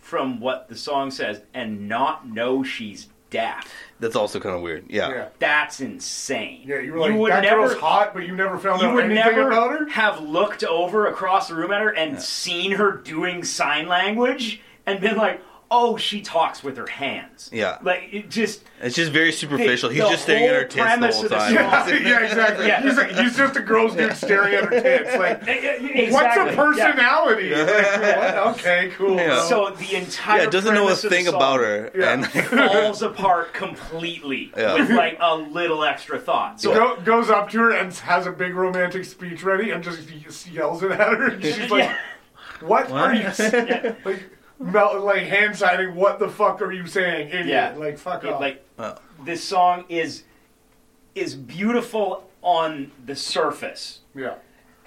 [SPEAKER 5] from what the song says and not know she's deaf?
[SPEAKER 7] that's also kind of weird. Yeah.
[SPEAKER 2] Yeah.
[SPEAKER 5] That's insane.
[SPEAKER 2] Yeah, you were like, that girl's hot, but you never found
[SPEAKER 5] You
[SPEAKER 2] out
[SPEAKER 5] would
[SPEAKER 2] anything about
[SPEAKER 5] never
[SPEAKER 2] her?
[SPEAKER 5] have looked over across the room at her and seen her doing sign language and been like, "Oh, she talks with her hands."
[SPEAKER 7] Yeah.
[SPEAKER 5] like it just
[SPEAKER 7] It's just very superficial.
[SPEAKER 5] The-
[SPEAKER 7] He's
[SPEAKER 5] the
[SPEAKER 7] just staring at her
[SPEAKER 5] whole
[SPEAKER 7] tits the
[SPEAKER 5] premise
[SPEAKER 7] whole
[SPEAKER 5] of the
[SPEAKER 7] time.
[SPEAKER 5] song-
[SPEAKER 2] yeah, exactly.
[SPEAKER 5] Yeah.
[SPEAKER 2] He's, like, he's just a girl's dude staring at her tits. Like,
[SPEAKER 5] Exactly.
[SPEAKER 2] what's a
[SPEAKER 5] Yeah.
[SPEAKER 2] personality? Like, what? Okay, cool.
[SPEAKER 7] Yeah.
[SPEAKER 5] So the entire
[SPEAKER 7] Yeah, doesn't know a
[SPEAKER 5] premise of the
[SPEAKER 7] thing
[SPEAKER 5] song
[SPEAKER 7] about her.
[SPEAKER 2] Yeah.
[SPEAKER 7] And
[SPEAKER 5] falls apart completely
[SPEAKER 7] Yeah.
[SPEAKER 5] with like a little extra thought. So
[SPEAKER 2] Go, goes up to her and has a big romantic speech ready and just ye- yells it at her. And she's like,
[SPEAKER 5] Yeah.
[SPEAKER 2] what, are you saying? Like, mel- like, hand signing, what the fuck are you saying, idiot?
[SPEAKER 5] Yeah.
[SPEAKER 2] Like, fuck
[SPEAKER 5] it-
[SPEAKER 2] off.
[SPEAKER 5] like
[SPEAKER 7] Oh.
[SPEAKER 5] this song is is beautiful on the surface,
[SPEAKER 2] yeah.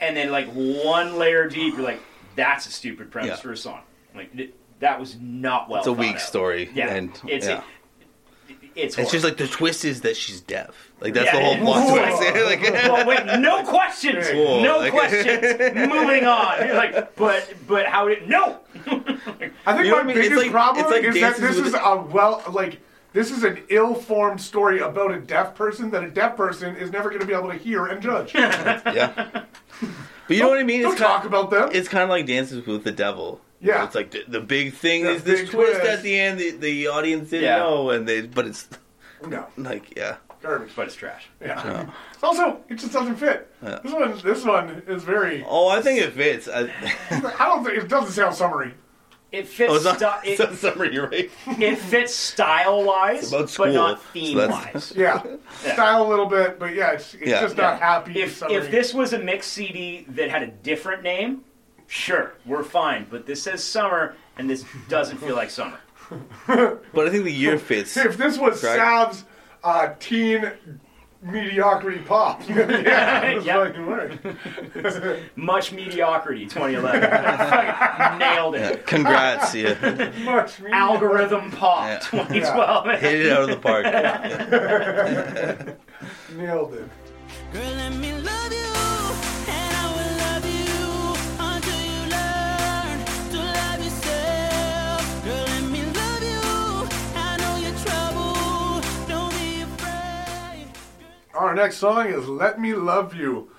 [SPEAKER 5] and then like one layer deep, you're like, that's a stupid premise
[SPEAKER 7] Yeah.
[SPEAKER 5] for a song. Like th- that was not well.
[SPEAKER 7] it's a
[SPEAKER 5] thought
[SPEAKER 7] weak
[SPEAKER 5] out.
[SPEAKER 7] story.
[SPEAKER 5] Yeah,
[SPEAKER 7] And
[SPEAKER 5] it's
[SPEAKER 7] yeah.
[SPEAKER 5] it's
[SPEAKER 7] it's just
[SPEAKER 5] horrible.
[SPEAKER 7] like the twist is that she's deaf. Like that's
[SPEAKER 5] Yeah.
[SPEAKER 7] the whole plot
[SPEAKER 2] Whoa.
[SPEAKER 7] twist. like,
[SPEAKER 5] well, wait, no questions,
[SPEAKER 7] Whoa,
[SPEAKER 5] no
[SPEAKER 7] like-
[SPEAKER 5] questions. Moving on. You're like, but but how did no?
[SPEAKER 2] I think
[SPEAKER 7] You know
[SPEAKER 2] my
[SPEAKER 7] what I mean? It's
[SPEAKER 2] biggest
[SPEAKER 7] like-
[SPEAKER 2] problem
[SPEAKER 7] it's like
[SPEAKER 2] is that
[SPEAKER 7] Dances
[SPEAKER 2] this
[SPEAKER 7] with
[SPEAKER 2] is
[SPEAKER 7] the-
[SPEAKER 2] a well, like this is an ill-formed story about a deaf person that a deaf person is never going to be able to hear and judge. Don't
[SPEAKER 7] yeah. But you know what I mean? It's kind,
[SPEAKER 2] talk about them.
[SPEAKER 7] it's kind of like Dances with the Devil.
[SPEAKER 2] Yeah.
[SPEAKER 7] It's like the, the big thing
[SPEAKER 2] The
[SPEAKER 7] is this
[SPEAKER 2] big
[SPEAKER 7] twist,
[SPEAKER 2] twist.
[SPEAKER 7] at the end. The, the audience didn't
[SPEAKER 5] Yeah.
[SPEAKER 7] know, and they but it's
[SPEAKER 2] no,
[SPEAKER 7] like yeah.
[SPEAKER 2] garbage.
[SPEAKER 5] But it's trash.
[SPEAKER 2] Yeah. Also, it just doesn't fit. This one, this one is very.
[SPEAKER 7] Oh, I think it fits. I,
[SPEAKER 2] I don't think it doesn't sound summary.
[SPEAKER 5] It fits.
[SPEAKER 7] oh, it's not,
[SPEAKER 5] sti-
[SPEAKER 7] it's
[SPEAKER 5] it,
[SPEAKER 7] not summary, you're right?
[SPEAKER 5] it fits style wise,
[SPEAKER 7] about
[SPEAKER 5] but
[SPEAKER 7] school,
[SPEAKER 5] not
[SPEAKER 7] so
[SPEAKER 5] theme
[SPEAKER 7] that's-
[SPEAKER 5] wise.
[SPEAKER 2] Yeah. Style a little bit, but yeah, it's, it's
[SPEAKER 7] Yeah.
[SPEAKER 2] just
[SPEAKER 5] Yeah.
[SPEAKER 2] not happy.
[SPEAKER 5] If
[SPEAKER 2] summary.
[SPEAKER 5] if this was a mixed CD that had a different name, sure, we're fine. But this says summer, and this doesn't feel like summer.
[SPEAKER 7] But I think the year fits.
[SPEAKER 2] if this was
[SPEAKER 7] Correct.
[SPEAKER 2] Sal's uh, teen mediocrity pop, yeah, it was
[SPEAKER 5] Yep.
[SPEAKER 2] fucking work.
[SPEAKER 5] Much mediocrity. 2011 nailed it.
[SPEAKER 7] Congrats, yeah.
[SPEAKER 2] Much media-
[SPEAKER 5] Algorithm pop. 2012.
[SPEAKER 7] Hit it out of the park.
[SPEAKER 2] nailed it.
[SPEAKER 9] Girl, let me love you, and I will love you until you learn to love yourself. Girl, let me love you,
[SPEAKER 2] Our next song is Let Me Love You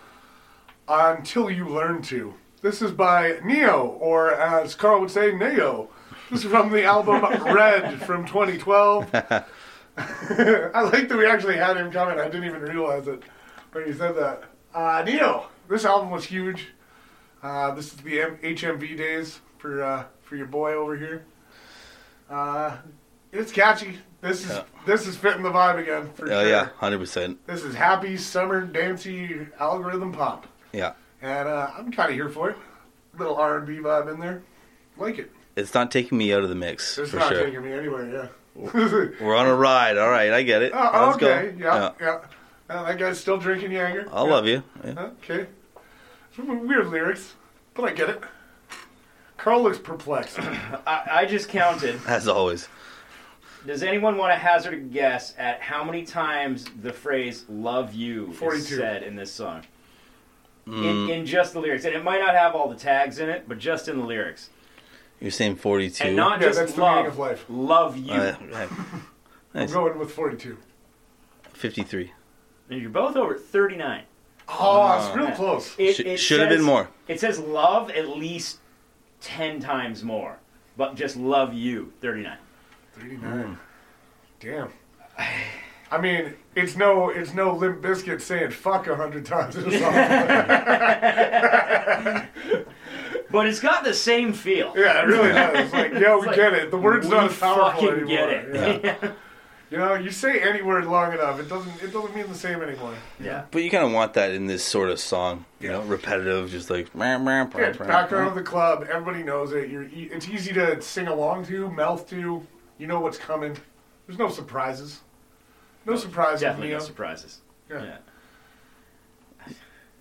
[SPEAKER 2] Until You Learn to. This is by Neo, or as Carl would say, Neo. This is from the album Red from 2012. I like that we actually had him coming. I didn't even realize it when you said that. Uh, Neo, this album was huge. Uh, this is the M- HMV days for uh, for your boy over here. Uh, it's catchy. This is this is fitting the vibe again for
[SPEAKER 7] Oh
[SPEAKER 2] sure.
[SPEAKER 7] yeah, hundred percent.
[SPEAKER 2] This is happy summer dancey algorithm pop,
[SPEAKER 7] Yeah,
[SPEAKER 2] and uh, I'm kind of here for it. Little R&B vibe in there, like it.
[SPEAKER 7] it's not taking me out of the mix
[SPEAKER 2] It's
[SPEAKER 7] for
[SPEAKER 2] not
[SPEAKER 7] sure.
[SPEAKER 2] taking me anywhere. Yeah.
[SPEAKER 7] We're on a ride. All right, I get it.
[SPEAKER 2] Oh,
[SPEAKER 7] Let's
[SPEAKER 2] okay.
[SPEAKER 7] go.
[SPEAKER 2] Yeah, yeah. Uh, that guy's still drinking Jaeger.
[SPEAKER 7] I
[SPEAKER 2] Yeah.
[SPEAKER 7] love you. Yeah.
[SPEAKER 2] Okay. Weird lyrics, but I get it. Carl looks perplexed.
[SPEAKER 5] I, I just counted.
[SPEAKER 7] As always.
[SPEAKER 5] Does anyone want to hazard a guess at how many times the phrase "love you" is
[SPEAKER 2] 42.
[SPEAKER 5] said in this song?
[SPEAKER 7] Mm.
[SPEAKER 5] In, in just the lyrics, and it might not have all the tags in it, but just in the lyrics,
[SPEAKER 7] You're saying 42.
[SPEAKER 5] and not
[SPEAKER 2] Yeah,
[SPEAKER 5] just
[SPEAKER 2] that's the
[SPEAKER 5] love,
[SPEAKER 2] meaning of life.
[SPEAKER 5] love you.
[SPEAKER 7] Uh, yeah.
[SPEAKER 2] I'm going with 42.
[SPEAKER 7] 53.
[SPEAKER 5] And you're both over thirty-nine.
[SPEAKER 2] Oh, it's real close.
[SPEAKER 5] It,
[SPEAKER 7] Sh-
[SPEAKER 5] it
[SPEAKER 7] should have been
[SPEAKER 5] says-
[SPEAKER 7] more.
[SPEAKER 5] It says love at least ten times more, but just love you thirty-nine.
[SPEAKER 7] Mm.
[SPEAKER 2] 39. Damn. I mean, it's no, it's no Limp Biscuit saying "fuck" a hundred times in a song. yeah,
[SPEAKER 5] But it's got the same feel.
[SPEAKER 2] it really does. It's like, yo, we
[SPEAKER 5] like,
[SPEAKER 2] get it. The word's not
[SPEAKER 5] we
[SPEAKER 2] as powerful
[SPEAKER 5] fucking
[SPEAKER 2] anymore.
[SPEAKER 5] get it.
[SPEAKER 2] Yeah. You know, you say any word long enough, it doesn't, it doesn't mean the same anymore.
[SPEAKER 5] yeah.
[SPEAKER 7] But you kind of want that in this sort of song. You
[SPEAKER 2] Yeah.
[SPEAKER 7] know, repetitive, just like. Meow, meow, meow,
[SPEAKER 2] Yeah,
[SPEAKER 7] meow,
[SPEAKER 2] background of
[SPEAKER 7] meow.
[SPEAKER 2] the club. Everybody knows it. You're, e- it's easy to sing along to, mouth to. You know what's coming. There's no surprises. No surprises,
[SPEAKER 5] Definitely
[SPEAKER 2] Neo.
[SPEAKER 5] no surprises.
[SPEAKER 2] Yeah.
[SPEAKER 5] Yeah.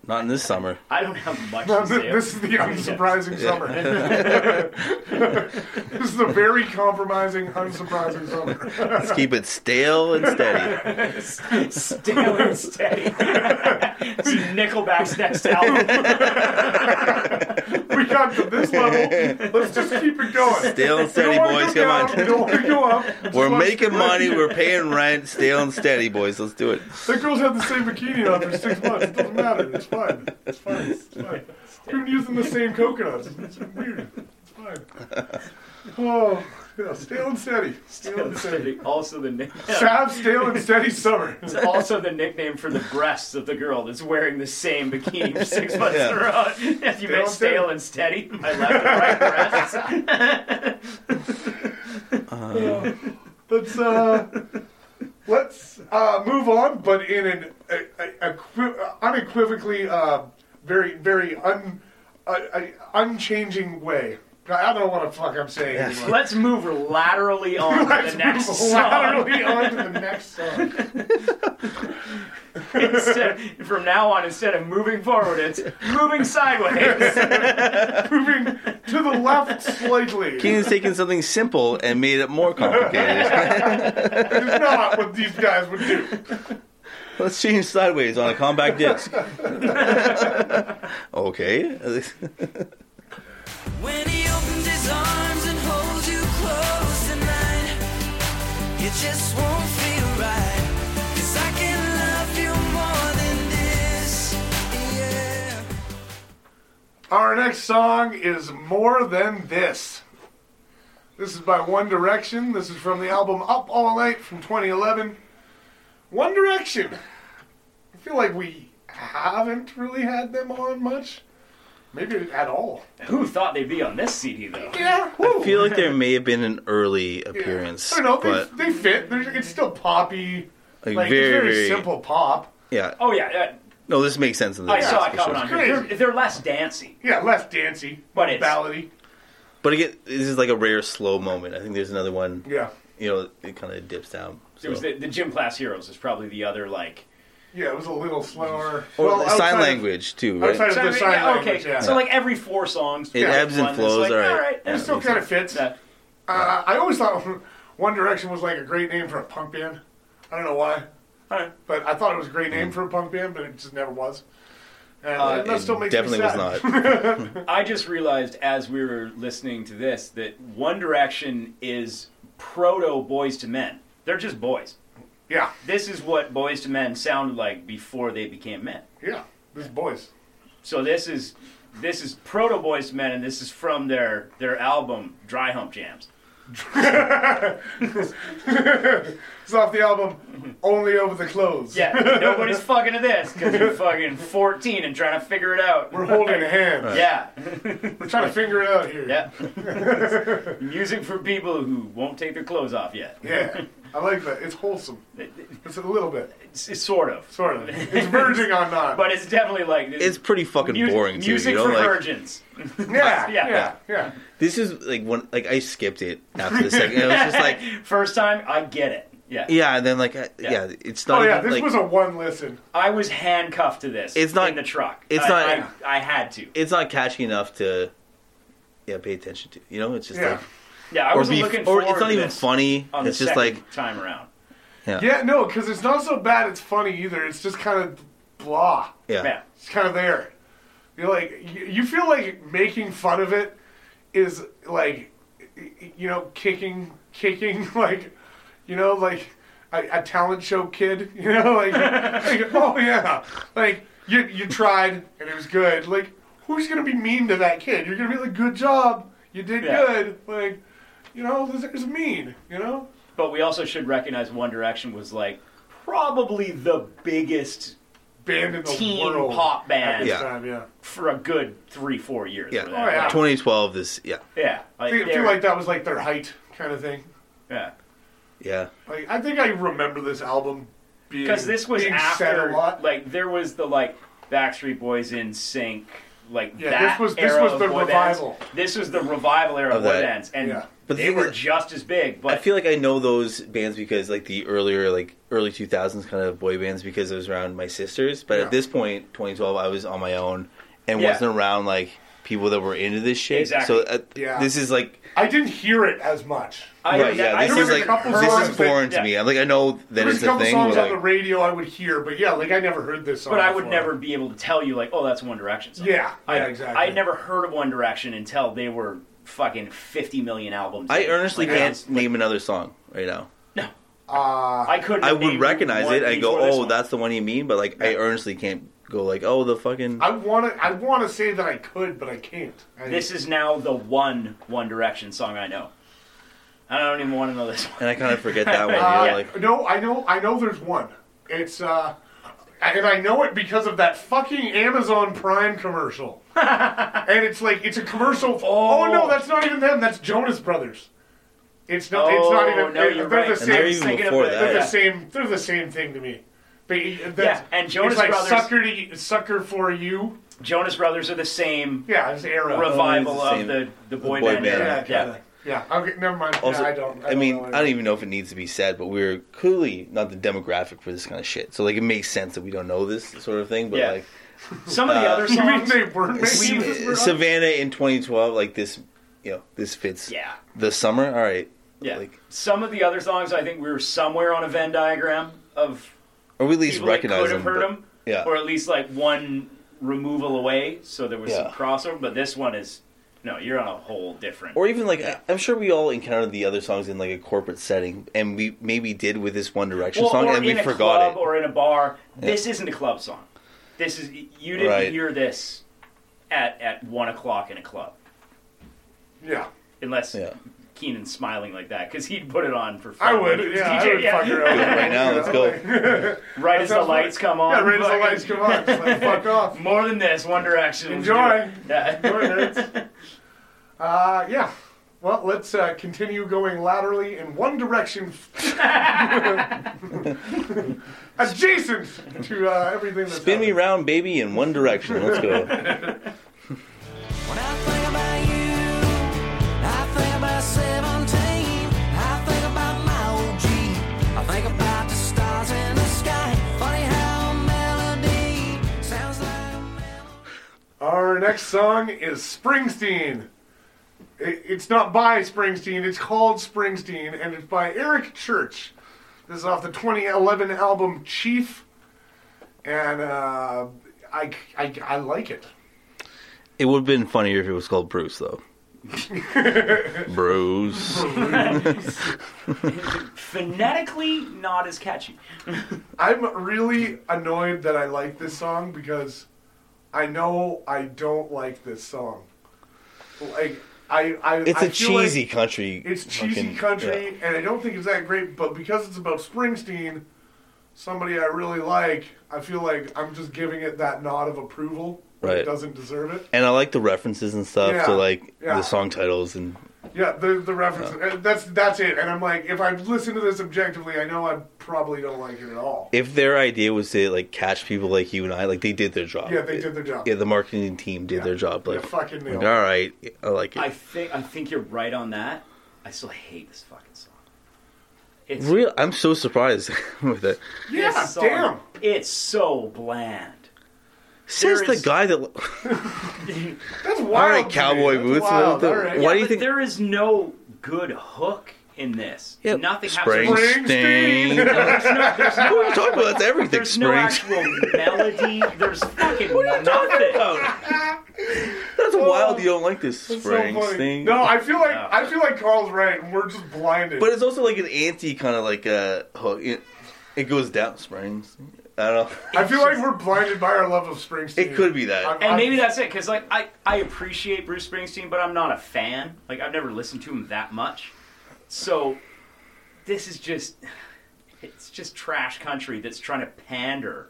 [SPEAKER 7] Not in this summer.
[SPEAKER 5] I don't have much
[SPEAKER 2] No,
[SPEAKER 5] to
[SPEAKER 2] th-
[SPEAKER 5] say.
[SPEAKER 2] this is the unsurprising summer. this is a very compromising, unsurprising summer.
[SPEAKER 7] Let's keep it stale and steady.
[SPEAKER 5] Stale and steady. It's Nickelback's next album.
[SPEAKER 2] we got to this level. Let's just keep it going.
[SPEAKER 7] Stale and steady, boys. Come
[SPEAKER 2] We
[SPEAKER 7] on.
[SPEAKER 2] don't want to go up. We just
[SPEAKER 7] We're
[SPEAKER 2] wanna
[SPEAKER 7] making
[SPEAKER 2] stay-
[SPEAKER 7] money. We're paying rent. Stale and steady, boys. Let's do it.
[SPEAKER 2] That girl's had the same bikini on for six months. It doesn't matter. It's fine. It's fine. It's fine. We've been using the same coconuts. It's weird. It's fine. Oh, yeah. Stale and steady. Stale and steady.
[SPEAKER 5] Also the nick-
[SPEAKER 2] Sab, stale and steady summer.
[SPEAKER 5] It's also the nickname for the breasts of the girl that's wearing the same bikini for six months in a row. If
[SPEAKER 2] Stale
[SPEAKER 5] you meant
[SPEAKER 2] and
[SPEAKER 5] stale
[SPEAKER 2] steady.
[SPEAKER 5] and steady, my left and right breasts.
[SPEAKER 2] Let's uh, let's uh, move on, but in an a, a, equi- unequivocally uh, very very un, a, a, unchanging way. I don't know what the fuck I'm saying. anymore.
[SPEAKER 5] Let's move laterally on to the next song.
[SPEAKER 2] laterally on to the next song.
[SPEAKER 5] Instead, from now on, instead of moving forward, it's moving sideways.
[SPEAKER 2] Moving to the left slightly.
[SPEAKER 7] Keenan's taken something simple and made it more complicated.
[SPEAKER 2] That is not what these guys would do.
[SPEAKER 7] Let's change sideways on a compact disc. okay.
[SPEAKER 4] When he opens his arms and holds you close tonight, it just won't feel right. 'Cause I can love you more than this, yeah.
[SPEAKER 2] Our next song is More Than This. This is by One Direction. This is from the album Up All Night from 2011. One Direction. I feel like we haven't really had them on much. Maybe at all.
[SPEAKER 5] Who thought they'd be on this CD though?
[SPEAKER 2] Yeah. woo.
[SPEAKER 7] I feel like there may have been an early appearance,
[SPEAKER 2] I don't know.
[SPEAKER 7] but
[SPEAKER 2] they, they fit. They're, it's still poppy.
[SPEAKER 7] like,
[SPEAKER 2] Like,
[SPEAKER 7] very,
[SPEAKER 2] it's very,
[SPEAKER 7] very
[SPEAKER 2] simple pop.
[SPEAKER 7] Yeah.
[SPEAKER 5] Oh yeah, yeah.
[SPEAKER 7] No, this makes sense in the
[SPEAKER 5] I saw it
[SPEAKER 7] for
[SPEAKER 5] coming
[SPEAKER 7] sure.
[SPEAKER 5] on here. They're, they're less dancey.
[SPEAKER 2] Yeah, less dancey,
[SPEAKER 5] But
[SPEAKER 2] more
[SPEAKER 5] it's-
[SPEAKER 2] ballady.
[SPEAKER 7] But again, this is like a rare slow moment. I think there's another one.
[SPEAKER 2] Yeah,
[SPEAKER 7] You know, it kind of dips down.
[SPEAKER 5] It was
[SPEAKER 7] so.
[SPEAKER 5] the, the gym class heroes is probably the other like.
[SPEAKER 2] yeah, it was a little slower.
[SPEAKER 7] or
[SPEAKER 2] Well,
[SPEAKER 7] the
[SPEAKER 2] outside
[SPEAKER 7] sign
[SPEAKER 2] of-
[SPEAKER 7] language too, right?
[SPEAKER 2] outside of- the
[SPEAKER 5] So, I mean,
[SPEAKER 2] sign
[SPEAKER 5] yeah,
[SPEAKER 2] language,
[SPEAKER 5] okay,
[SPEAKER 2] yeah.
[SPEAKER 5] so like every four songs,
[SPEAKER 7] It
[SPEAKER 5] yeah,
[SPEAKER 7] ebbs and
[SPEAKER 5] one is
[SPEAKER 7] flows,
[SPEAKER 5] Like,
[SPEAKER 7] all right.
[SPEAKER 5] all right,
[SPEAKER 7] Yeah.
[SPEAKER 5] that's
[SPEAKER 2] still kind of fits.
[SPEAKER 5] that.
[SPEAKER 2] Uh, I always thought One Direction was like a great name for a punk band. I don't know why,
[SPEAKER 5] All right.
[SPEAKER 2] but I thought it was a great name
[SPEAKER 7] Mm-hmm.
[SPEAKER 2] for a punk band, but it just never was. And uh, that
[SPEAKER 7] It
[SPEAKER 2] still makes
[SPEAKER 7] definitely
[SPEAKER 2] me
[SPEAKER 7] was
[SPEAKER 2] sad.
[SPEAKER 7] not.
[SPEAKER 5] I just realized as we were listening to this that One Direction is proto Boys to Men. They're just boys.
[SPEAKER 2] Yeah,
[SPEAKER 5] This is what boys to men sounded like before they became men.
[SPEAKER 2] yeah. This boys.
[SPEAKER 5] So this is this is proto boys to men, and this is from their their album Dry Hump Jams.
[SPEAKER 2] It's off the album Only Over the Clothes.
[SPEAKER 5] Mm-hmm. Yeah, nobody's fucking to this because you're fucking 14 and trying to figure it out.
[SPEAKER 2] We're holding hands.
[SPEAKER 5] yeah,
[SPEAKER 2] We're trying to figure it out here.
[SPEAKER 5] yeah. Music for people who won't take their clothes off yet.
[SPEAKER 2] Yeah. I like that. It's wholesome. It's a little bit,
[SPEAKER 5] It's, it's sort of,
[SPEAKER 2] sort of. It's verging on not.
[SPEAKER 5] but it's definitely like
[SPEAKER 7] It's pretty fucking
[SPEAKER 5] mu-
[SPEAKER 7] boring too.
[SPEAKER 5] Music
[SPEAKER 7] you know?
[SPEAKER 5] for
[SPEAKER 7] like,
[SPEAKER 5] virgins.
[SPEAKER 2] yeah,
[SPEAKER 5] yeah.
[SPEAKER 2] yeah, yeah, yeah.
[SPEAKER 7] This is like one like I skipped it after the second. It was just like
[SPEAKER 5] First time, I get it. Yeah.
[SPEAKER 7] yeah, and then like I, yeah. it's not
[SPEAKER 2] Oh yeah,
[SPEAKER 7] even,
[SPEAKER 2] this
[SPEAKER 7] like
[SPEAKER 2] was a one listen.
[SPEAKER 5] I was handcuffed to this.
[SPEAKER 7] It's not-
[SPEAKER 5] in the truck.
[SPEAKER 7] it's
[SPEAKER 5] I,
[SPEAKER 7] not-
[SPEAKER 5] I, I had to.
[SPEAKER 7] it's not catchy enough to yeah pay attention to. You know, it's just
[SPEAKER 2] Yeah.
[SPEAKER 7] like
[SPEAKER 5] Yeah, I
[SPEAKER 7] or
[SPEAKER 5] wasn't
[SPEAKER 7] be
[SPEAKER 5] looking
[SPEAKER 7] or
[SPEAKER 5] forward
[SPEAKER 7] it's not
[SPEAKER 5] to
[SPEAKER 7] even
[SPEAKER 5] this
[SPEAKER 7] funny.
[SPEAKER 5] on
[SPEAKER 7] It's
[SPEAKER 5] the
[SPEAKER 7] just
[SPEAKER 5] second
[SPEAKER 7] like
[SPEAKER 5] time around.
[SPEAKER 2] Yeah, no, because it's not so bad. It's funny either. It's just kind of blah.
[SPEAKER 7] yeah,
[SPEAKER 5] Yeah.
[SPEAKER 2] It's kind of there. You're like you you feel like making fun of it is like you know kicking kicking like you know like a, a talent show kid. You know like, like oh yeah like you you tried and it was good. Like who's gonna be mean to that kid? You're gonna be like good job. You did
[SPEAKER 5] Yeah.
[SPEAKER 2] good. Like you know this is mean. You know.
[SPEAKER 5] But we also should recognize One Direction was like probably the biggest
[SPEAKER 2] band in the
[SPEAKER 5] Teen
[SPEAKER 2] world
[SPEAKER 5] pop
[SPEAKER 2] at this
[SPEAKER 5] band.
[SPEAKER 7] Yeah.
[SPEAKER 2] time, yeah
[SPEAKER 5] for a good three, four years.
[SPEAKER 7] yeah.
[SPEAKER 5] for
[SPEAKER 2] Oh, yeah.
[SPEAKER 5] that.
[SPEAKER 7] 2012 is yeah,
[SPEAKER 5] yeah.
[SPEAKER 2] I
[SPEAKER 5] Like,
[SPEAKER 2] think, I feel
[SPEAKER 5] they're-
[SPEAKER 2] like that was like their height kind of thing
[SPEAKER 5] yeah.
[SPEAKER 7] yeah.
[SPEAKER 2] like I think I remember this album being
[SPEAKER 5] Because this was
[SPEAKER 2] being said
[SPEAKER 5] after,
[SPEAKER 2] a lot
[SPEAKER 5] like, there was the like Backstreet Boys in sync, like
[SPEAKER 2] Yeah,
[SPEAKER 5] that
[SPEAKER 2] this was- this
[SPEAKER 5] era
[SPEAKER 2] was
[SPEAKER 5] of
[SPEAKER 2] the
[SPEAKER 5] boy
[SPEAKER 2] revival.
[SPEAKER 5] Bands. This was the revival era of,
[SPEAKER 7] Of
[SPEAKER 5] boy
[SPEAKER 7] that.
[SPEAKER 5] bands, and
[SPEAKER 2] Yeah.
[SPEAKER 7] But
[SPEAKER 5] they
[SPEAKER 7] the-
[SPEAKER 5] were just as big. But
[SPEAKER 7] I feel like I know those bands because like the earlier like early 2000s kind of boy bands because it was around my sisters. But
[SPEAKER 2] Yeah.
[SPEAKER 7] at this point, 2012, I was on my own and
[SPEAKER 5] Yeah.
[SPEAKER 7] wasn't around like people that were into this shit.
[SPEAKER 5] Exactly.
[SPEAKER 7] So uh,
[SPEAKER 2] Yeah.
[SPEAKER 7] this is like
[SPEAKER 2] I didn't hear it as much
[SPEAKER 5] I,
[SPEAKER 7] right, yeah,
[SPEAKER 5] I
[SPEAKER 7] this is
[SPEAKER 5] remember
[SPEAKER 7] like
[SPEAKER 5] a couple
[SPEAKER 7] this
[SPEAKER 5] songs
[SPEAKER 7] is
[SPEAKER 5] that-
[SPEAKER 7] foreign
[SPEAKER 5] yeah.
[SPEAKER 7] to me. I'm Like I know that
[SPEAKER 2] there was
[SPEAKER 7] it's
[SPEAKER 2] a
[SPEAKER 7] a
[SPEAKER 2] couple
[SPEAKER 7] thing.
[SPEAKER 2] songs
[SPEAKER 7] but,
[SPEAKER 2] on the
[SPEAKER 7] like,
[SPEAKER 2] radio I would hear but yeah like I never heard this song
[SPEAKER 5] But I would
[SPEAKER 2] before.
[SPEAKER 5] never be able to tell you, like, oh, that's a One Direction song.
[SPEAKER 2] Yeah, yeah,
[SPEAKER 5] I,
[SPEAKER 2] exactly.
[SPEAKER 5] I had never heard of One Direction until they were fucking 50 million albums.
[SPEAKER 7] I
[SPEAKER 5] in.
[SPEAKER 7] earnestly
[SPEAKER 5] Like,
[SPEAKER 7] can't name another song right now.
[SPEAKER 2] Uh,
[SPEAKER 5] I couldn't.
[SPEAKER 7] I
[SPEAKER 5] have
[SPEAKER 7] would
[SPEAKER 5] named
[SPEAKER 7] recognize
[SPEAKER 5] one
[SPEAKER 7] it. I go,
[SPEAKER 5] before this
[SPEAKER 7] oh,
[SPEAKER 5] one.
[SPEAKER 7] that's the one you mean. But like, I earnestly can't go like, oh, the fucking.
[SPEAKER 2] I want to I want to say that I could but I can't I,
[SPEAKER 5] This is now the one One Direction song I know. I don't even want to know this one.
[SPEAKER 7] and I kind of forget that one.
[SPEAKER 2] Uh,
[SPEAKER 7] you know, like,
[SPEAKER 2] no, I know, I know. There's one. It's uh, and I know it because of that fucking Amazon Prime commercial. and it's like it's a commercial. Oh, no, that's not even them. That's Jonas Brothers. It's not. it's not
[SPEAKER 5] Oh,
[SPEAKER 2] even.
[SPEAKER 5] no, you're
[SPEAKER 2] they're
[SPEAKER 5] right.
[SPEAKER 2] the
[SPEAKER 5] And
[SPEAKER 2] same.
[SPEAKER 7] they're
[SPEAKER 2] They're,
[SPEAKER 7] even
[SPEAKER 5] thinking of
[SPEAKER 7] before
[SPEAKER 5] the-
[SPEAKER 7] that.
[SPEAKER 5] they're
[SPEAKER 2] the
[SPEAKER 5] yeah.
[SPEAKER 2] same. They're the same thing to me. But it-
[SPEAKER 5] Yeah,
[SPEAKER 2] that's,
[SPEAKER 5] and Jonas
[SPEAKER 2] it's like
[SPEAKER 5] Brothers-
[SPEAKER 2] sucker to sucker for you.
[SPEAKER 5] Jonas Brothers are the same
[SPEAKER 2] Yeah, it's era.
[SPEAKER 5] revival
[SPEAKER 7] Oh, it's
[SPEAKER 5] of
[SPEAKER 7] the
[SPEAKER 5] the,
[SPEAKER 7] same-
[SPEAKER 5] the boy,
[SPEAKER 7] boy
[SPEAKER 5] band.
[SPEAKER 7] band.
[SPEAKER 5] era.
[SPEAKER 2] yeah, kinda. yeah. Okay, never mind.
[SPEAKER 7] Also,
[SPEAKER 2] yeah, I don't. I,
[SPEAKER 7] I,
[SPEAKER 2] don't
[SPEAKER 7] mean,
[SPEAKER 2] know
[SPEAKER 7] I don't even know if it needs to be said, but we're clearly not the demographic for this kind of shit. So like, it makes sense that we don't know this sort of thing. But
[SPEAKER 5] Yeah.
[SPEAKER 7] like,
[SPEAKER 5] Some of the other
[SPEAKER 2] You mean
[SPEAKER 5] songs.
[SPEAKER 2] they weren't making this
[SPEAKER 7] S-
[SPEAKER 2] for us?
[SPEAKER 7] Savannah in 2012, like this, you know, this fits.
[SPEAKER 5] yeah.
[SPEAKER 7] The summer, all right.
[SPEAKER 5] Yeah.
[SPEAKER 7] Like-
[SPEAKER 5] Some of the other songs, I think we were somewhere on a Venn diagram of
[SPEAKER 7] Or we at least
[SPEAKER 5] people that
[SPEAKER 7] recognize
[SPEAKER 5] could have
[SPEAKER 7] them.
[SPEAKER 5] heard
[SPEAKER 7] but-
[SPEAKER 5] them.
[SPEAKER 7] Yeah.
[SPEAKER 5] Or at least like one removal away, so there was some
[SPEAKER 7] Yeah.
[SPEAKER 5] crossover. But this one is no, you're on a whole different.
[SPEAKER 7] Or even like, I- I'm sure we all encountered the other songs in like a corporate setting, and we maybe did with this One Direction
[SPEAKER 5] Well,
[SPEAKER 7] song,
[SPEAKER 5] or
[SPEAKER 7] and we
[SPEAKER 5] in a
[SPEAKER 7] forgot
[SPEAKER 5] club
[SPEAKER 7] it.
[SPEAKER 5] Or in a bar. This isn't a club song. This is you didn't
[SPEAKER 7] Right.
[SPEAKER 5] hear this at at one o'clock in a club,
[SPEAKER 2] Yeah.
[SPEAKER 5] unless
[SPEAKER 7] Yeah.
[SPEAKER 5] Keenan's smiling like that because he'd put it on for.
[SPEAKER 2] I
[SPEAKER 5] fun.
[SPEAKER 2] would,
[SPEAKER 5] He's
[SPEAKER 2] yeah,
[SPEAKER 5] DJ,
[SPEAKER 2] I would fuck her up.
[SPEAKER 7] Right now, let's go.
[SPEAKER 5] Right as the
[SPEAKER 2] sounds
[SPEAKER 5] lights
[SPEAKER 2] funny.
[SPEAKER 5] come on.
[SPEAKER 2] Yeah, right as the
[SPEAKER 5] fucking-
[SPEAKER 2] lights come on, just like, fuck off.
[SPEAKER 5] More than this, One Direction. was
[SPEAKER 2] Enjoy.
[SPEAKER 5] good. Yeah.
[SPEAKER 2] Sorry, nerds. Uh, yeah. Well, let's uh, continue going laterally in one direction. Adjacent to uh, everything that's
[SPEAKER 7] Spin me
[SPEAKER 2] happening.
[SPEAKER 7] round, baby, in One Direction. Let's go.
[SPEAKER 4] When I think about you, I think about 17. I think about my old G. I think about the stars in the sky. Funny how a melody sounds like.
[SPEAKER 2] Our next song is Springsteen. I- It's not by Springsteen, it's called Springsteen, and it's by Eric Church. This is off the 2011 album Chief, and uh, I, I, I like it.
[SPEAKER 7] it would have been funnier if it was called Bruce, though. Bruce.
[SPEAKER 5] Phonetically, not as catchy.
[SPEAKER 2] I'm really annoyed that I like this song because I know I don't like this song. Like I, I
[SPEAKER 7] It's
[SPEAKER 2] I
[SPEAKER 7] a
[SPEAKER 2] feel like
[SPEAKER 7] cheesy country.
[SPEAKER 2] it's cheesy
[SPEAKER 7] fucking-
[SPEAKER 2] country,
[SPEAKER 7] yeah.
[SPEAKER 2] and I don't think it's that great. But because it's about Springsteen, somebody I really like, I feel like I'm just giving it that nod of approval. when It
[SPEAKER 7] Right.
[SPEAKER 2] doesn't deserve it.
[SPEAKER 7] And I like the references and stuff
[SPEAKER 2] Yeah,
[SPEAKER 7] to like
[SPEAKER 2] yeah.
[SPEAKER 7] the song titles and
[SPEAKER 2] Yeah, the the reference. uh, That's that's it. And I'm like, if I listen to this objectively, I know I probably don't like it at all.
[SPEAKER 7] if their idea was to like catch people like you and I, like they did their job.
[SPEAKER 2] Yeah, they did their job.
[SPEAKER 7] Yeah, the marketing team did their job.
[SPEAKER 2] Yeah,
[SPEAKER 7] Like,
[SPEAKER 2] fucking nailed
[SPEAKER 7] like,
[SPEAKER 2] it.
[SPEAKER 7] all right, I like it.
[SPEAKER 5] I think I think you're right on that. I still hate this fucking song. It's
[SPEAKER 7] Real, I'm so surprised with it.
[SPEAKER 2] Yeah,
[SPEAKER 5] this song-
[SPEAKER 2] damn.
[SPEAKER 5] It's so bland.
[SPEAKER 7] Says
[SPEAKER 5] There
[SPEAKER 7] the
[SPEAKER 5] is-
[SPEAKER 7] guy that.
[SPEAKER 2] That's wild.
[SPEAKER 7] All right,
[SPEAKER 2] to me.
[SPEAKER 7] cowboy
[SPEAKER 2] That's
[SPEAKER 7] boots.
[SPEAKER 2] wild.
[SPEAKER 7] what the-
[SPEAKER 2] All right.
[SPEAKER 7] Why do
[SPEAKER 5] But
[SPEAKER 7] you think?
[SPEAKER 5] there is no good hook in this.
[SPEAKER 7] Yeah,
[SPEAKER 5] Nothing happens.
[SPEAKER 2] Springsteen.
[SPEAKER 7] Springsteen. What are you talking about? That's everything.
[SPEAKER 5] There's no
[SPEAKER 7] Springsteen.
[SPEAKER 5] actual melody. There's fucking nothing.
[SPEAKER 7] That's wild. You don't like this
[SPEAKER 2] That's so funny.
[SPEAKER 7] Springsteen.
[SPEAKER 2] No, I feel like I feel like Carl's right, and we're just blinded.
[SPEAKER 7] but it's also like an anti kind of like uh hook. It, it goes down Springs. I don't know.
[SPEAKER 2] I feel like we're blinded by our love of Springsteen.
[SPEAKER 7] It could be that.
[SPEAKER 2] I'm-
[SPEAKER 5] And
[SPEAKER 2] I'm-
[SPEAKER 5] maybe that's it, because like I, I appreciate Bruce Springsteen, but I'm not a fan. Like I've never listened to him that much, so this is just it's just trash country that's trying to pander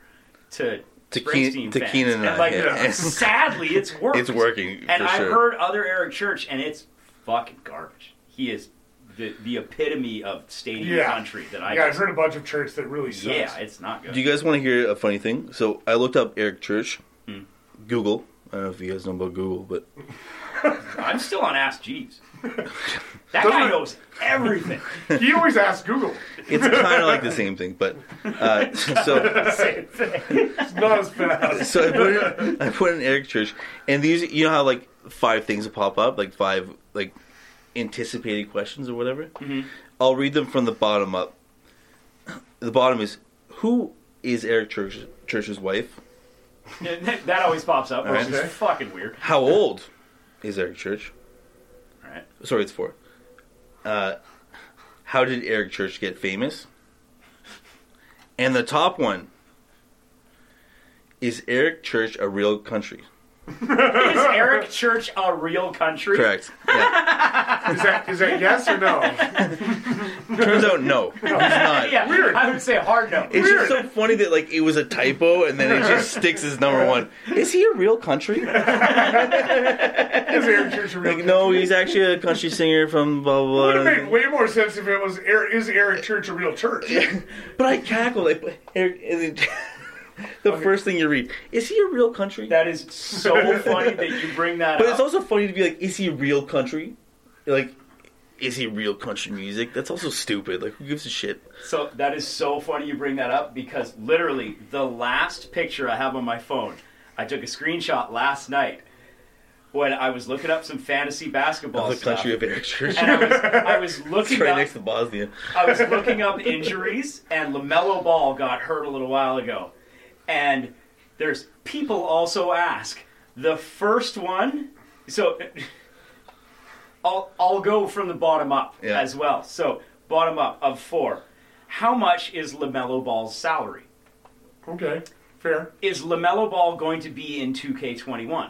[SPEAKER 5] to
[SPEAKER 7] To Keen-
[SPEAKER 5] Springsteen
[SPEAKER 7] to
[SPEAKER 5] fans.
[SPEAKER 7] Keenan and I,
[SPEAKER 5] like
[SPEAKER 7] yeah.
[SPEAKER 5] sadly, it's working.
[SPEAKER 7] It's working,
[SPEAKER 5] And
[SPEAKER 7] for
[SPEAKER 5] I've
[SPEAKER 7] sure.
[SPEAKER 5] heard other Eric Church, and it's fucking garbage. He is the the epitome of stadium
[SPEAKER 2] Yeah.
[SPEAKER 5] country that I
[SPEAKER 2] Yeah, I've
[SPEAKER 5] just-
[SPEAKER 2] heard a bunch of church that really sucks.
[SPEAKER 5] yeah, it's not good.
[SPEAKER 7] Do you guys want to hear a funny thing? So I looked up Eric Church,
[SPEAKER 5] Hmm.
[SPEAKER 7] Google. I don't know if you guys know about Google, but
[SPEAKER 5] I'm still on Ask Jeeves. that
[SPEAKER 2] Doesn't
[SPEAKER 5] guy
[SPEAKER 2] it-
[SPEAKER 5] knows everything.
[SPEAKER 2] he always asks Google.
[SPEAKER 7] it's kind of like the same thing. But uh, so
[SPEAKER 5] Same thing.
[SPEAKER 2] It's not as fast.
[SPEAKER 7] so I put in, I put in Eric Church, and these you know how like five things will pop up, like five like anticipated questions or whatever.
[SPEAKER 5] Mm-hmm.
[SPEAKER 7] I'll read them from the bottom up. The bottom is who is Eric Church, Church's wife?
[SPEAKER 5] Yeah, that that always pops up, which is
[SPEAKER 2] Okay.
[SPEAKER 5] fucking weird.
[SPEAKER 7] How old is Eric Church?
[SPEAKER 5] All right.
[SPEAKER 7] Sorry, it's four. Uh, how did Eric Church get famous? And the top one is Eric Church a real country?
[SPEAKER 5] Is Eric Church a real country?
[SPEAKER 7] Correct. Yeah.
[SPEAKER 2] Is that is that yes or no?
[SPEAKER 7] Turns out no, he's not.
[SPEAKER 5] Yeah,
[SPEAKER 2] Weird.
[SPEAKER 5] I would say hard no.
[SPEAKER 7] It's just so funny that like it was a typo and then it just sticks as number one. Is he a real country?
[SPEAKER 2] Is Eric Church a real?
[SPEAKER 7] Like no, he's actually a country singer from blah blah.
[SPEAKER 2] Would have
[SPEAKER 7] blah.
[SPEAKER 2] made way more sense if it was Eric, is Eric Church a real church?
[SPEAKER 7] But I cackled. Like, but Eric, and then the first thing you read is he a real country?
[SPEAKER 5] That is so funny that you bring that
[SPEAKER 7] But
[SPEAKER 5] up.
[SPEAKER 7] it's also funny to be like, is he real country? Like, is he real country music? That's also stupid. Like, who gives a shit?
[SPEAKER 5] so that is so funny you bring that up because literally the last picture I have on my phone, I took a screenshot last night when I was looking up some fantasy basketball
[SPEAKER 7] the
[SPEAKER 5] stuff.
[SPEAKER 7] country of Eric Church.
[SPEAKER 5] and I
[SPEAKER 7] it's
[SPEAKER 5] was, I was looking
[SPEAKER 7] right
[SPEAKER 5] up
[SPEAKER 7] next to Bosnia.
[SPEAKER 5] I was looking up injuries, and LaMelo Ball got hurt a little while ago. And there's people also ask. The first one, so I'll, I'll go from the bottom up
[SPEAKER 7] Yeah.
[SPEAKER 5] as well. So, bottom up of four. How much is LaMelo Ball's salary?
[SPEAKER 2] Okay, fair.
[SPEAKER 5] Is LaMelo Ball going to be in 2K21?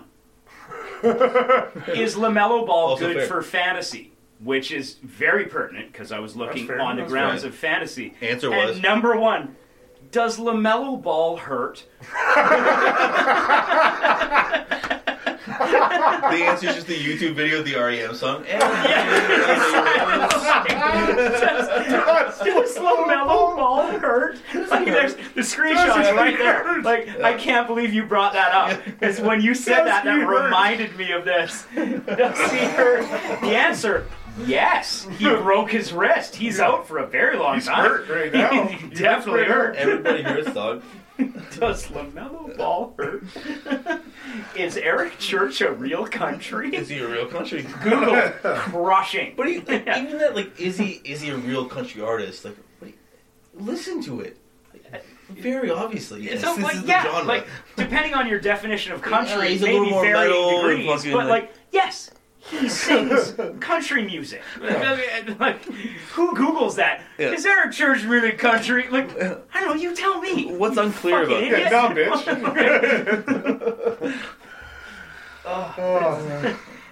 [SPEAKER 5] is LaMelo Ball
[SPEAKER 7] Also
[SPEAKER 5] good
[SPEAKER 7] fair.
[SPEAKER 5] for fantasy? Which is very pertinent because I was looking
[SPEAKER 2] fair.
[SPEAKER 5] on the
[SPEAKER 2] That's
[SPEAKER 5] grounds
[SPEAKER 7] right.
[SPEAKER 5] of fantasy.
[SPEAKER 7] Answer
[SPEAKER 5] and
[SPEAKER 7] was-
[SPEAKER 5] number one, does LaMelo Ball hurt?
[SPEAKER 7] The answer is just the YouTube video of the REM song. Eh,
[SPEAKER 5] does, does LaMelo Ball hurt? Like, there's the
[SPEAKER 2] Does
[SPEAKER 5] screenshot's
[SPEAKER 2] he
[SPEAKER 5] right there.
[SPEAKER 2] hurt?
[SPEAKER 5] Like, I can't believe you brought that up. Because when you said
[SPEAKER 2] Does
[SPEAKER 5] that, that
[SPEAKER 2] he hurt?
[SPEAKER 5] reminded me of this. Does he hurt? The answer, yes. He broke his wrist. He's out for a very long
[SPEAKER 2] He's
[SPEAKER 5] time.
[SPEAKER 2] hurt right now.
[SPEAKER 5] He definitely hurt.
[SPEAKER 7] Everybody hears dog.
[SPEAKER 5] Does LaMelo Ball hurt? Is Eric Church a real country?
[SPEAKER 7] Is he a real country?
[SPEAKER 5] Google crushing.
[SPEAKER 7] But he, like, even that, like, is he is he a real country artist? Like, what do you- listen to it. Very obviously, yes.
[SPEAKER 5] So,
[SPEAKER 7] this
[SPEAKER 5] like,
[SPEAKER 7] is the
[SPEAKER 5] yeah,
[SPEAKER 7] genre.
[SPEAKER 5] like depending on your definition of country,
[SPEAKER 7] Yeah, he's a
[SPEAKER 5] maybe
[SPEAKER 7] little more
[SPEAKER 5] varying
[SPEAKER 7] metal and
[SPEAKER 5] degrees,
[SPEAKER 7] fucking,
[SPEAKER 5] but like,
[SPEAKER 7] like-
[SPEAKER 5] yes, He sings country music. Like, who Googles that? Is
[SPEAKER 7] Yeah.
[SPEAKER 5] there a church music country? Like, I don't know. You tell me.
[SPEAKER 7] What's unclear
[SPEAKER 5] Fucking
[SPEAKER 7] about
[SPEAKER 5] idiot.
[SPEAKER 7] that?
[SPEAKER 2] Yeah, dumb bitch. Oh,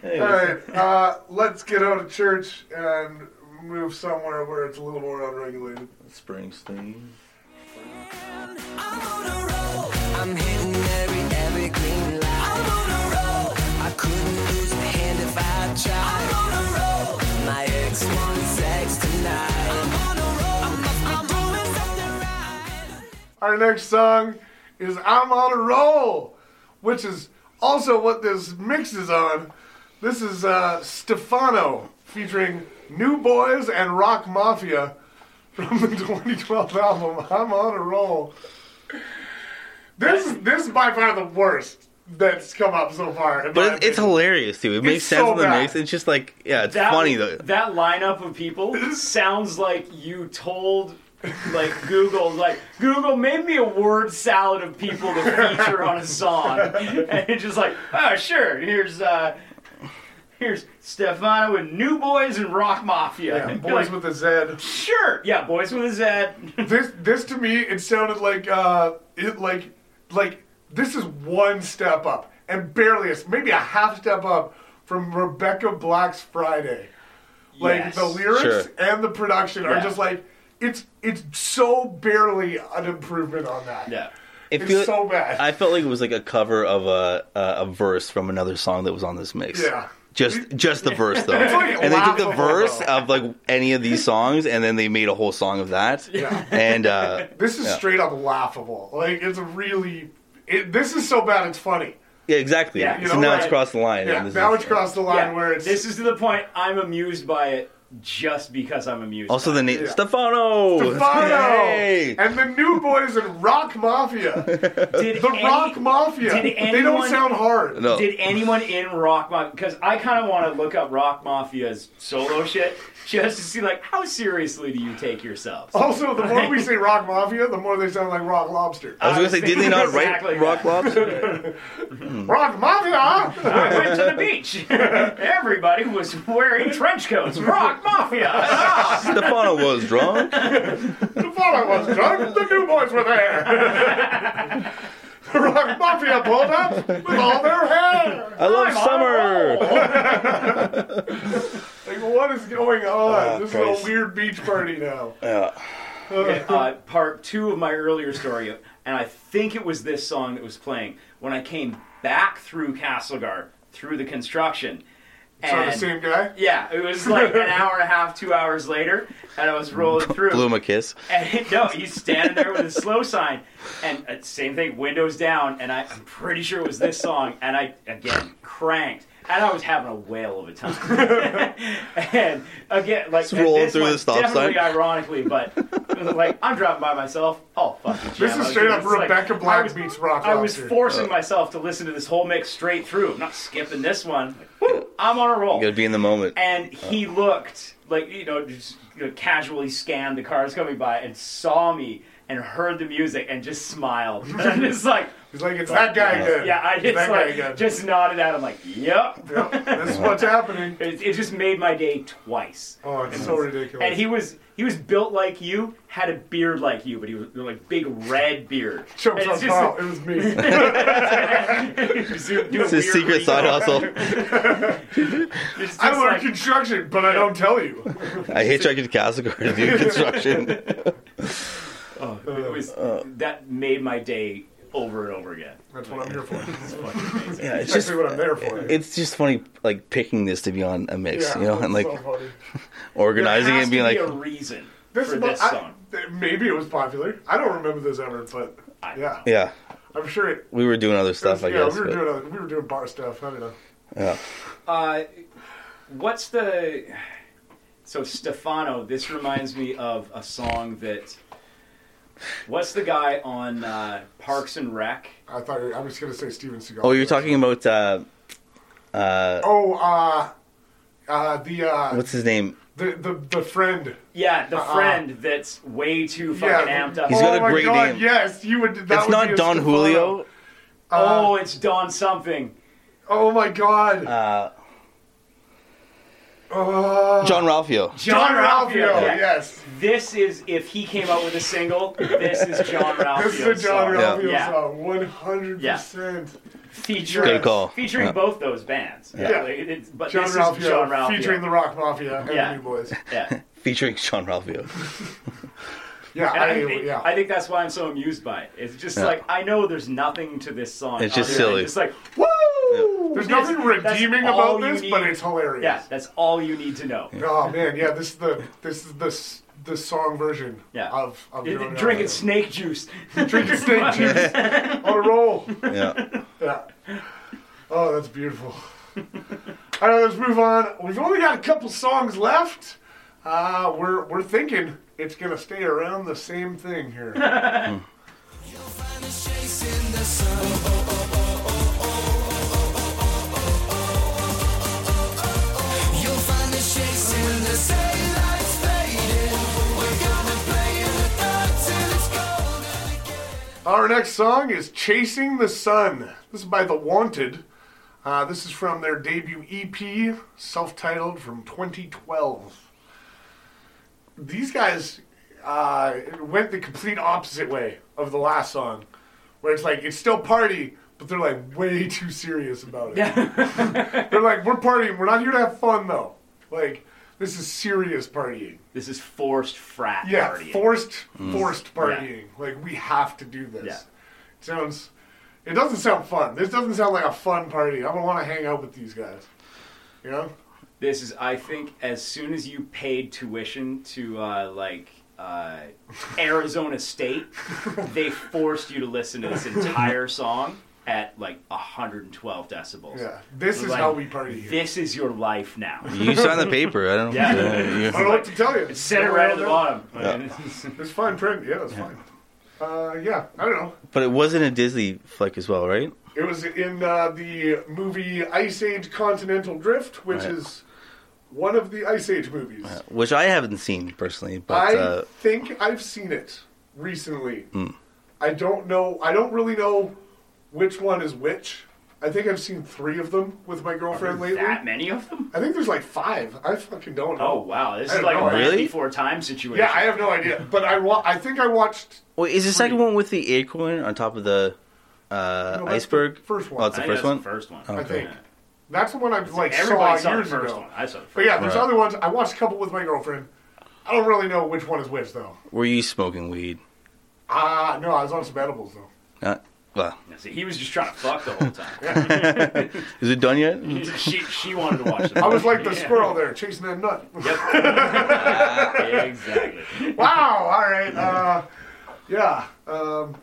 [SPEAKER 2] man. All right, uh, let's get out of church and move somewhere where it's a little more unregulated.
[SPEAKER 7] Springsteen.
[SPEAKER 4] I'm on a roll. I'm hitting every every green light. I'm on a roll. I couldn't lose my hand if I tried. I'm on a roll. My ex wants sex tonight. I'm on a roll. I'm, I'm doing something right.
[SPEAKER 2] Our next song is I'm on a Roll, which is also what this mix is on. This is uh, Stefano featuring New Boys and Rock Mafia from the 2012 album I'm on a Roll. This is this is by far the worst that's come up so far. in my
[SPEAKER 7] But it's, it's
[SPEAKER 2] opinion.
[SPEAKER 7] hilarious too. It makes sense
[SPEAKER 2] so
[SPEAKER 7] in the
[SPEAKER 2] bad.
[SPEAKER 7] mix. It's just like yeah, it's
[SPEAKER 5] That,
[SPEAKER 7] funny though.
[SPEAKER 5] That lineup of people sounds like you told. Like Google, like Google, made me a word salad of people to feature on a song, and it's just like, oh sure, here's uh, here's Stefano and New Boys and Rock Mafia.
[SPEAKER 2] Yeah,
[SPEAKER 5] You're
[SPEAKER 2] boys
[SPEAKER 5] like,
[SPEAKER 2] with a Z.
[SPEAKER 5] Sure. Yeah, boys with a Z.
[SPEAKER 2] This this to me it sounded like uh it like like this is one step up and barely a, maybe a half step up from Rebecca Black's Friday. Like
[SPEAKER 5] Yes.
[SPEAKER 2] the lyrics
[SPEAKER 7] Sure.
[SPEAKER 2] and the production are
[SPEAKER 5] Yeah.
[SPEAKER 2] just like it's it's so barely an improvement on that.
[SPEAKER 5] Yeah.
[SPEAKER 7] It
[SPEAKER 2] It's
[SPEAKER 7] feel-
[SPEAKER 2] so bad.
[SPEAKER 7] I felt like it was like a cover of a a, a verse from another song that was on this mix.
[SPEAKER 2] Yeah.
[SPEAKER 7] Just just the verse though.
[SPEAKER 2] like
[SPEAKER 7] and they took the
[SPEAKER 2] laughable,
[SPEAKER 7] verse
[SPEAKER 2] though.
[SPEAKER 7] of like any of these songs and then they made a whole song of that.
[SPEAKER 2] Yeah.
[SPEAKER 7] And uh
[SPEAKER 2] This is straight up laughable. Like it's really it, this is so bad it's funny.
[SPEAKER 7] yeah, exactly.
[SPEAKER 5] Yeah, you
[SPEAKER 7] so
[SPEAKER 5] know,
[SPEAKER 7] now
[SPEAKER 5] right.
[SPEAKER 7] it's crossed the line.
[SPEAKER 2] Yeah,
[SPEAKER 7] and this
[SPEAKER 2] now
[SPEAKER 7] is-
[SPEAKER 2] it's crossed the line
[SPEAKER 5] Yeah,
[SPEAKER 2] where it's
[SPEAKER 5] This is to the point I'm amused by it just because I'm amused.
[SPEAKER 7] also
[SPEAKER 5] by
[SPEAKER 7] the
[SPEAKER 5] it.
[SPEAKER 7] name Stefano.
[SPEAKER 2] Stefano
[SPEAKER 7] Hey!
[SPEAKER 2] and the new boys and Rock Mafia.
[SPEAKER 5] did
[SPEAKER 2] The
[SPEAKER 5] any-
[SPEAKER 2] Rock Mafia.
[SPEAKER 5] did
[SPEAKER 2] they
[SPEAKER 5] anyone-
[SPEAKER 2] don't sound hard.
[SPEAKER 7] No.
[SPEAKER 5] Did anyone in Rock Mafia? Because I kind of want to look up Rock Mafia's solo shit just to see, like, how seriously do you take yourselves?
[SPEAKER 7] Oh,
[SPEAKER 2] Also, the more we say Rock Mafia, the more they sound like Rock Lobster.
[SPEAKER 7] I was gonna say, did they not write
[SPEAKER 5] Exactly
[SPEAKER 7] Rock
[SPEAKER 5] that.
[SPEAKER 7] Lobster? Mm.
[SPEAKER 2] Rock Mafia!
[SPEAKER 5] I went to the beach. Everybody was wearing trench coats. Rock Mafia. Ah!
[SPEAKER 7] Stefano was drunk.
[SPEAKER 2] the fallout was drunk, the new boys were there. The Rock Mafia pulled up with all their hair.
[SPEAKER 7] I
[SPEAKER 5] I'm
[SPEAKER 7] love
[SPEAKER 5] "Oh!" on a
[SPEAKER 7] summer.
[SPEAKER 5] roll.
[SPEAKER 2] Like, what is going on?
[SPEAKER 7] Ah,
[SPEAKER 2] this is
[SPEAKER 7] Christ.
[SPEAKER 2] a weird beach party now.
[SPEAKER 7] Yeah.
[SPEAKER 5] Okay, uh, part two of my earlier story, and I think it was this song that was playing when I came back through Castlegar through the construction.
[SPEAKER 2] So the
[SPEAKER 5] And-
[SPEAKER 2] same guy.
[SPEAKER 5] Yeah, it was like an hour and a half, two hours later, and I was rolling through.
[SPEAKER 7] Blew him a kiss.
[SPEAKER 5] And no, he's standing there with a slow sign, and uh, same thing, windows down. And I, I'm pretty sure it was this song. And I again cranked, and I was having a whale of a time. and again, like
[SPEAKER 7] Just rolling
[SPEAKER 5] and this
[SPEAKER 7] through the
[SPEAKER 5] one's
[SPEAKER 7] stop sign.
[SPEAKER 5] definitely ironically, but like I'm driving by myself. Oh fuck!
[SPEAKER 2] This is straight up Rebecca Black meets Rock
[SPEAKER 5] I was
[SPEAKER 2] Lobster.
[SPEAKER 5] forcing myself to listen to this whole mix straight through. I'm not skipping this one. Like, woo, I'm on a roll.
[SPEAKER 7] Gotta be in the moment.
[SPEAKER 5] And he looked like you know, just you know, casually scanned the cars coming by and saw me and heard the music and just smiled. And I'm just like,
[SPEAKER 2] He's like, it's that guy again.
[SPEAKER 5] yeah, I
[SPEAKER 2] It's
[SPEAKER 5] just
[SPEAKER 2] that guy again.
[SPEAKER 5] like just nodded at him like, yep.
[SPEAKER 2] Yep, this is what's happening.
[SPEAKER 5] It, it just made my day twice.
[SPEAKER 2] Oh, it's so ridiculous.
[SPEAKER 5] And he was he was built like you, had a beard like you, but he was like big red beard.
[SPEAKER 2] chokes
[SPEAKER 5] And
[SPEAKER 2] on
[SPEAKER 5] it's just-
[SPEAKER 2] file. It was me.
[SPEAKER 5] do
[SPEAKER 7] It's his
[SPEAKER 5] weird
[SPEAKER 7] secret
[SPEAKER 5] reads.
[SPEAKER 7] side hustle.
[SPEAKER 5] It's just
[SPEAKER 2] I work
[SPEAKER 5] like-
[SPEAKER 2] construction, but I don't tell you.
[SPEAKER 7] I hitchhiked to Castlegar to do construction.
[SPEAKER 5] it was uh, that made my day over and over again.
[SPEAKER 2] That's what I'm here for.
[SPEAKER 5] It's fucking amazing.
[SPEAKER 7] Yeah, it's
[SPEAKER 2] That's
[SPEAKER 7] just
[SPEAKER 2] what I'm there for.
[SPEAKER 7] it's just funny like picking this to be on a mix,
[SPEAKER 2] Yeah,
[SPEAKER 7] you know, and
[SPEAKER 2] it's
[SPEAKER 7] like
[SPEAKER 2] so funny.
[SPEAKER 5] There
[SPEAKER 7] organizing it
[SPEAKER 5] has
[SPEAKER 7] and
[SPEAKER 5] to
[SPEAKER 7] being
[SPEAKER 5] be
[SPEAKER 7] like,
[SPEAKER 5] a reason
[SPEAKER 2] this,
[SPEAKER 5] for
[SPEAKER 2] mo-
[SPEAKER 5] this
[SPEAKER 2] I-
[SPEAKER 5] song.
[SPEAKER 2] th- maybe it was popular. I don't remember this ever, but yeah,
[SPEAKER 7] yeah,
[SPEAKER 2] I'm sure it.
[SPEAKER 7] we were doing other stuff, I
[SPEAKER 2] yeah,
[SPEAKER 7] guess.
[SPEAKER 2] we were
[SPEAKER 7] but-
[SPEAKER 2] doing other, we were doing bar stuff. I don't know.
[SPEAKER 7] yeah.
[SPEAKER 5] Uh, what's the so Stefano? This reminds me of a song that. What's the guy on uh, Parks and Rec?
[SPEAKER 2] I thought I was gonna say Steven Seagal.
[SPEAKER 7] Oh, you're talking about uh,
[SPEAKER 2] Oh, uh, uh, the uh,
[SPEAKER 7] what's his name?
[SPEAKER 2] the, the the friend.
[SPEAKER 5] Yeah, the friend that's way too fucking
[SPEAKER 2] Uh-uh. Yeah,
[SPEAKER 5] amped up.
[SPEAKER 7] He's
[SPEAKER 2] oh
[SPEAKER 7] got a
[SPEAKER 2] my
[SPEAKER 7] great
[SPEAKER 2] God,
[SPEAKER 7] name.
[SPEAKER 2] Yes, you would. That
[SPEAKER 7] it's
[SPEAKER 2] would
[SPEAKER 7] not
[SPEAKER 2] be a
[SPEAKER 7] Don
[SPEAKER 2] Stefano.
[SPEAKER 7] Julio.
[SPEAKER 2] Uh-uh.
[SPEAKER 5] oh, it's Don something.
[SPEAKER 2] Oh my God.
[SPEAKER 7] Uh, John Ralphio.
[SPEAKER 5] John Ralphio. yeah.
[SPEAKER 2] Oh. yes.
[SPEAKER 5] This is if he came out with a single. This is John Ralphio.
[SPEAKER 2] This is a John
[SPEAKER 7] Yeah.
[SPEAKER 2] Ralphio
[SPEAKER 5] Yeah.
[SPEAKER 2] song, 100%.
[SPEAKER 5] featuring
[SPEAKER 7] Good call.
[SPEAKER 5] featuring
[SPEAKER 7] Yeah.
[SPEAKER 5] both those bands.
[SPEAKER 2] Yeah.
[SPEAKER 5] Like, it- it's- but
[SPEAKER 2] John
[SPEAKER 5] this
[SPEAKER 2] Ralphio,
[SPEAKER 5] is John Ralphio
[SPEAKER 2] featuring the Rock Mafia and
[SPEAKER 5] Yeah.
[SPEAKER 2] the New Boys.
[SPEAKER 5] Yeah.
[SPEAKER 7] Featuring John Ralphio.
[SPEAKER 2] Yeah,
[SPEAKER 5] And
[SPEAKER 2] I,
[SPEAKER 5] I, think,
[SPEAKER 2] yeah.
[SPEAKER 5] I think that's why I'm so amused by it. It's just
[SPEAKER 7] Yeah.
[SPEAKER 5] like I know there's nothing to this song.
[SPEAKER 7] It's just
[SPEAKER 5] other than
[SPEAKER 7] silly.
[SPEAKER 5] It's like woo.
[SPEAKER 2] There's
[SPEAKER 5] This-
[SPEAKER 2] nothing
[SPEAKER 5] that's
[SPEAKER 2] redeeming
[SPEAKER 5] all
[SPEAKER 2] about
[SPEAKER 5] you
[SPEAKER 2] this,
[SPEAKER 5] need-
[SPEAKER 2] but it's hilarious.
[SPEAKER 5] yeah. That's all you need to know.
[SPEAKER 2] Oh man, yeah. This is the this is the s- the song version
[SPEAKER 5] Yeah.
[SPEAKER 2] of of
[SPEAKER 5] It-
[SPEAKER 2] Joan
[SPEAKER 5] it- drinking
[SPEAKER 2] Ralphio.
[SPEAKER 5] snake juice.
[SPEAKER 2] drinking snake juice on a roll.
[SPEAKER 7] Yeah.
[SPEAKER 2] Yeah. Oh, that's beautiful. All right, let's move on. We've only got a couple songs left. Uh, we're we're thinking it's gonna stay around the same thing here. Our next song is Chasing the Sun. This is by The Wanted. Uh, this is from their debut EP, self titled from 2012. These guys uh, went the complete opposite way of the last song, where it's like, it's still party, but they're like way too serious about it. they're like, we're partying, we're not here to have fun though. Like, this is serious partying.
[SPEAKER 5] this is forced frat
[SPEAKER 2] Yeah,
[SPEAKER 5] partying.
[SPEAKER 2] forced forced partying. Like we have to do this.
[SPEAKER 5] Yeah.
[SPEAKER 2] It sounds it doesn't sound fun. This doesn't sound like a fun party. I don't want to hang out with these guys. You know?
[SPEAKER 5] This is, I think, as soon as you paid tuition to uh, like uh, Arizona State, they forced you to listen to this entire song at like 112 decibels.
[SPEAKER 2] Yeah. This is
[SPEAKER 5] Like,
[SPEAKER 2] how we party here.
[SPEAKER 5] This is your life now.
[SPEAKER 7] You signed the paper. I don't know.
[SPEAKER 5] Yeah.
[SPEAKER 2] I don't know what to tell you.
[SPEAKER 5] It's set it right at the bottom.
[SPEAKER 2] It's fine print. Yeah, it's fine. Uh, yeah, I don't know.
[SPEAKER 7] But it wasn't a Disney flick as well, right?
[SPEAKER 2] It was in uh, the movie Ice Age Continental Drift, which
[SPEAKER 7] Right.
[SPEAKER 2] is one of the Ice Age movies.
[SPEAKER 7] Which I haven't seen personally, but
[SPEAKER 2] I
[SPEAKER 7] uh, Hmm.
[SPEAKER 2] think I've seen it recently. I don't know. I don't really know which one is which. I think I've seen three of them with my girlfriend lately.
[SPEAKER 5] that many of them?
[SPEAKER 2] I think there's like five. I fucking don't know.
[SPEAKER 5] Oh wow, this
[SPEAKER 2] I
[SPEAKER 5] is
[SPEAKER 2] don't
[SPEAKER 5] like a
[SPEAKER 2] know.
[SPEAKER 5] land
[SPEAKER 7] Really?
[SPEAKER 5] before time situation.
[SPEAKER 2] Yeah, I have no idea. But I wa- I think I watched.
[SPEAKER 7] wait, is the second one with the acorn on top of the uh,
[SPEAKER 2] No, that's the
[SPEAKER 7] iceberg?
[SPEAKER 2] first one.
[SPEAKER 7] Oh, it's the
[SPEAKER 5] I think
[SPEAKER 7] first
[SPEAKER 5] that's
[SPEAKER 7] one.
[SPEAKER 5] The first one. Oh.
[SPEAKER 2] I
[SPEAKER 7] Okay.
[SPEAKER 2] think that's the one I like saw
[SPEAKER 5] Everybody saw the
[SPEAKER 2] years
[SPEAKER 5] first
[SPEAKER 2] ago.
[SPEAKER 5] one. I saw the first.
[SPEAKER 2] But yeah, there's
[SPEAKER 7] Right.
[SPEAKER 2] other ones. I watched a couple with my girlfriend. I don't really know which one is which though.
[SPEAKER 7] Were you smoking weed?
[SPEAKER 2] Ah, no, I was on some edibles though.
[SPEAKER 7] Uh, well,
[SPEAKER 5] one. See, he was just trying to fuck the whole time.
[SPEAKER 7] is it done yet?
[SPEAKER 5] she, she wanted to watch the
[SPEAKER 2] I was like the squirrel there chasing that nut.
[SPEAKER 5] exactly.
[SPEAKER 2] Wow. All right. Uh, yeah. Um,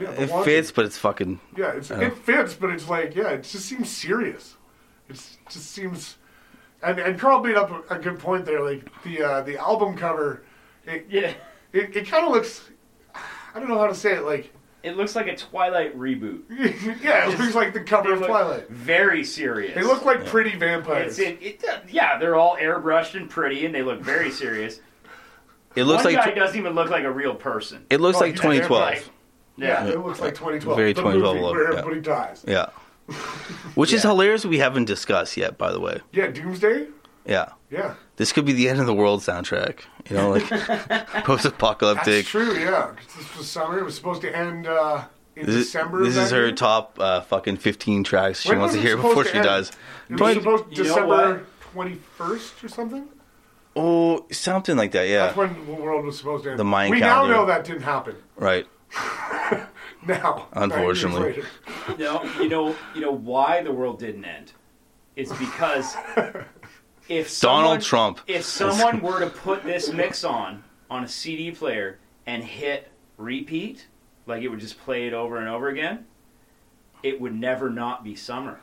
[SPEAKER 2] yeah, the
[SPEAKER 7] It
[SPEAKER 2] Wanted.
[SPEAKER 7] fits, Oh. but it's fucking.
[SPEAKER 2] Yeah, it's, it fits, but it's like, yeah, it just seems serious. It's, it just seems, and and Carl made up a, a good point there. Like the uh, the album cover, it
[SPEAKER 5] Yeah.
[SPEAKER 2] it, it kind of looks. I don't know how to say it. Like,
[SPEAKER 5] It looks like a Twilight reboot.
[SPEAKER 2] yeah, it looks like the cover
[SPEAKER 5] They
[SPEAKER 2] of
[SPEAKER 5] look
[SPEAKER 2] Twilight.
[SPEAKER 5] Very serious.
[SPEAKER 2] They look like pretty
[SPEAKER 5] It's
[SPEAKER 2] vampires.
[SPEAKER 5] it, it, uh, yeah, they're all airbrushed and pretty, and they look very serious.
[SPEAKER 7] It looks
[SPEAKER 5] One
[SPEAKER 7] like
[SPEAKER 5] guy doesn't even look like a real person.
[SPEAKER 7] it looks
[SPEAKER 2] Oh,
[SPEAKER 7] like
[SPEAKER 2] he's
[SPEAKER 7] 2012.
[SPEAKER 2] terrified. yeah, it looks like 2012.
[SPEAKER 7] Very
[SPEAKER 2] the
[SPEAKER 7] 2012
[SPEAKER 2] movie
[SPEAKER 7] look,
[SPEAKER 2] where
[SPEAKER 7] yeah.
[SPEAKER 2] everybody dies.
[SPEAKER 7] Yeah. Which is hilarious. We haven't discussed yet, by the way.
[SPEAKER 2] Yeah, Doomsday.
[SPEAKER 7] Yeah.
[SPEAKER 2] Yeah,
[SPEAKER 7] This could be the end of the world soundtrack. You know, like
[SPEAKER 2] that's
[SPEAKER 7] post-apocalyptic.
[SPEAKER 2] true. Yeah, 'Cause this was summer. It was supposed to end uh, in
[SPEAKER 7] This,
[SPEAKER 2] December.
[SPEAKER 7] this
[SPEAKER 2] of
[SPEAKER 7] is
[SPEAKER 2] that
[SPEAKER 7] her
[SPEAKER 2] year.
[SPEAKER 7] top uh, fucking 15 tracks she
[SPEAKER 2] When
[SPEAKER 7] wants
[SPEAKER 2] was
[SPEAKER 7] to
[SPEAKER 2] it
[SPEAKER 7] hear
[SPEAKER 2] supposed
[SPEAKER 7] before
[SPEAKER 2] to
[SPEAKER 7] she
[SPEAKER 2] end?
[SPEAKER 7] dies.
[SPEAKER 2] It was
[SPEAKER 7] Twenty-
[SPEAKER 2] supposed
[SPEAKER 5] you know
[SPEAKER 2] December twenty first or something.
[SPEAKER 7] Oh, something like that. Yeah.
[SPEAKER 2] That's when the world was supposed to end.
[SPEAKER 7] The Mayan
[SPEAKER 2] we
[SPEAKER 7] calendar.
[SPEAKER 2] now know that didn't happen.
[SPEAKER 7] Right.
[SPEAKER 2] Now, nine years
[SPEAKER 7] Unfortunately.
[SPEAKER 2] later.
[SPEAKER 5] No, you know, you know why the world didn't end. It's because if someone,
[SPEAKER 7] Donald Trump.
[SPEAKER 5] if someone were to put this mix on on a CD player and hit repeat, like it would just play it over and over again, it would never not be summer.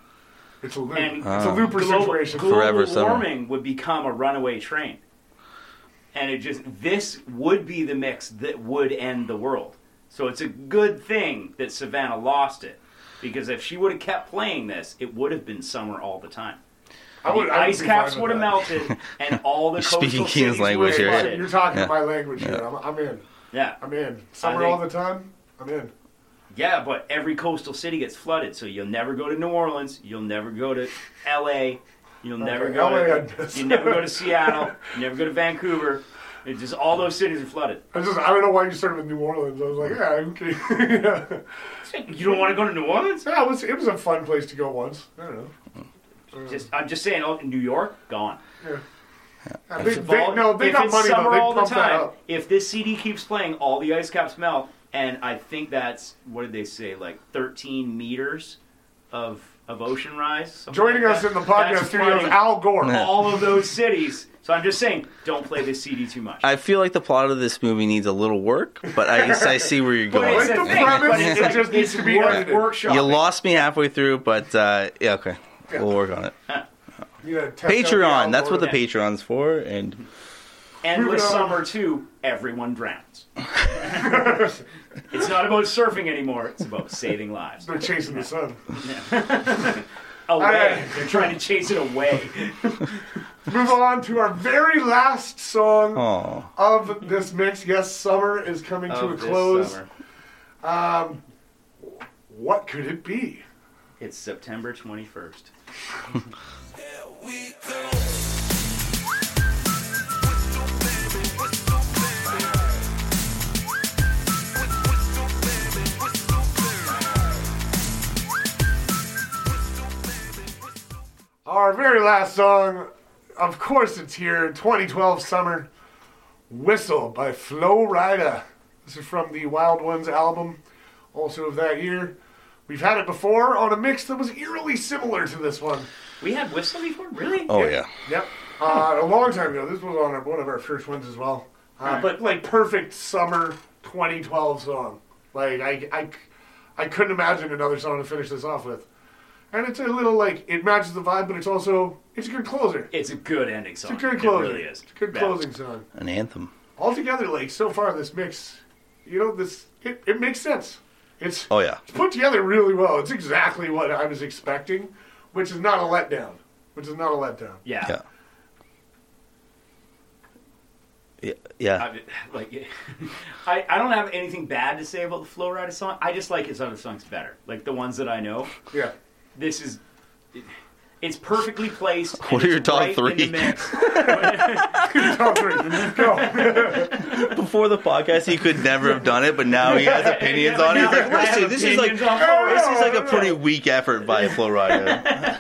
[SPEAKER 2] it's a loop.
[SPEAKER 5] And
[SPEAKER 2] it's
[SPEAKER 7] Ah.
[SPEAKER 2] a looper
[SPEAKER 5] global,
[SPEAKER 2] situation.
[SPEAKER 5] global
[SPEAKER 7] Forever summer.
[SPEAKER 5] warming would become a runaway train. And it just this would be the mix that would end the world. So it's a good thing that Savannah lost it. Because if she would have kept playing this, it would have been summer all the time.
[SPEAKER 2] I would,
[SPEAKER 5] The
[SPEAKER 2] I would
[SPEAKER 5] ice
[SPEAKER 2] be
[SPEAKER 5] caps
[SPEAKER 2] fine
[SPEAKER 5] would
[SPEAKER 2] with
[SPEAKER 5] have
[SPEAKER 2] that.
[SPEAKER 5] melted, and all the
[SPEAKER 7] You're speaking
[SPEAKER 5] coastal
[SPEAKER 7] Keenan's
[SPEAKER 5] cities
[SPEAKER 7] language
[SPEAKER 5] would
[SPEAKER 7] here.
[SPEAKER 5] have
[SPEAKER 2] Hey,
[SPEAKER 5] flooded.
[SPEAKER 2] You're talking
[SPEAKER 7] Yeah.
[SPEAKER 2] my language here. I'm, I'm in.
[SPEAKER 5] Yeah,
[SPEAKER 2] I'm in. Summer
[SPEAKER 5] think-
[SPEAKER 2] all the time. I'm in.
[SPEAKER 5] yeah, but every coastal city gets flooded, so you'll never go to New Orleans, you'll never go to L.A., You'll never
[SPEAKER 2] like,
[SPEAKER 5] go.
[SPEAKER 2] LA
[SPEAKER 5] To,
[SPEAKER 2] had this.
[SPEAKER 5] you never go to Seattle. You never go to Vancouver. It's just all those cities are flooded.
[SPEAKER 2] I just I don't know why you started with New Orleans. I was like, yeah, I'm kidding. yeah.
[SPEAKER 5] You don't want to go to New Orleans?
[SPEAKER 2] Yeah, it was it was a fun place to go once. I don't know.
[SPEAKER 5] Just, I'm just saying. Oh, New York, gone.
[SPEAKER 2] Yeah, they,
[SPEAKER 5] If
[SPEAKER 2] they-
[SPEAKER 5] all-
[SPEAKER 2] no, they
[SPEAKER 5] if
[SPEAKER 2] got
[SPEAKER 5] it's
[SPEAKER 2] money though.
[SPEAKER 5] summer
[SPEAKER 2] They
[SPEAKER 5] all the
[SPEAKER 2] pumped that
[SPEAKER 5] time,
[SPEAKER 2] up.
[SPEAKER 5] if this CD keeps playing, all the ice caps melt, and I think that's what did they say, like 13 meters of of ocean rise. something
[SPEAKER 2] Joining
[SPEAKER 5] like
[SPEAKER 2] us
[SPEAKER 5] that.
[SPEAKER 2] in the podcast
[SPEAKER 5] That's
[SPEAKER 2] studio is
[SPEAKER 5] flooding
[SPEAKER 2] Al Gore.
[SPEAKER 5] all of those cities. So I'm just saying, don't play this CD too much.
[SPEAKER 7] I feel like the plot of this movie needs a little work, but I guess I see where you're
[SPEAKER 5] But
[SPEAKER 7] going.
[SPEAKER 2] it's the premise, it just needs to be
[SPEAKER 5] worth
[SPEAKER 2] edited.
[SPEAKER 5] workshopping.
[SPEAKER 7] You lost me halfway through, but uh, yeah, okay. We'll work on it.
[SPEAKER 2] You gotta test out the Al
[SPEAKER 7] Patreon. That's
[SPEAKER 2] Gore.
[SPEAKER 7] what the Patreon's for. And
[SPEAKER 2] Moving
[SPEAKER 5] Endless
[SPEAKER 2] on.
[SPEAKER 5] Summer 2, everyone drowns. it's not about surfing anymore, it's about saving lives.
[SPEAKER 2] They're chasing the sun.
[SPEAKER 5] Away.
[SPEAKER 2] right.
[SPEAKER 5] They're trying to chase it away.
[SPEAKER 2] Move on to our very last song
[SPEAKER 7] oh,
[SPEAKER 2] of this mix. Yes, summer is coming to a
[SPEAKER 5] Of this
[SPEAKER 2] close. Um,
[SPEAKER 5] summer.
[SPEAKER 2] What could it be?
[SPEAKER 5] It's September 21st.
[SPEAKER 2] Our very last song, of course, it's here. 2012 summer, "Whistle" by Flo Rida. This is from the Wild Ones album, also of that year. We've had it before on a mix that was eerily similar to this one.
[SPEAKER 5] We had Whistle before? Really?
[SPEAKER 7] oh yeah.
[SPEAKER 2] Yep. Uh, a long time ago. This was on our, one of our first ones as well. Uh, But like perfect summer 2012 song. Like I, I, I couldn't imagine another song to finish this off with. And it's a little like it matches the vibe, but it's also it's a good closer.
[SPEAKER 5] It's a good ending song.
[SPEAKER 2] It's a good
[SPEAKER 5] It
[SPEAKER 2] closer.
[SPEAKER 5] really is.
[SPEAKER 2] It's a good
[SPEAKER 5] Yeah.
[SPEAKER 2] closing song.
[SPEAKER 7] An anthem.
[SPEAKER 2] Altogether, like so far, this mix, you know, this it, it makes sense. It's
[SPEAKER 7] Oh yeah.
[SPEAKER 2] it's put together really well. It's exactly what I was expecting, which is not a letdown. Which is not a letdown.
[SPEAKER 5] Yeah.
[SPEAKER 7] Yeah. Yeah. yeah.
[SPEAKER 5] I, like, I, I don't have anything bad to say about the Flow Rider song. I just like his other songs better. Like the ones that I know.
[SPEAKER 2] Yeah.
[SPEAKER 5] this is it's perfectly placed. and
[SPEAKER 7] What are
[SPEAKER 5] it's
[SPEAKER 7] your top
[SPEAKER 5] right in the
[SPEAKER 7] three?
[SPEAKER 5] mix.
[SPEAKER 2] Top three. Go.
[SPEAKER 7] Before the podcast, he could never have done it, but now he has opinions on it. He's like,
[SPEAKER 5] I have
[SPEAKER 7] listen, this is like oh,
[SPEAKER 5] opinions on Flow
[SPEAKER 7] this
[SPEAKER 5] Rider.
[SPEAKER 7] is like a pretty weak effort by Flo Rida.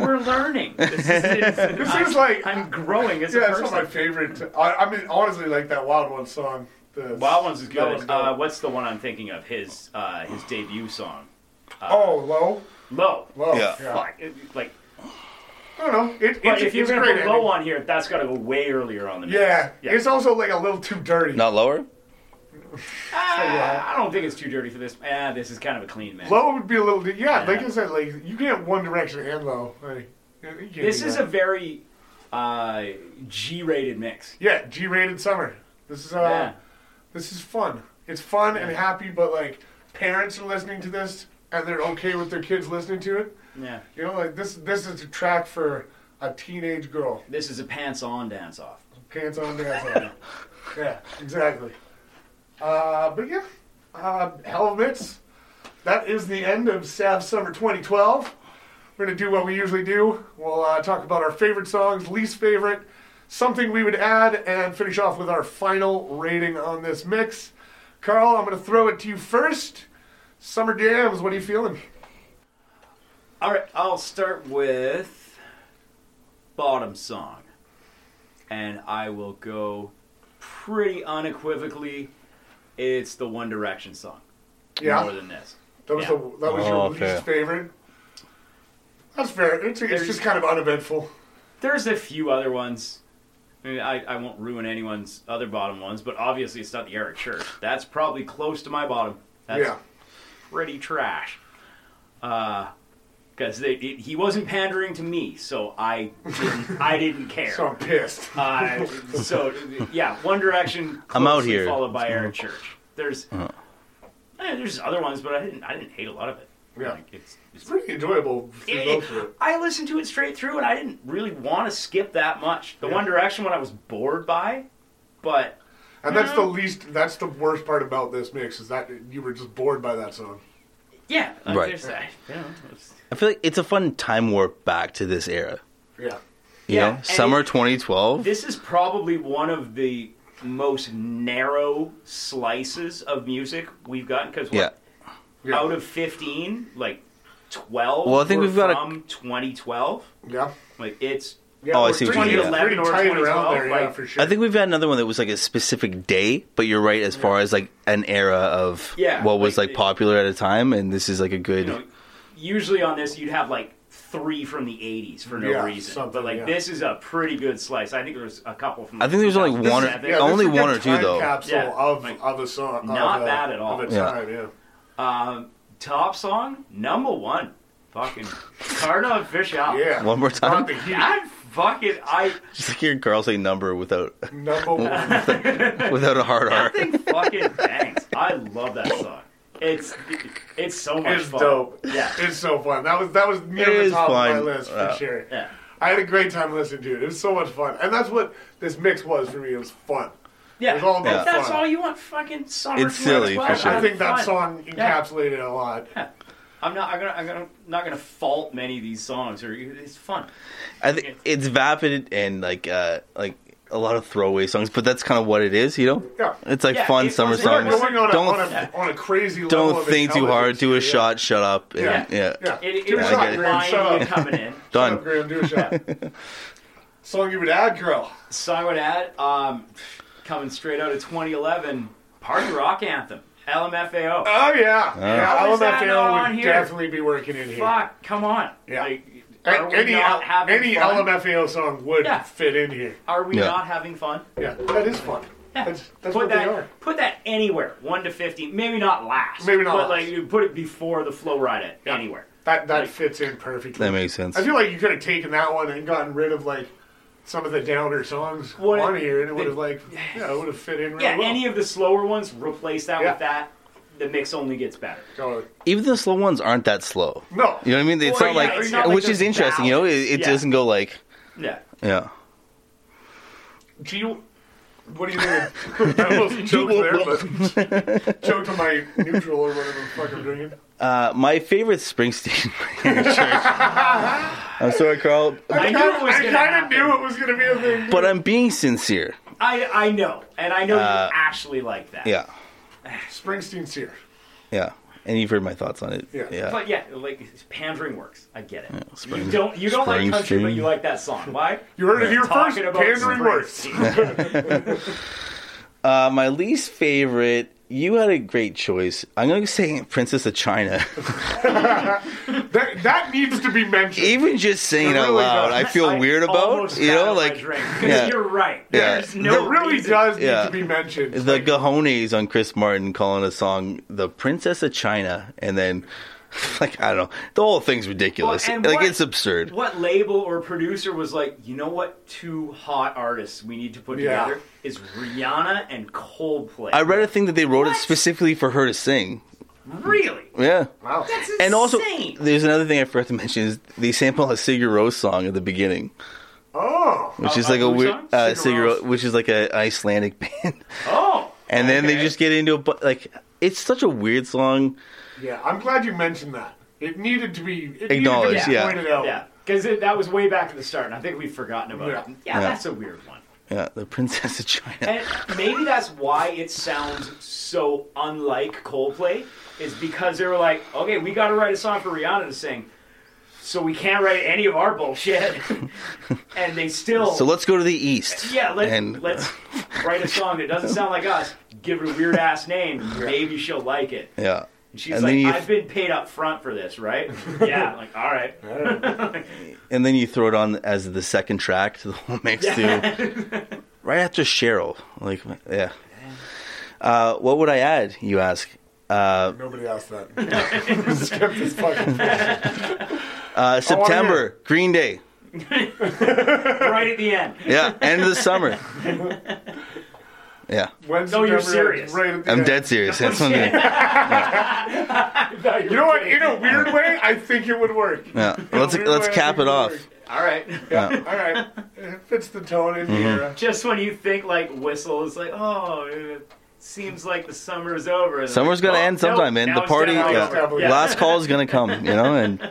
[SPEAKER 5] We're learning. This is,
[SPEAKER 2] This
[SPEAKER 5] I'm,
[SPEAKER 2] is like
[SPEAKER 5] I'm growing as
[SPEAKER 2] yeah,
[SPEAKER 5] a
[SPEAKER 2] it's
[SPEAKER 5] person.
[SPEAKER 2] not my favorite. I, I mean, honestly, like that Wild One song. The
[SPEAKER 5] Wild Ones is
[SPEAKER 2] that one's
[SPEAKER 5] good.
[SPEAKER 2] dope.
[SPEAKER 5] Uh, what's the one I'm thinking of? His uh, his debut song,
[SPEAKER 2] oh, low,
[SPEAKER 5] Low.
[SPEAKER 2] low.
[SPEAKER 7] Yeah.
[SPEAKER 5] Fuck. It- Like,
[SPEAKER 2] I don't know. It,
[SPEAKER 5] but
[SPEAKER 2] it's,
[SPEAKER 5] if you're
[SPEAKER 2] it's
[SPEAKER 5] gonna
[SPEAKER 2] great
[SPEAKER 5] put
[SPEAKER 2] ending.
[SPEAKER 5] Low on here, that's gotta go way earlier on the mix.
[SPEAKER 2] yeah.
[SPEAKER 5] Yeah.
[SPEAKER 2] it's also like a little too dirty.
[SPEAKER 7] Not lower.
[SPEAKER 5] Ah, I don't think it's too dirty for this. Ah, this is kind of a clean mix.
[SPEAKER 2] Low would be a little. Yeah, like
[SPEAKER 5] Yeah.
[SPEAKER 2] I said, like you get One Direction and low. Like, you can't
[SPEAKER 5] This
[SPEAKER 2] do
[SPEAKER 5] is
[SPEAKER 2] that.
[SPEAKER 5] a very uh, G-rated mix.
[SPEAKER 2] yeah G-rated summer. This is uh,
[SPEAKER 5] Yeah.
[SPEAKER 2] this is fun. It's fun and happy, but like parents are listening to this and they're okay with their kids listening to it.
[SPEAKER 5] Yeah.
[SPEAKER 2] You know, like this this is a track for a teenage girl.
[SPEAKER 5] This is a pants-on dance-off.
[SPEAKER 2] Pants on, dance on. yeah, exactly. Uh, but yeah, uh, hell of a mix. That is the end of Sav Summer 2012. We're going to do what we usually do. We'll uh, talk about our favorite songs, least favorite, something we would add, and finish off with our final rating on this mix. Carl, I'm going to throw it to you first. Summer Jams, what are you feeling?
[SPEAKER 5] All right, I'll start with bottom song, and I will go pretty unequivocally. It's the One Direction song.
[SPEAKER 2] Yeah.
[SPEAKER 5] More than this.
[SPEAKER 2] That was,
[SPEAKER 5] Yeah.
[SPEAKER 2] the, that was
[SPEAKER 7] Oh,
[SPEAKER 2] your
[SPEAKER 7] fair.
[SPEAKER 2] least favorite. That's fair. It's, it's
[SPEAKER 5] There's-
[SPEAKER 2] just kind of uneventful.
[SPEAKER 5] There's a few other ones. I, mean, I, I won't ruin anyone's other bottom ones, but obviously it's not the Eric Church. That's probably close to my bottom. That's
[SPEAKER 2] yeah.
[SPEAKER 5] pretty trash. Because they it, he wasn't pandering to me, so I didn't, I didn't care.
[SPEAKER 2] So I'm pissed.
[SPEAKER 5] Uh, so yeah, One Direction.
[SPEAKER 7] I'm out
[SPEAKER 5] closely
[SPEAKER 7] here. Uh-huh.
[SPEAKER 5] Followed by Aaron Church. There's eh, there's other ones, but I didn't I didn't hate a lot of it.
[SPEAKER 2] Yeah.
[SPEAKER 5] Like, it's, it's-
[SPEAKER 2] It's pretty enjoyable. through
[SPEAKER 5] it-
[SPEAKER 2] most of
[SPEAKER 5] it-
[SPEAKER 2] it.
[SPEAKER 5] I listened to it straight through, and I didn't really want to skip that much. The One Direction one I was bored by, but
[SPEAKER 2] And that's the least. That's the worst part about this mix is that you were just bored by that song.
[SPEAKER 5] yeah, like,
[SPEAKER 7] Right.
[SPEAKER 5] There's, I, you know, it's-
[SPEAKER 7] I feel like it's a fun time warp back to this era.
[SPEAKER 2] Yeah.
[SPEAKER 7] You
[SPEAKER 5] Yeah,
[SPEAKER 7] know,
[SPEAKER 5] and
[SPEAKER 7] summer
[SPEAKER 5] it-
[SPEAKER 7] 2012.
[SPEAKER 5] This is probably one of the most narrow slices of music we've gotten because
[SPEAKER 7] yeah.
[SPEAKER 2] Yeah.
[SPEAKER 5] out of 15, like 12
[SPEAKER 7] Well, I think
[SPEAKER 5] were
[SPEAKER 7] we've got a-
[SPEAKER 5] from 2012.
[SPEAKER 2] Yeah.
[SPEAKER 5] Like it's
[SPEAKER 2] yeah
[SPEAKER 7] Oh, I
[SPEAKER 2] we're
[SPEAKER 7] see what
[SPEAKER 2] pretty-
[SPEAKER 7] you mean, yeah.
[SPEAKER 2] pretty
[SPEAKER 5] 2011 or
[SPEAKER 2] tight around
[SPEAKER 5] 2012,
[SPEAKER 2] there, yeah,
[SPEAKER 5] like-
[SPEAKER 2] for sure.
[SPEAKER 7] I think we've got another one that was like a specific day, but you're right as far as like an era of
[SPEAKER 5] Yeah,
[SPEAKER 7] what was
[SPEAKER 5] like,
[SPEAKER 7] like,
[SPEAKER 5] it-
[SPEAKER 7] popular at a time, and this is like a good.
[SPEAKER 5] you know, usually on this you'd have like three from the 80s for no
[SPEAKER 2] Yeah,
[SPEAKER 5] reason.
[SPEAKER 2] something,
[SPEAKER 5] But like
[SPEAKER 2] yeah.
[SPEAKER 5] this is a pretty good slice. I think there was a couple from.
[SPEAKER 7] I think there's only one or-
[SPEAKER 5] 2007.
[SPEAKER 2] yeah, this
[SPEAKER 7] only
[SPEAKER 2] is a good
[SPEAKER 7] one or two,
[SPEAKER 2] time
[SPEAKER 7] though.
[SPEAKER 2] Capsule
[SPEAKER 5] Yeah.
[SPEAKER 2] of
[SPEAKER 5] Like,
[SPEAKER 2] of a song.
[SPEAKER 5] not
[SPEAKER 2] of a,
[SPEAKER 5] bad at all.
[SPEAKER 2] Of a
[SPEAKER 7] Yeah.
[SPEAKER 2] time, yeah.
[SPEAKER 5] Um, top song number one, fucking Cardinal and Fish Out.
[SPEAKER 2] Yeah.
[SPEAKER 7] One more
[SPEAKER 2] Not
[SPEAKER 7] time.
[SPEAKER 2] the heat.
[SPEAKER 5] I fucking I
[SPEAKER 7] Just like hearing Carl say number without
[SPEAKER 2] Number one.
[SPEAKER 7] without a hard R.
[SPEAKER 5] that thing fucking bangs. I love that song. It's it's so much
[SPEAKER 2] It's
[SPEAKER 5] fun.
[SPEAKER 2] dope.
[SPEAKER 5] Yeah.
[SPEAKER 2] It's so fun. That was that was near
[SPEAKER 7] It
[SPEAKER 2] the
[SPEAKER 7] is
[SPEAKER 2] top of
[SPEAKER 7] fun.
[SPEAKER 2] my list for
[SPEAKER 7] Yeah.
[SPEAKER 2] sure.
[SPEAKER 5] Yeah.
[SPEAKER 2] I had a great time listening to it. It was so much fun, and that's what this mix was for me. It was fun.
[SPEAKER 5] Yeah.
[SPEAKER 2] It's all about
[SPEAKER 5] If That's
[SPEAKER 2] fun.
[SPEAKER 5] all you want. Fucking summer.
[SPEAKER 7] It's
[SPEAKER 5] 2012,
[SPEAKER 7] silly, for
[SPEAKER 5] have
[SPEAKER 7] sure.
[SPEAKER 2] I think that
[SPEAKER 5] fun.
[SPEAKER 2] song
[SPEAKER 5] Yeah.
[SPEAKER 2] encapsulated it a lot.
[SPEAKER 5] I'm not. I'm gonna. I'm gonna, not gonna fault many of these songs. Or it's fun.
[SPEAKER 7] I think it's vapid and like uh like a lot of throwaway songs, but that's kind of what it is, you know.
[SPEAKER 2] Yeah.
[SPEAKER 7] It's like
[SPEAKER 5] Yeah,
[SPEAKER 7] fun
[SPEAKER 5] it's
[SPEAKER 7] summer
[SPEAKER 5] fun summer
[SPEAKER 7] songs.
[SPEAKER 2] We're going on a,
[SPEAKER 7] Don't
[SPEAKER 2] on a, on a crazy level.
[SPEAKER 7] don't
[SPEAKER 2] of
[SPEAKER 7] think too hard. Do a
[SPEAKER 2] intelligence.
[SPEAKER 7] shot. Shut up. and-
[SPEAKER 2] Yeah.
[SPEAKER 7] yeah.
[SPEAKER 2] Yeah.
[SPEAKER 5] It, it
[SPEAKER 2] Do a
[SPEAKER 5] was
[SPEAKER 7] shot,
[SPEAKER 5] like
[SPEAKER 2] Graham,
[SPEAKER 5] lying
[SPEAKER 2] shut
[SPEAKER 5] you
[SPEAKER 2] up.
[SPEAKER 5] coming in.
[SPEAKER 2] Shut up,
[SPEAKER 7] Done.
[SPEAKER 2] Graham. Do a shot. song you would add, Oh, girl.
[SPEAKER 5] Song with that. Um, coming straight out of 2011. Party rock anthem. LMFAO.
[SPEAKER 2] Oh yeah, yeah.
[SPEAKER 5] How
[SPEAKER 2] I
[SPEAKER 5] is
[SPEAKER 2] love
[SPEAKER 5] that
[SPEAKER 2] that
[SPEAKER 5] not on
[SPEAKER 2] would
[SPEAKER 5] here?
[SPEAKER 2] definitely be working in here.
[SPEAKER 5] Fuck. Come on.
[SPEAKER 2] Yeah.
[SPEAKER 5] Like,
[SPEAKER 2] A-
[SPEAKER 5] are we
[SPEAKER 2] any
[SPEAKER 5] not
[SPEAKER 2] L-
[SPEAKER 5] having
[SPEAKER 2] any
[SPEAKER 5] fun?
[SPEAKER 2] LMFAO song would
[SPEAKER 5] Yeah.
[SPEAKER 2] fit in here.
[SPEAKER 5] Are we
[SPEAKER 7] Yeah.
[SPEAKER 5] not having fun?
[SPEAKER 2] Yeah, that is fun.
[SPEAKER 5] Yeah.
[SPEAKER 2] That's, that's
[SPEAKER 5] put
[SPEAKER 2] what
[SPEAKER 5] that
[SPEAKER 2] they are.
[SPEAKER 5] put that anywhere, one to fifty, maybe not last,
[SPEAKER 2] Maybe not
[SPEAKER 5] but
[SPEAKER 2] last.
[SPEAKER 5] like you put it before the flow ride it anywhere.
[SPEAKER 2] That that fits in perfectly.
[SPEAKER 7] That makes sense.
[SPEAKER 2] I feel like you could have taken that one and gotten rid of like some of the downer songs
[SPEAKER 5] What-
[SPEAKER 2] on here, and it would
[SPEAKER 5] the-
[SPEAKER 2] have like yeah, it would have fit in really
[SPEAKER 5] Yeah,
[SPEAKER 2] well.
[SPEAKER 5] any of the slower ones, replace that
[SPEAKER 2] Yeah.
[SPEAKER 5] with that. The mix only gets better.
[SPEAKER 2] Totally.
[SPEAKER 7] Even the slow ones aren't that slow.
[SPEAKER 2] No,
[SPEAKER 7] You know what I mean? It's
[SPEAKER 5] Well,
[SPEAKER 7] not
[SPEAKER 5] yeah,
[SPEAKER 7] like,
[SPEAKER 5] it's not like
[SPEAKER 7] which
[SPEAKER 5] those
[SPEAKER 7] is interesting. You know, it,
[SPEAKER 5] ballads.
[SPEAKER 7] it
[SPEAKER 5] Yeah.
[SPEAKER 7] doesn't go like,
[SPEAKER 5] Yeah.
[SPEAKER 7] yeah.
[SPEAKER 2] do you? What do you think? of- I almost choked there, but choked on my neutral or whatever the fuck I'm drinking.
[SPEAKER 7] Uh, my favorite Springsteen. I'm sorry, Carl,
[SPEAKER 5] I, knew
[SPEAKER 2] I
[SPEAKER 5] it was gonna
[SPEAKER 2] kind of
[SPEAKER 5] happen.
[SPEAKER 2] knew it was gonna be a thing.
[SPEAKER 7] but I'm being sincere.
[SPEAKER 5] I, I know. And I know
[SPEAKER 7] Uh,
[SPEAKER 5] you actually like that.
[SPEAKER 7] Yeah,
[SPEAKER 2] Springsteen's here.
[SPEAKER 7] yeah. And you've heard my thoughts on it.
[SPEAKER 2] Yeah.
[SPEAKER 5] But yeah, like pandering works. I get it.
[SPEAKER 7] Spring-
[SPEAKER 5] you don't you don't like country, but
[SPEAKER 7] Springsteen.
[SPEAKER 5] you like that song. Why?
[SPEAKER 2] You heard it here first.
[SPEAKER 5] Talking about
[SPEAKER 2] Pandering words.
[SPEAKER 5] Springsteen.
[SPEAKER 7] Uh, my least favorite. You had a great choice. I'm going to say Princess of China.
[SPEAKER 2] That that needs to be mentioned.
[SPEAKER 7] Even just saying
[SPEAKER 2] It
[SPEAKER 7] it out
[SPEAKER 2] really
[SPEAKER 7] loud,
[SPEAKER 2] does.
[SPEAKER 7] I feel
[SPEAKER 5] I
[SPEAKER 7] weird
[SPEAKER 5] almost
[SPEAKER 7] about. You
[SPEAKER 5] had
[SPEAKER 7] know,
[SPEAKER 5] it in my
[SPEAKER 7] like
[SPEAKER 5] drink, 'cause
[SPEAKER 7] yeah.
[SPEAKER 5] you're right.
[SPEAKER 7] Yeah.
[SPEAKER 5] There's no
[SPEAKER 2] it really
[SPEAKER 5] reason.
[SPEAKER 2] does need
[SPEAKER 7] Yeah.
[SPEAKER 2] to be mentioned.
[SPEAKER 7] the Gahones on Chris Martin calling a song "The Princess of China," and then like I don't know, the whole thing's ridiculous.
[SPEAKER 5] Well, and
[SPEAKER 7] like
[SPEAKER 5] what-
[SPEAKER 7] it's absurd.
[SPEAKER 5] What label or producer was like, you know what, two hot artists we need to put
[SPEAKER 2] Yeah.
[SPEAKER 5] together is Rihanna and Coldplay.
[SPEAKER 7] I read a thing that they wrote
[SPEAKER 5] What?
[SPEAKER 7] it specifically for her to sing.
[SPEAKER 5] really?
[SPEAKER 7] Yeah,
[SPEAKER 2] wow.
[SPEAKER 5] That's insane.
[SPEAKER 7] and also there's another thing I forgot to mention is they sample a Sigur Rós song at the beginning,
[SPEAKER 2] Oh,
[SPEAKER 7] which is
[SPEAKER 5] Uh,
[SPEAKER 7] like
[SPEAKER 5] uh,
[SPEAKER 7] a
[SPEAKER 5] who
[SPEAKER 7] weird
[SPEAKER 5] song?
[SPEAKER 7] uh,
[SPEAKER 2] Sigur
[SPEAKER 7] Sigur,
[SPEAKER 2] Rós.
[SPEAKER 7] Rós- which is like an Icelandic band,
[SPEAKER 5] oh,
[SPEAKER 7] and then they
[SPEAKER 5] okay.
[SPEAKER 7] just get into a bu- like it's such a weird song.
[SPEAKER 2] yeah. I'm glad you mentioned that. It needed to be it Needed
[SPEAKER 7] Acknowledged,
[SPEAKER 2] to be
[SPEAKER 7] yeah.
[SPEAKER 2] Pointed out.
[SPEAKER 5] yeah, because that was way back at the start, and I think we've forgotten about
[SPEAKER 2] Yeah.
[SPEAKER 5] it. Yeah,
[SPEAKER 7] Yeah.
[SPEAKER 5] that's a weird one.
[SPEAKER 7] Yeah, the Princess of China.
[SPEAKER 5] And maybe that's why it sounds so unlike Coldplay, is because they were like, okay, we got to write a song for Rihanna to sing, so we can't write any of our bullshit, and they still
[SPEAKER 7] So let's go to the east.
[SPEAKER 5] oh. Yeah, let,
[SPEAKER 7] and
[SPEAKER 5] let's write a song that doesn't sound like us. Give it a weird ass name. Maybe she'll like it.
[SPEAKER 7] yeah.
[SPEAKER 5] And she's
[SPEAKER 7] And
[SPEAKER 5] like,
[SPEAKER 7] then you-
[SPEAKER 5] I've been paid up front for this, right? yeah. I'm like, all right.
[SPEAKER 7] and then you throw it on as the second track to the whole mix too. right after Cheryl, like yeah. Uh, what would I add? You ask. Uh,
[SPEAKER 2] Nobody asked that. Just kept this fucking- yeah.
[SPEAKER 7] uh, September, Green Day.
[SPEAKER 5] Right at the end.
[SPEAKER 7] Yeah, end of the summer. Yeah,
[SPEAKER 2] When's
[SPEAKER 5] No, you're
[SPEAKER 2] September?
[SPEAKER 5] serious.
[SPEAKER 2] Right at the
[SPEAKER 7] I'm
[SPEAKER 2] end.
[SPEAKER 7] dead serious. That's what I'm doing.
[SPEAKER 2] You know what? In a weird way, I think it would work.
[SPEAKER 7] Yeah, let's
[SPEAKER 2] weird
[SPEAKER 7] let's
[SPEAKER 2] way, I
[SPEAKER 7] cap
[SPEAKER 2] think
[SPEAKER 7] it
[SPEAKER 2] it
[SPEAKER 7] off.
[SPEAKER 2] works.
[SPEAKER 5] All right.
[SPEAKER 2] All right, it fits the tone
[SPEAKER 7] Mm-hmm.
[SPEAKER 2] in here.
[SPEAKER 5] Just when you think like whistle is like, oh, it seems like the summer is over. And
[SPEAKER 7] Summer's
[SPEAKER 5] like,
[SPEAKER 7] gonna
[SPEAKER 5] "Oh,
[SPEAKER 7] end sometime,
[SPEAKER 5] nope,
[SPEAKER 7] man.
[SPEAKER 5] now
[SPEAKER 7] The
[SPEAKER 5] it's
[SPEAKER 7] party,
[SPEAKER 5] definitely
[SPEAKER 7] yeah.
[SPEAKER 5] over."
[SPEAKER 2] definitely-
[SPEAKER 7] last call is gonna come, you know, and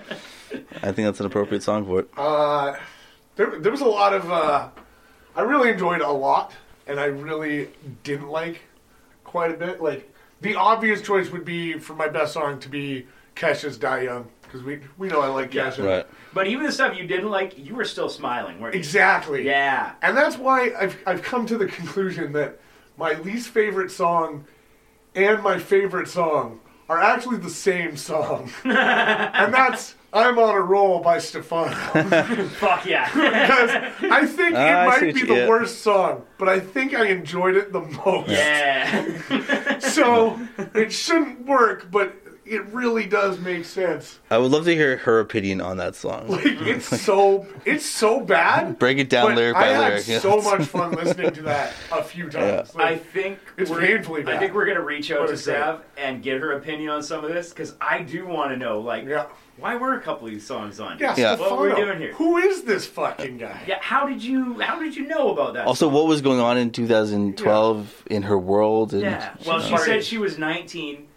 [SPEAKER 7] I think that's an appropriate song for it.
[SPEAKER 2] Uh, There, there was a lot of. Uh, I really enjoyed a lot, and I really didn't like quite a bit. Like the obvious choice would be for my best song to be Kesha's "Die Young" because we we know I like
[SPEAKER 5] Yeah.
[SPEAKER 2] Kesha.
[SPEAKER 7] Right.
[SPEAKER 5] But even the stuff you didn't like, you were still smiling, weren't you?
[SPEAKER 2] Exactly.
[SPEAKER 5] Yeah.
[SPEAKER 2] And that's why I've, I've come to the conclusion that my least favorite song and my favorite song are actually the same song. and that's I'm on a Roll by Stefano.
[SPEAKER 5] Fuck yeah.
[SPEAKER 2] Because I think
[SPEAKER 7] Ah, I
[SPEAKER 2] it
[SPEAKER 7] see
[SPEAKER 2] might
[SPEAKER 7] what
[SPEAKER 2] be
[SPEAKER 7] you-
[SPEAKER 2] the
[SPEAKER 7] yeah.
[SPEAKER 2] worst song, but I think I enjoyed it the most.
[SPEAKER 5] yeah.
[SPEAKER 2] So it shouldn't work, but it really does make sense.
[SPEAKER 7] I would love to hear her opinion on that song.
[SPEAKER 2] It's so it's so bad.
[SPEAKER 7] Break it down
[SPEAKER 2] but
[SPEAKER 7] lyric
[SPEAKER 2] I
[SPEAKER 7] by
[SPEAKER 2] had
[SPEAKER 7] lyric, yeah.
[SPEAKER 2] so much fun listening to that a few times.
[SPEAKER 5] I
[SPEAKER 2] Like,
[SPEAKER 5] think
[SPEAKER 2] It's
[SPEAKER 5] we're,
[SPEAKER 2] painfully
[SPEAKER 5] I
[SPEAKER 2] bad.
[SPEAKER 5] think we're gonna reach out
[SPEAKER 2] But
[SPEAKER 5] to
[SPEAKER 2] it's great.
[SPEAKER 5] Sav and get her opinion on some of this because I do want to know, like,
[SPEAKER 2] Yeah.
[SPEAKER 5] why were a couple of these songs on?
[SPEAKER 2] Yeah,
[SPEAKER 7] Yeah.
[SPEAKER 5] What were we
[SPEAKER 2] Stefano.
[SPEAKER 5] doing here?
[SPEAKER 2] Who is this fucking guy?
[SPEAKER 5] Yeah, how did you how did you know about that?
[SPEAKER 7] Also, what was going on in 2012 in her world? And
[SPEAKER 5] yeah. Well, she
[SPEAKER 2] Sorry.
[SPEAKER 5] said she was 19,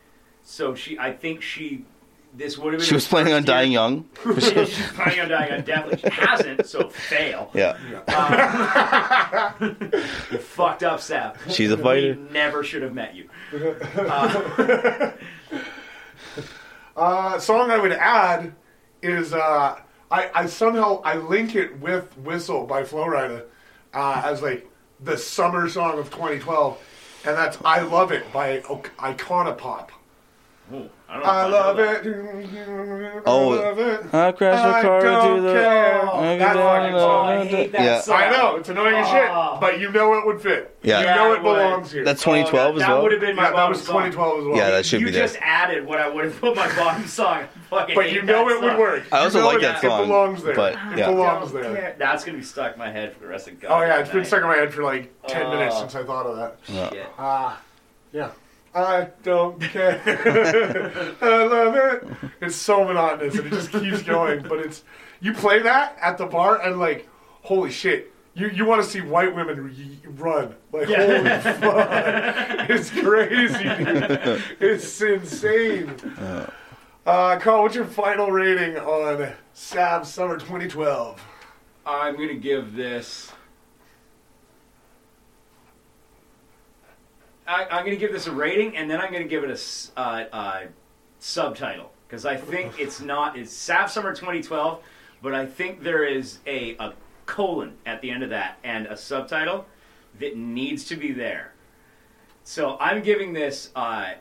[SPEAKER 5] so she I think she this would have been
[SPEAKER 7] she was planning on dying young.
[SPEAKER 5] young. She's planning on dying on deathly. She hasn't, so fail.
[SPEAKER 7] Yeah,
[SPEAKER 5] You fucked up, Sav.
[SPEAKER 7] she's a
[SPEAKER 5] We
[SPEAKER 7] fighter.
[SPEAKER 5] never should have met you.
[SPEAKER 2] Uh, song I would add is uh, I, I somehow I link it with "Whistle" by Flowrider uh, as like the summer song of 2012, and that's "I Love It" by o- Iconopop.
[SPEAKER 5] Ooh, I, don't know if
[SPEAKER 2] I
[SPEAKER 5] know
[SPEAKER 2] love
[SPEAKER 5] that.
[SPEAKER 2] it.
[SPEAKER 7] Oh,
[SPEAKER 2] I love it.
[SPEAKER 7] I crashed my
[SPEAKER 2] I
[SPEAKER 7] car
[SPEAKER 2] don't
[SPEAKER 7] into the.
[SPEAKER 2] care.
[SPEAKER 7] I
[SPEAKER 2] That fucking
[SPEAKER 5] Oh,
[SPEAKER 2] song.
[SPEAKER 5] I hate that
[SPEAKER 7] Yeah.
[SPEAKER 5] song.
[SPEAKER 2] I know it's annoying as
[SPEAKER 5] Oh.
[SPEAKER 2] shit, but you know it would fit.
[SPEAKER 7] Yeah.
[SPEAKER 2] you
[SPEAKER 5] Yeah,
[SPEAKER 2] know
[SPEAKER 5] it
[SPEAKER 2] it
[SPEAKER 5] would.
[SPEAKER 2] belongs here.
[SPEAKER 7] That's 2012
[SPEAKER 5] that,
[SPEAKER 7] as well.
[SPEAKER 5] would have been my
[SPEAKER 2] yeah, that
[SPEAKER 5] bottom
[SPEAKER 2] was
[SPEAKER 5] song.
[SPEAKER 2] 2012 as well.
[SPEAKER 7] yeah, that should
[SPEAKER 5] you
[SPEAKER 7] be there.
[SPEAKER 5] just added what I would have put my bottom song. Fucking
[SPEAKER 2] But
[SPEAKER 5] hate
[SPEAKER 2] you know
[SPEAKER 5] that
[SPEAKER 2] it would
[SPEAKER 5] song.
[SPEAKER 2] work.
[SPEAKER 7] I
[SPEAKER 2] You
[SPEAKER 7] also
[SPEAKER 2] know
[SPEAKER 7] like
[SPEAKER 2] it-
[SPEAKER 7] that song,
[SPEAKER 2] It belongs there.
[SPEAKER 7] but, yeah.
[SPEAKER 2] It belongs
[SPEAKER 5] Don't
[SPEAKER 2] there.
[SPEAKER 5] care. That's gonna be stuck in my head for the rest of God.
[SPEAKER 2] Oh yeah, it's been stuck in my head for like ten
[SPEAKER 5] Oh.
[SPEAKER 2] minutes since I thought of that.
[SPEAKER 5] Shit.
[SPEAKER 2] Ah, yeah. I don't care. I love it. It's so monotonous and it just keeps going. But it's you play that at the bar and like, holy shit. You, you want to see white women re- run like holy fuck it's crazy dude. it's insane uh, Carl what's your final rating on Sav Summer 2012
[SPEAKER 5] I'm gonna give this. I, I'm gonna give this a rating, and then I'm gonna give it a s- uh, uh, subtitle because I think it's not it's Sav Summer 2012, but I think there is a, a colon at the end of that and a subtitle that needs to be there. So I'm giving this uh,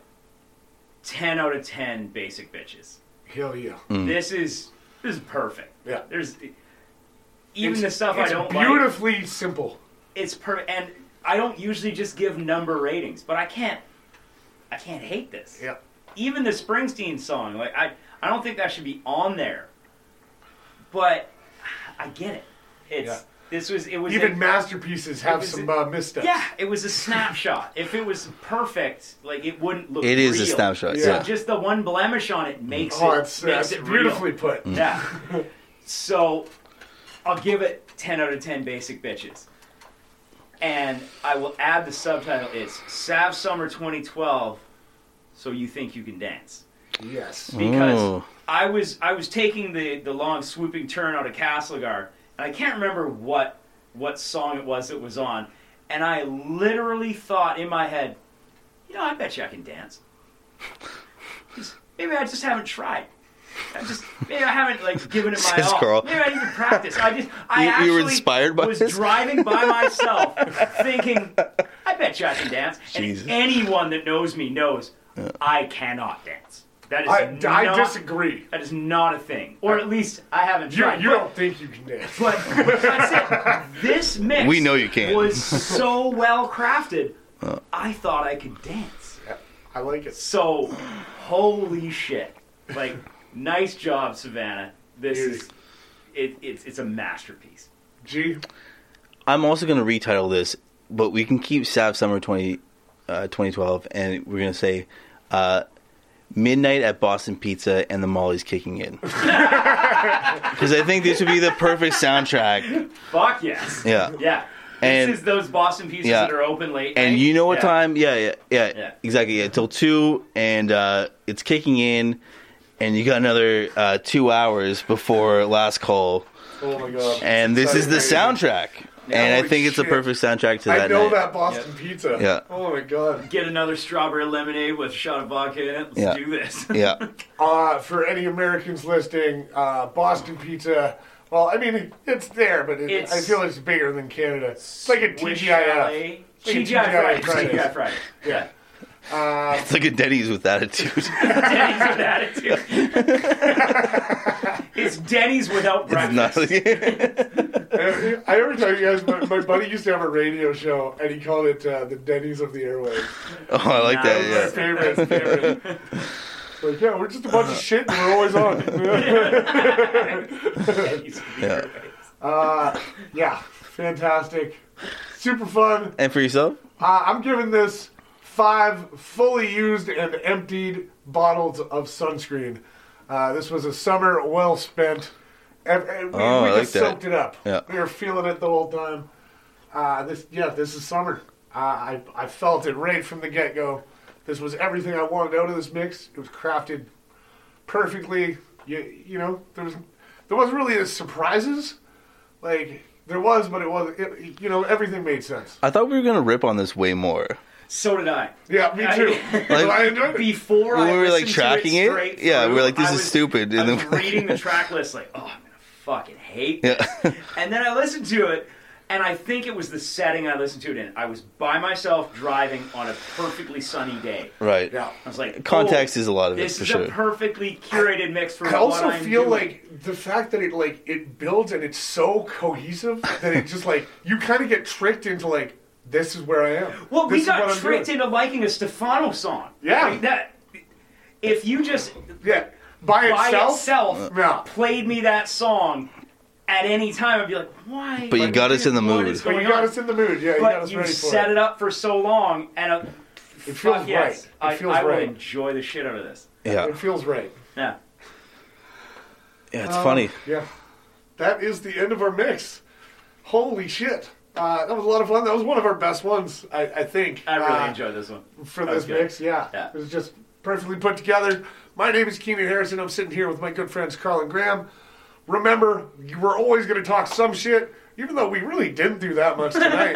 [SPEAKER 5] 10 out of 10 basic bitches.
[SPEAKER 2] hell yeah
[SPEAKER 7] Mm.
[SPEAKER 5] This is this is perfect.
[SPEAKER 2] Yeah.
[SPEAKER 5] There's even
[SPEAKER 2] It's-
[SPEAKER 5] the stuff I
[SPEAKER 2] it's
[SPEAKER 5] don't like.
[SPEAKER 2] beautifully simple
[SPEAKER 5] It's per and I don't usually just give number ratings, but I can't. I can't hate this.
[SPEAKER 2] yeah
[SPEAKER 5] Even the Springsteen song, like I, I don't think that should be on there. But I get it. It's
[SPEAKER 2] Yeah.
[SPEAKER 5] this was it was
[SPEAKER 2] Even
[SPEAKER 5] a-
[SPEAKER 2] masterpieces have
[SPEAKER 5] is
[SPEAKER 2] some
[SPEAKER 5] it-
[SPEAKER 2] uh, missteps.
[SPEAKER 5] yeah, it was a snapshot. if it was perfect, like it wouldn't look.
[SPEAKER 7] It is a
[SPEAKER 5] real.
[SPEAKER 7] snapshot.
[SPEAKER 2] Yeah.
[SPEAKER 7] Yeah.
[SPEAKER 5] Just the one blemish on it makes
[SPEAKER 2] Oh,
[SPEAKER 5] it
[SPEAKER 2] it's,
[SPEAKER 5] makes
[SPEAKER 2] that's
[SPEAKER 5] it real.
[SPEAKER 2] beautifully put.
[SPEAKER 7] Mm.
[SPEAKER 5] Yeah. so I'll give it 10 out of 10 basic bitches. And I will add the subtitle it's Sav Summer 2012 so you think you can dance.
[SPEAKER 2] Yes.
[SPEAKER 5] Because
[SPEAKER 7] Ooh.
[SPEAKER 5] I was I was taking the the long swooping turn out of Castlegar and I can't remember what what song it was that was on and I literally thought in my head, you know, I bet you I can dance. Just- maybe I just haven't tried. I just maybe I haven't like given it my
[SPEAKER 7] Says
[SPEAKER 5] all.
[SPEAKER 7] Carl.
[SPEAKER 5] Maybe I need to practice. I just I
[SPEAKER 7] You-
[SPEAKER 5] actually
[SPEAKER 7] you were inspired by
[SPEAKER 5] was
[SPEAKER 7] this?
[SPEAKER 5] driving by myself, thinking, I bet you I can dance.
[SPEAKER 7] Jesus.
[SPEAKER 5] And anyone that knows me knows I cannot dance. That is
[SPEAKER 2] I,
[SPEAKER 5] not,
[SPEAKER 2] I disagree.
[SPEAKER 5] That is not a thing, or at least I haven't
[SPEAKER 2] You,
[SPEAKER 5] tried.
[SPEAKER 2] you
[SPEAKER 5] but,
[SPEAKER 2] don't think you can dance.
[SPEAKER 5] but that's it. This mix
[SPEAKER 7] We know you can.
[SPEAKER 5] was so well crafted. I thought I could dance.
[SPEAKER 2] I like it.
[SPEAKER 5] So, holy shit! Like, nice job, Savannah. This
[SPEAKER 2] Beauty.
[SPEAKER 5] is it, it's it's a masterpiece.
[SPEAKER 2] G.
[SPEAKER 7] I'm also going to retitle this, but we can keep Sav Summer 20, uh, 2012, and we're going to say uh, Midnight at Boston Pizza and the Molly's Kicking In. Because I think this would be the perfect soundtrack.
[SPEAKER 5] Fuck yes.
[SPEAKER 7] Yeah.
[SPEAKER 5] Yeah.
[SPEAKER 7] And-
[SPEAKER 5] this is those Boston pieces
[SPEAKER 7] Yeah.
[SPEAKER 5] that are open late.
[SPEAKER 7] And
[SPEAKER 5] night.
[SPEAKER 7] you know what
[SPEAKER 5] Yeah.
[SPEAKER 7] time? Yeah, yeah, yeah,
[SPEAKER 5] Yeah.
[SPEAKER 7] Exactly. Yeah, till 2, and uh, it's kicking in. and you got another uh, two hours before last call.
[SPEAKER 2] Oh my god.
[SPEAKER 7] And this is the
[SPEAKER 2] Exciting.
[SPEAKER 7] soundtrack. and I
[SPEAKER 2] Holy
[SPEAKER 7] think it's the
[SPEAKER 2] shit.
[SPEAKER 7] perfect soundtrack to
[SPEAKER 2] I
[SPEAKER 7] that
[SPEAKER 2] know
[SPEAKER 7] night.
[SPEAKER 2] that Boston pizza.
[SPEAKER 7] Yeah.
[SPEAKER 2] Oh my god.
[SPEAKER 5] Get another strawberry lemonade with a shot of vodka in it. Let's
[SPEAKER 7] Yeah.
[SPEAKER 5] do this.
[SPEAKER 7] Yeah,
[SPEAKER 2] Uh, for any Americans listening, uh, Boston pizza. Well, I mean, it, it's there, but it,
[SPEAKER 5] It's-
[SPEAKER 2] I feel it's bigger than Canada. It's like a
[SPEAKER 5] Wish
[SPEAKER 2] TGIF. Like
[SPEAKER 5] LA.
[SPEAKER 2] a
[SPEAKER 5] TGI Fridays.
[SPEAKER 2] Fridays.
[SPEAKER 5] TGI Fridays.
[SPEAKER 2] Yeah.
[SPEAKER 7] it's like a Denny's with attitude.
[SPEAKER 5] Denny's with attitude. it's Denny's without
[SPEAKER 7] it's
[SPEAKER 5] breakfast.
[SPEAKER 7] not.
[SPEAKER 2] I I ever tell you guys, my, my buddy used to have a radio show, and he called it uh, the Denny's of the Airways.
[SPEAKER 7] oh, I like that. Yeah.
[SPEAKER 2] Favorite, favorite. Like, yeah, we're just a bunch of shit, and we're always on.
[SPEAKER 5] Denny's with the
[SPEAKER 7] Yeah.
[SPEAKER 5] Airways.
[SPEAKER 2] yeah, fantastic, super fun.
[SPEAKER 7] And for yourself,
[SPEAKER 2] Uh, I'm giving this five fully used and emptied bottles of sunscreen. Uh, this was a summer well spent. Ev- ev- We,
[SPEAKER 7] Oh,
[SPEAKER 2] we
[SPEAKER 7] I
[SPEAKER 2] just
[SPEAKER 7] like that.
[SPEAKER 2] soaked it up.
[SPEAKER 7] Yeah.
[SPEAKER 2] We were feeling it the whole time. Uh, this, yeah, this is summer. Uh, I, I felt it right from the get go. This was everything I wanted out of this mix. It was crafted perfectly. You, you know, there was there wasn't really any surprises. Like there was, but it was it, you know everything made sense.
[SPEAKER 7] I thought we were gonna rip on this way more.
[SPEAKER 5] So did I.
[SPEAKER 2] Yeah, me too.
[SPEAKER 7] Like-
[SPEAKER 2] I enjoyed it.
[SPEAKER 5] Before
[SPEAKER 7] When
[SPEAKER 5] I
[SPEAKER 7] we were, like,
[SPEAKER 5] listened to
[SPEAKER 7] tracking it,
[SPEAKER 5] straight
[SPEAKER 7] yeah, we
[SPEAKER 5] through,
[SPEAKER 7] were like, this
[SPEAKER 5] I
[SPEAKER 7] is
[SPEAKER 5] was-
[SPEAKER 7] stupid, and
[SPEAKER 5] I
[SPEAKER 7] then
[SPEAKER 5] was
[SPEAKER 7] we're like-
[SPEAKER 5] reading the track list, like, oh, I'm gonna fucking hate.
[SPEAKER 7] Yeah.
[SPEAKER 5] And then I listened to it, and I think it was the setting I listened to it in. I was by myself driving on a perfectly sunny day.
[SPEAKER 7] right.
[SPEAKER 2] Yeah.
[SPEAKER 5] I was like,
[SPEAKER 7] Context
[SPEAKER 5] oh,
[SPEAKER 7] is a lot of it
[SPEAKER 5] this
[SPEAKER 7] for
[SPEAKER 5] is
[SPEAKER 7] sure.
[SPEAKER 5] a perfectly curated mix for
[SPEAKER 2] I
[SPEAKER 5] what
[SPEAKER 2] also
[SPEAKER 5] I'm
[SPEAKER 2] feel
[SPEAKER 5] doing.
[SPEAKER 2] like the fact that it like it builds and it's so cohesive that it just like you kind of get tricked into like this is where I am.
[SPEAKER 5] Well,
[SPEAKER 2] This
[SPEAKER 5] we
[SPEAKER 2] is what
[SPEAKER 5] got
[SPEAKER 2] I'm
[SPEAKER 5] tricked
[SPEAKER 2] doing.
[SPEAKER 5] into liking a Stefano song.
[SPEAKER 2] Yeah.
[SPEAKER 5] Like that. If you just
[SPEAKER 2] Yeah, by,
[SPEAKER 5] by
[SPEAKER 2] itself.
[SPEAKER 5] itself
[SPEAKER 7] Uh.
[SPEAKER 2] Yeah.
[SPEAKER 5] played me that song at any time, I'd be like, why?
[SPEAKER 7] But you got us in the
[SPEAKER 5] What
[SPEAKER 7] mood.
[SPEAKER 5] is
[SPEAKER 2] But
[SPEAKER 5] going
[SPEAKER 2] you got
[SPEAKER 5] on?
[SPEAKER 2] us in the mood. Yeah, you got
[SPEAKER 5] But
[SPEAKER 2] us
[SPEAKER 5] you
[SPEAKER 2] ready for
[SPEAKER 5] set it up for so long, and uh,
[SPEAKER 2] It feels
[SPEAKER 5] fuck yes,
[SPEAKER 2] right. It feels
[SPEAKER 5] I, I
[SPEAKER 2] right.
[SPEAKER 5] will enjoy the shit out of this.
[SPEAKER 7] Yeah.
[SPEAKER 2] It feels right.
[SPEAKER 5] Yeah.
[SPEAKER 7] Yeah, it's funny.
[SPEAKER 2] Yeah, that is the end of our mix. Holy shit. Uh, that was a lot of fun. That was one of our best ones, I, I think.
[SPEAKER 5] I really
[SPEAKER 2] Uh,
[SPEAKER 5] enjoyed this one.
[SPEAKER 2] for
[SPEAKER 5] That was
[SPEAKER 2] this
[SPEAKER 5] good.
[SPEAKER 2] mix. Yeah.
[SPEAKER 5] Yeah.
[SPEAKER 2] it was just perfectly put together. My name is Keenan Harrison. I'm sitting here with my good friends Carl and Graham. Remember, we're always going to talk some shit, even though we really didn't do that much tonight.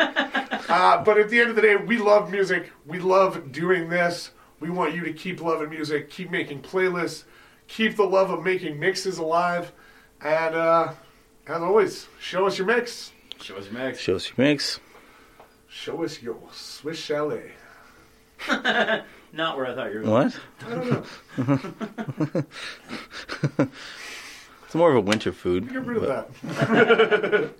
[SPEAKER 2] uh, but at the end of the day, we love music. We love doing this. We want you to keep loving music, keep making playlists, keep the love of making mixes alive, and uh, as always, show us your mix.
[SPEAKER 5] Show us your mix.
[SPEAKER 7] Show us your mix.
[SPEAKER 2] Show us your Swiss chalet.
[SPEAKER 5] Not where I thought you were. going.
[SPEAKER 7] What? it's more of a winter food.
[SPEAKER 2] Get rid of that.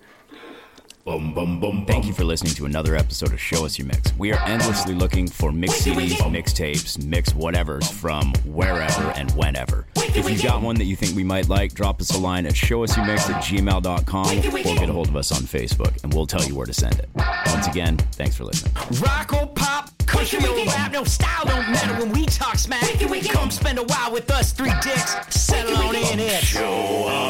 [SPEAKER 3] Bum bum bum
[SPEAKER 10] Thank you for listening to another episode of Show Us Your Mix. We are endlessly looking for mix CDs, mixtapes, mix whatevers from wherever and whenever. If you've got one that you think we might like, drop us a line at showusyourmix at gmail.com or get a hold of us on Facebook and we'll tell you where to send it. Once again, thanks for listening.
[SPEAKER 9] Rock or pop, cushion or rap, no style don't matter when we talk smack. Come spend a while with us, three dicks, settle on in it.
[SPEAKER 3] Show